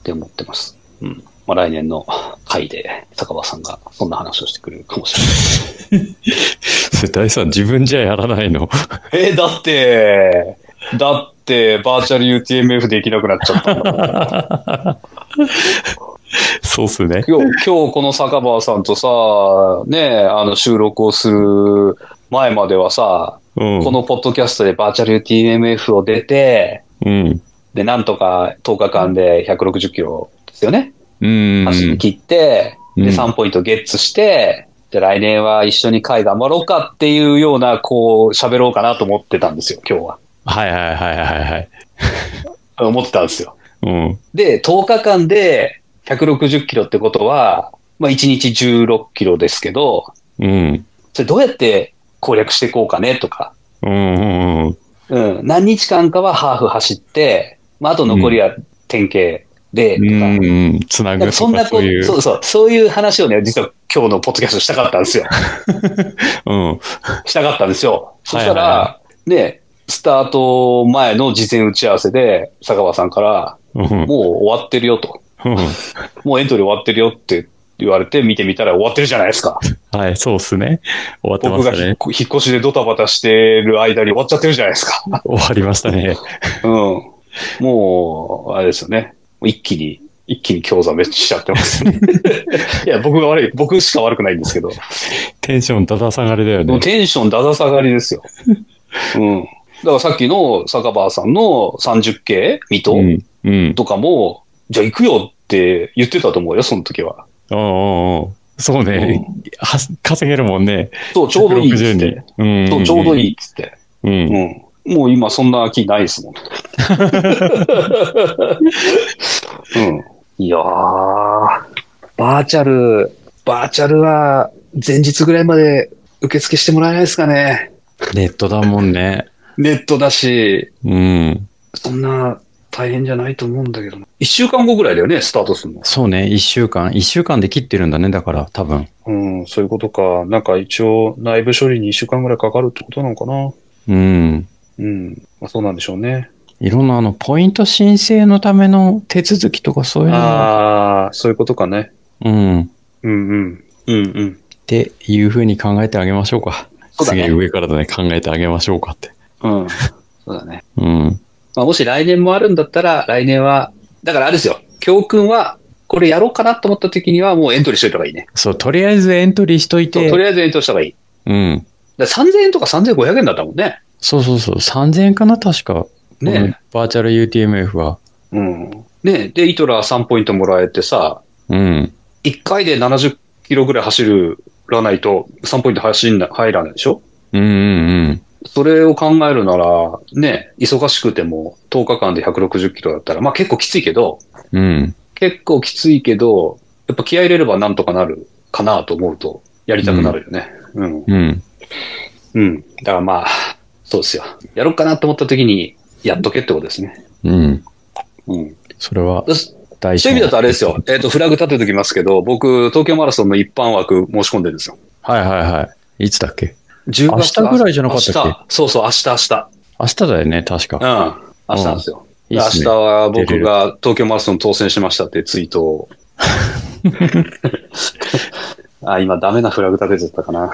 Speaker 1: て思ってます。うん。まあ来年の会で、坂場さんがそんな話をしてくれるかもし
Speaker 2: 世代さん、自分じゃやらないの。
Speaker 1: れ ない。えだって、だって、バーチャル UTMF できなくなっちゃったんだ もん。
Speaker 2: そうっすね。
Speaker 1: 今日、今日この坂場さんとさ、ねえ、あの収録をする前まではさ、
Speaker 2: うん。
Speaker 1: このポッドキャストでバーチャル TMF を出て、
Speaker 2: うん。
Speaker 1: で、なんとか10日間で160キロですよね。
Speaker 2: うん。
Speaker 1: 走り切って、
Speaker 2: うん
Speaker 1: で、3ポイントゲッツして、で、来年は一緒に会頑張ろうかっていうような、こう、喋ろうかなと思ってたんですよ、今日は。
Speaker 2: はいはいはいはいはい。
Speaker 1: 思ってたんですよ。
Speaker 2: うん。
Speaker 1: で、10日間で160キロってことは、まあ、1日16キロですけど、
Speaker 2: うん。
Speaker 1: それどうやって攻略していこうかねとか、
Speaker 2: うんうんうん。
Speaker 1: うん、何日間かはハーフ走って、まあ、あと残りは典型で、とか
Speaker 2: うん。つな
Speaker 1: なん
Speaker 2: ぐ
Speaker 1: か
Speaker 2: と
Speaker 1: そんな
Speaker 2: か
Speaker 1: こ
Speaker 2: そう
Speaker 1: う
Speaker 2: いう。
Speaker 1: そうそう、そういう話をね、実は今日のポッドキャストしたかったんで すよ。
Speaker 2: うん。
Speaker 1: したかったんですよ。そしたら、
Speaker 2: はいはい
Speaker 1: ね、スタート前の事前打ち合わせで、坂場さんから、
Speaker 2: うん。
Speaker 1: もう終わってるよと。もうエントリー終わってるよって言われて見てみたら終わってるじゃないですか。
Speaker 2: はい、そうっすね。終わってま
Speaker 1: 僕が
Speaker 2: した
Speaker 1: 引っ
Speaker 2: ね。
Speaker 1: 引っ越しでドタバタしてる間に終わっちゃってるじゃないですか。
Speaker 2: 終わりまし たね。
Speaker 1: うん。もう、あれですよね。一気に、一気に強座めっちゃしちゃってます ね。いや、僕が悪い、僕しか悪くないんですけど。
Speaker 2: テンションだだ下がりだよ
Speaker 1: もう
Speaker 2: ね。
Speaker 1: テンションだだ下がりですよ。うん。だからさっきの坂場さんの30系水戸、
Speaker 2: うん。うん。
Speaker 1: とかも、じゃあ行くよって言ってたと思うよ、その時は。
Speaker 2: おうおうおうそうね。は稼げるもんね。
Speaker 1: そう、ちょうどいいっつ
Speaker 2: 160
Speaker 1: って。
Speaker 2: に。。
Speaker 1: そううんちょうど
Speaker 2: い。
Speaker 1: いいっつって。
Speaker 2: うん
Speaker 1: う。ん。もう今そんな気ないですもん。うん。いやー、バーチャル、バーチャルは前日ぐらいまで受付してもらえないですかね。
Speaker 2: ネットだもんね。
Speaker 1: ネットだし、
Speaker 2: うん。
Speaker 1: そんな大変じゃないと思うんだけどな。一週間後ぐらいだよね、スタートするの。
Speaker 2: そうね。一週間。一週間で切ってるんだね。だから、多分。
Speaker 1: うん、そういうことか。なんか一応内部処理に一週間ぐらいかかるってことなのかな。
Speaker 2: うん。
Speaker 1: うん。まあ、そうなんでしょうね。
Speaker 2: いろんなあの、ポイント申請のための手続きとかそういうのが
Speaker 1: ああ、そういうことかね。
Speaker 2: うん。っ
Speaker 1: うんうん。うんうん。
Speaker 2: ていうふうに考えてあげましょうか。
Speaker 1: そうだね
Speaker 2: すげえ上からだね。考えてあげましょうかって。
Speaker 1: うん。そうだね。
Speaker 2: うん。
Speaker 1: まあ、もし来年もあるんだったら、来年は、だからあれですよ。教訓は、これやろうかなと思った時にはもうエントリーしといた方がいいね。
Speaker 2: そう、とりあえずエントリーしとい
Speaker 1: と
Speaker 2: て。
Speaker 1: とりあえずエントリーした方がいい。
Speaker 2: うん。
Speaker 1: だから3000円とか3500円だったもんね。
Speaker 2: そうそうそう。3000円かな確か。
Speaker 1: ね
Speaker 2: うんバーチャル UTMF は。
Speaker 1: うん。ねで、イトラ3ポイントもらえてさ、
Speaker 2: うん。
Speaker 1: 1回で70キロぐらい走るらないと3ポイント走んな入らないでしょ
Speaker 2: うんうん
Speaker 1: それを考えるなら、ね、忙しくても10日間で160キロだったら、まあ結構きついけど、
Speaker 2: うん。うん。
Speaker 1: 結構きついけど、やっぱ気合い入れればなんとかなるかなと思うと、やりたくなるよね。うん。
Speaker 2: うん。
Speaker 1: うん。だからまあ、そうですよ。やろうかなと思った時に、やっとけってことですね。
Speaker 2: うん。
Speaker 1: うん。
Speaker 2: それは
Speaker 1: だそう
Speaker 2: 大事。
Speaker 1: いう意味だとあれですよ。えっ、と、フラグ立てときますけど、僕、東京マラソンの一般枠申し込んでるんですよ。
Speaker 2: はいはいはい。いつだっけ
Speaker 1: 10
Speaker 2: 明日ぐらいじゃなかったっけ
Speaker 1: 明日。そうそう、明日、明日。
Speaker 2: 明日だよね、確か。
Speaker 1: うん。明日なんですよ。
Speaker 2: いいっ
Speaker 1: 明
Speaker 2: す
Speaker 1: 日
Speaker 2: ね。
Speaker 1: は僕が東京マラソン当選しましたってツイート を。あ、今ダメなフラグ立てちゃったか な。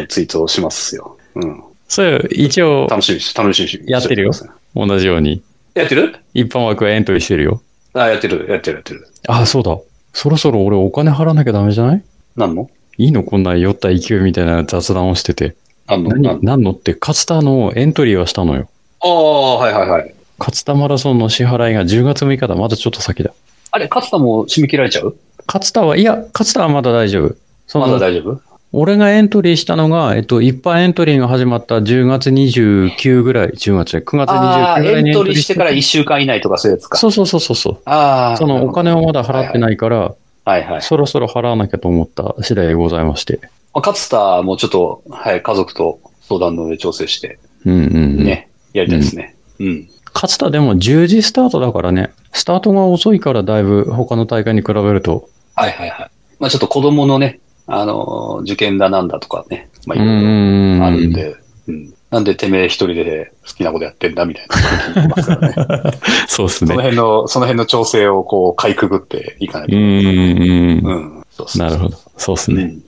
Speaker 1: うん、ツイートをしますよ。うん。
Speaker 2: そうよ、一応、
Speaker 1: 楽しみにし、楽しみにし。
Speaker 2: やってるよ同じように。
Speaker 1: やってる
Speaker 2: 一般枠はエントリーしてるよ。
Speaker 1: あ、やってる、やってる、やってる。
Speaker 2: あ、そうだ。そろそろ俺お金払わなきゃダメじゃない
Speaker 1: なんの
Speaker 2: いいのこんな酔った勢いみたいな雑談をしてて。
Speaker 1: あんのなん
Speaker 2: 何
Speaker 1: の
Speaker 2: 何のって、勝田のエントリーはしたのよ。
Speaker 1: ああ、はいはいはい。
Speaker 2: 勝田マラソンの支払いが10月6日だ。まだちょっと先だ。
Speaker 1: あれ、勝田も締め切られちゃう
Speaker 2: 勝田は、いや、勝田はまだ大丈夫。その
Speaker 1: まだ大丈夫
Speaker 2: 俺がエントリーしたのが、えっと、一般エントリーが始まった10月29ぐらい、10月じゃない9月
Speaker 1: あ
Speaker 2: 29
Speaker 1: あ、
Speaker 2: ぐら
Speaker 1: エ
Speaker 2: いに
Speaker 1: ントリーしてから1週間以内とかそういうやつか。
Speaker 2: そうそうそうそうそう。
Speaker 1: ああ。
Speaker 2: そのお金をまだ払ってないから、
Speaker 1: はいはい。
Speaker 2: そろそろ払わなきゃと思った次第でございまして。
Speaker 1: まあ勝田もちょっと、はい、家族と相談の上調整して。
Speaker 2: うんうん、うん。
Speaker 1: ね、やりたいですね。うん。
Speaker 2: 勝田でも10時スタートだからね、スタートが遅いからだいぶ他の大会に比べると、
Speaker 1: はいはいはい。まあちょっと子供のね、あのー、受験だなんだとかね、まあ
Speaker 2: う
Speaker 1: い
Speaker 2: んう
Speaker 1: ろい
Speaker 2: んうん
Speaker 1: ろあるんで、うん。なんでてめえ一人で好きなことやってんだみたい な。
Speaker 2: そうです
Speaker 1: その
Speaker 2: ね。
Speaker 1: 辺の、その辺の調整をこう、かいくぐっていかな
Speaker 2: う
Speaker 1: きゃ。
Speaker 2: んうん
Speaker 1: う
Speaker 2: うん。
Speaker 1: ん。そうそう
Speaker 2: なるほど。そうです
Speaker 1: う
Speaker 2: ね。
Speaker 1: ん。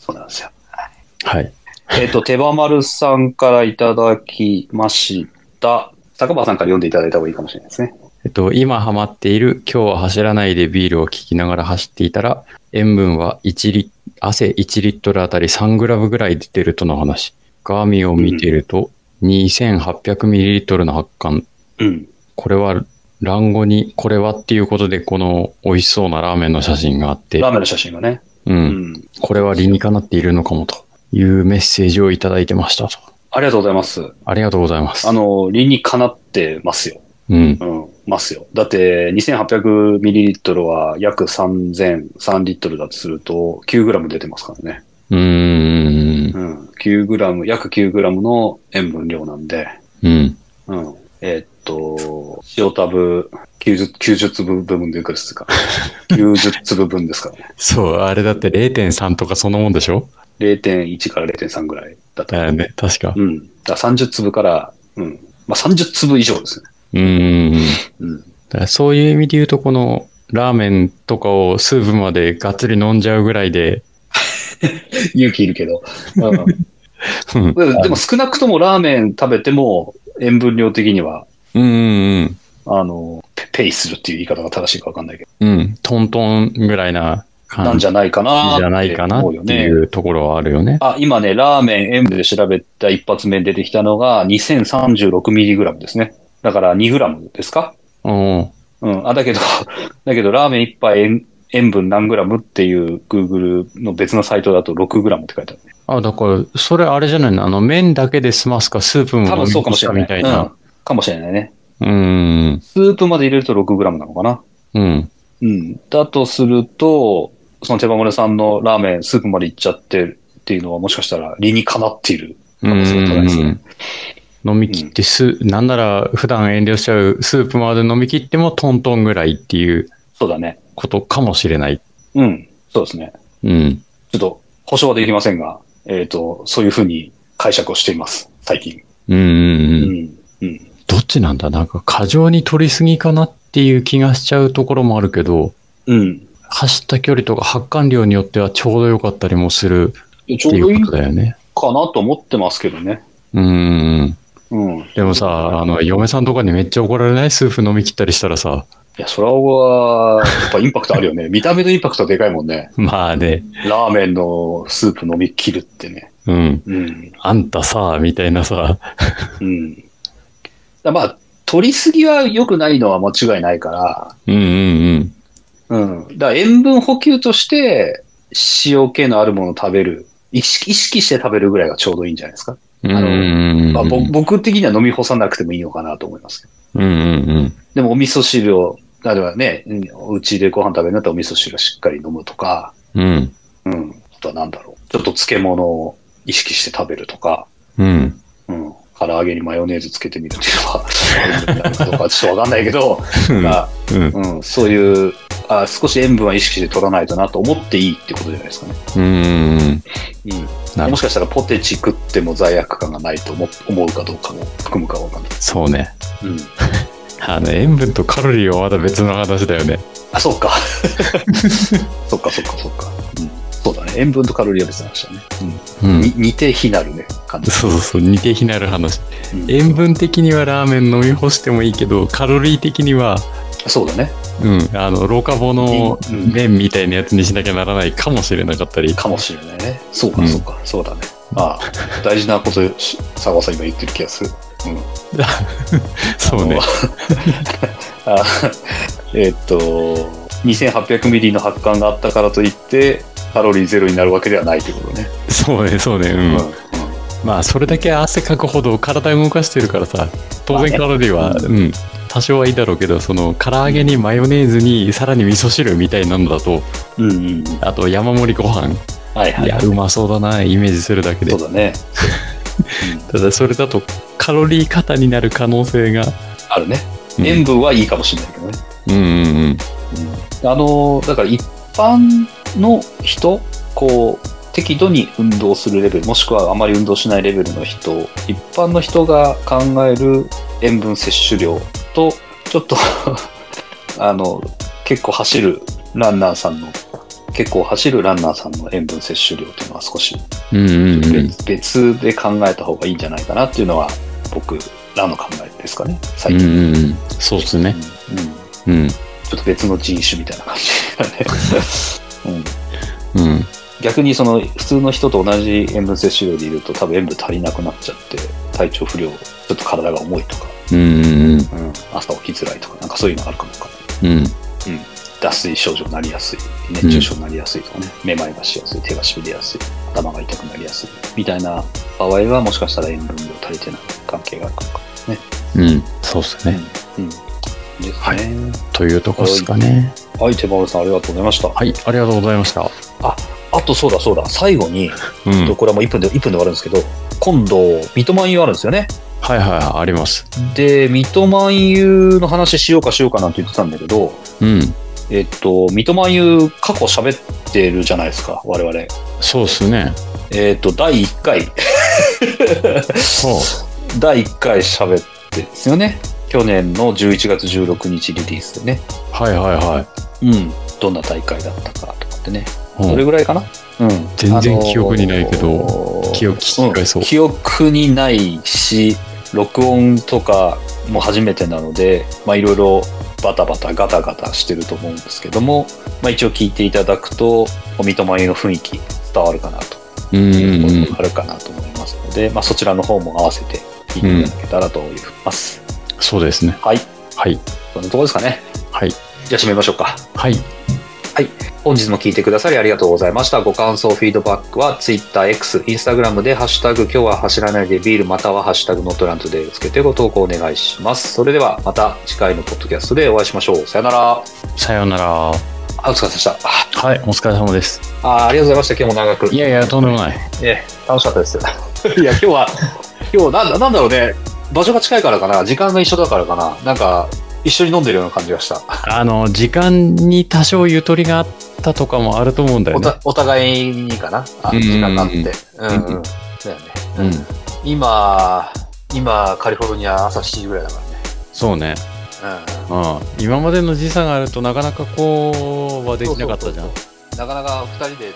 Speaker 1: そうなんですよ。
Speaker 2: はい。
Speaker 1: えっ、と、手羽丸さんからいただきました。坂場さんから読んでいただいた方がいいかもしれないですね。
Speaker 2: えっと、今ハマっている、今日は走らないでビールを聞きながら走っていたら、塩分は1リ汗1リットルあたり3グラムぐらい出てるとの話。ガーミーを見ていると、2800ミリリットルの発汗。
Speaker 1: うん。
Speaker 2: これは、卵後に、これはっていうことで、この美味しそうなラーメンの写真があって
Speaker 1: ラ、ーメンの写真がね。
Speaker 2: う、
Speaker 1: うんん。
Speaker 2: これは理にかなっているのかもというメッセージをいただいてましたと。
Speaker 1: ありがとうございます。
Speaker 2: ありがとうございます
Speaker 1: あ。の、理にかなってますよ。
Speaker 2: うん、
Speaker 1: うん、ますよ。だって、2800ミリリットルは約3003リットルだとすると、9グラム出てますからね。
Speaker 2: うーん、
Speaker 1: うん。9グラム、約9グラムの塩分量なんで、
Speaker 2: うん、
Speaker 1: うん。えーっと、塩タブ90、90粒分でいくら ですか ?90 粒分ですからね。
Speaker 2: そう、あれだって0.3とかそんなもんでしょ
Speaker 1: 0.1から0.3ぐらいだと。
Speaker 2: だよね、確か。
Speaker 1: うん。だから30粒から、うん。まあ、30粒以上ですね。
Speaker 2: うんうんうん。
Speaker 1: うん。
Speaker 2: だからそういう意味で言うと、このラーメンとかをスープまでがっつり飲んじゃうぐらいで、
Speaker 1: 勇気いるけど。 うん
Speaker 2: うん
Speaker 1: ででも少なくともラーメン食べても塩分量的には、
Speaker 2: うんうん
Speaker 1: あの、ペペイするっていう言い方が正しいかわかんないけど、
Speaker 2: うん。うん、トントンぐらいな
Speaker 1: な
Speaker 2: 感
Speaker 1: ん
Speaker 2: じ
Speaker 1: じゃないかな
Speaker 2: じゃないかな
Speaker 1: 思
Speaker 2: っ
Speaker 1: うよ
Speaker 2: て
Speaker 1: ね
Speaker 2: い。うところはあるよね。
Speaker 1: あ、今ね、ラーメン塩分で調べた一発目に出てきたのが 2036mg ですね。だから 2g ですか
Speaker 2: うん。
Speaker 1: うん。あ、だけど、 だけどラーメン一杯塩塩分何グラムっていう Google の別のサイトだと 6g って書いてあるね。
Speaker 2: あ、だから、それあれじゃないのあの、麺だけで済ますか、スープも
Speaker 1: 多分
Speaker 2: 飲み
Speaker 1: そうか
Speaker 2: 干
Speaker 1: もし
Speaker 2: す
Speaker 1: れ
Speaker 2: か
Speaker 1: ない。
Speaker 2: みたい
Speaker 1: うん
Speaker 2: な。。
Speaker 1: かもしれないね。
Speaker 2: うん。
Speaker 1: スープまで入れると 6g なのかな
Speaker 2: うん。
Speaker 1: うん。だとすると、その手羽森さんのラーメン、スープまで行っちゃってるっていうのはもしかしたら理にかなっている
Speaker 2: うん。
Speaker 1: 可能性が高いですね。
Speaker 2: 飲み切ってす、なんなら普段遠慮しちゃうスープまで飲み切ってもトントンぐらいっていう
Speaker 1: そうだね。
Speaker 2: ことかもしれない。
Speaker 1: うん。そうですね。
Speaker 2: うん。
Speaker 1: ちょっと保証はできませんが、えっ、と、そういうふうに解釈をしています。最近。
Speaker 2: うんうん
Speaker 1: う
Speaker 2: うん。
Speaker 1: ん。うん。
Speaker 2: どっちなんだなんか過剰に取りすぎかなっていう気がしちゃうところもあるけど、
Speaker 1: うん。
Speaker 2: 走った距離とか発汗量によってはちょうど良かったりもする
Speaker 1: ち
Speaker 2: っ
Speaker 1: ょ
Speaker 2: て
Speaker 1: う
Speaker 2: い
Speaker 1: どいいうか
Speaker 2: ことだよね。
Speaker 1: なと思ってますけどね。
Speaker 2: うんうんうん。
Speaker 1: うん。
Speaker 2: でもさ、あの、嫁さんとかにめっちゃ怒られないスープ飲み切ったりしたらさ、
Speaker 1: いや、それは、やっぱインパクトあるよね。 見た目のインパクトはでかいもんね。
Speaker 2: まあね、
Speaker 1: ラーメンのスープ飲み切るってね。
Speaker 2: うん、
Speaker 1: うん。
Speaker 2: あんたさ、みたいなさ、
Speaker 1: うん。だまあ、取りすぎは良くないのは間違いないか
Speaker 2: うんうん
Speaker 1: ら、うん。だから塩分補給として、塩気のあるものを食べる。意識意識して食べるぐらいがちょうどいいんじゃないですか。
Speaker 2: うん。
Speaker 1: あの
Speaker 2: うん
Speaker 1: まあ、ぼ
Speaker 2: うん
Speaker 1: 僕的には飲み干さなくてもいいのかなと思いますけど。
Speaker 2: うんうん。
Speaker 1: でもお味噌汁を、例えばね、うんお家でご飯食べるんだったらお味噌汁をしっかり飲むとか、
Speaker 2: うん。
Speaker 1: うん。あとはなんだろう。ちょっと漬物を意識して食べるとか、
Speaker 2: うん。
Speaker 1: うん。唐揚げにマヨネーズつけてみるっていうのは、あるのかどうかちょっとわかんないけど、まあ
Speaker 2: うん。
Speaker 1: うん、そういうあ、少し塩分は意識して取らないとなと思っていいってことじゃないですかね。
Speaker 2: うんう
Speaker 1: う
Speaker 2: ん。
Speaker 1: ん
Speaker 2: なる
Speaker 1: もしかしたらポテチ食っても罪悪感がないと思思うかどうかも含むかわかんない。
Speaker 2: そうね。
Speaker 1: うん、
Speaker 2: あの、塩分とカロリーはまた別の話だよね。
Speaker 1: あ、そうか。 そっかそっかそっか、うん。そうだね。塩分とカロリーは別の話だね。
Speaker 2: う
Speaker 1: うんん、に。似て非なるね、感じ。
Speaker 2: そうそうそう、似て非なる話。
Speaker 1: うん
Speaker 2: 塩分的にはラーメン飲み干してもいいけど、カロリー的には、
Speaker 1: そうだね。
Speaker 2: うん、あの、老化防の
Speaker 1: うん
Speaker 2: 麺みたいなやつにしなきゃならないかもしれなかったり。
Speaker 1: かもしれないね。そう
Speaker 2: う
Speaker 1: か
Speaker 2: ん
Speaker 1: そうか。そうだね。ああ、大事なこと、し佐川さん今言ってる気がする。
Speaker 2: そうね。
Speaker 1: あえっと、2800ミリの発汗があったからといって、カロリーゼロになるわけではないということね。
Speaker 2: そうね、そうね。
Speaker 1: う
Speaker 2: う。
Speaker 1: んん
Speaker 2: まあ、それだけ汗かくほど体動かしてるからさ、当然カロリー
Speaker 1: ま
Speaker 2: は、
Speaker 1: あね
Speaker 2: うん、多少はいいだろうけど、その、唐揚げにマヨネーズに、さらに味噌汁みたいなのだと、
Speaker 1: うんうんうん。
Speaker 2: あと山盛りご飯。
Speaker 1: はいはいい
Speaker 2: や、
Speaker 1: は
Speaker 2: うまそうだな、イメージするだけ
Speaker 1: い。そ
Speaker 2: で
Speaker 1: う。だね。うん
Speaker 2: ただそれだとカロリー過多になる可能性が。
Speaker 1: あるね。
Speaker 2: うん
Speaker 1: 塩分はいいかもしれないけどね。
Speaker 2: うんうんうん。
Speaker 1: あの、だから一般の人、こう、適度に運動するレベル、もしくはあまり運動しないレベルの人、一般の人が考える塩分摂取量と、ちょっと、 あの、結構走るランナーさんの、結構走るランナーさんの塩分摂取量というのは少し
Speaker 2: うんうんうん。
Speaker 1: 別,、別で考えた方がいいんじゃないかなっていうのは、僕らの考えですかね、
Speaker 2: う
Speaker 1: 最
Speaker 2: ん
Speaker 1: 近。
Speaker 2: うんうん。そうっすね。
Speaker 1: うんうん
Speaker 2: うん。
Speaker 1: ちょっと別の人種みたいな感じ、ねうん、
Speaker 2: うん。
Speaker 1: 逆にその普通の人と同じ塩分摂取量でいると多分塩分足りなくなっちゃって体調不良ちょっと体が重いとか、
Speaker 2: うんうんうん。
Speaker 1: うん、朝起きづらいとかなんかそういうのあるかもわかんない
Speaker 2: うん。
Speaker 1: 脱水症状になりやすい熱中症になりやすいとかね、めまいがしやすい手がしびれやすい頭が痛くなりやすいみたいな場合はもしかしたら塩分量足りてない関係があるかもか
Speaker 2: うん。そうっすね。
Speaker 1: うんですね
Speaker 2: はいというとこっすかね。
Speaker 1: はい、手丸さんありがとうございました。
Speaker 2: はい。ありがとうございました。
Speaker 1: あとそうだそうだ、最後に、
Speaker 2: う
Speaker 1: えっと
Speaker 2: ん。
Speaker 1: これはもう1分で、1分で終わるんですけど、今度、三笘にあるんですよね。
Speaker 2: はいはいはい、あります。
Speaker 1: で、三笘優の話しようかしようかなんて言ってたんだけど、
Speaker 2: うん。
Speaker 1: えっと、三笘優過去喋ってるじゃないですか、我々。
Speaker 2: そうっすね。
Speaker 1: えっと、第1回、
Speaker 2: そう。
Speaker 1: 第1回喋ってですよね。去年の11月16日リリースでね。
Speaker 2: はいはいは
Speaker 1: うん。どんな大会だったかとかってね。
Speaker 2: い。
Speaker 1: ど
Speaker 2: う
Speaker 1: れ
Speaker 2: ん
Speaker 1: ぐらいかなうん。
Speaker 2: 全然記憶にないけど
Speaker 1: あのー
Speaker 2: 記憶聞き返そう。
Speaker 1: 記憶にないし録音とかも初めてなのでまあいろいろバタバタガタガタしてると思うんですけども、まあ、一応聞いていただくとお三笘湯の雰囲気伝わるかなと
Speaker 2: うん
Speaker 1: いう
Speaker 2: うんう
Speaker 1: こと
Speaker 2: ん。
Speaker 1: があるかなと思いますので、まあ、そちらの方も合わせて聞いていただけたらと思います、
Speaker 2: そうですね。
Speaker 1: はい
Speaker 2: はい。
Speaker 1: そんなところですかね
Speaker 2: はい。
Speaker 1: じゃあ締めましょうか
Speaker 2: はい。
Speaker 1: 本日も聞いてくださりありがとうございました。ご感想、フィードバックは Twitter、X、Instagram で、ハッシュタグ、今日は走らないでビール、またはハッシュタグ、ノットラントでつけてご投稿お願いします。それでは、また次回のポッドキャストでお会いしましょう。さよなら。
Speaker 2: さようなら。は
Speaker 1: あ、お疲れ様でした。
Speaker 2: い。お疲れ様です。
Speaker 1: あありがとうございました。今日も長く。
Speaker 2: いやいや、とんでもない。
Speaker 1: ええ楽しかったです。 いや、今日は、今日なんだ、なんだろうね。場所が近いからかな。時間が一緒だからかな。なんか、一緒に飲んでるような感じがした。
Speaker 2: あの、時間に多少ゆとりがあったとかもあると思うんだよ
Speaker 1: お
Speaker 2: ね。
Speaker 1: たお互いにかな。あ
Speaker 2: うん
Speaker 1: 時間があって。うん
Speaker 2: んうん
Speaker 1: うん。だよね。
Speaker 2: うん。
Speaker 1: 今、今、カリフォルニア朝7時ぐらいだか
Speaker 2: そうね。
Speaker 1: らね。
Speaker 2: うん。今までの時差があるとなかなかこうはできなかったじゃん。
Speaker 1: うん。なかなか二人で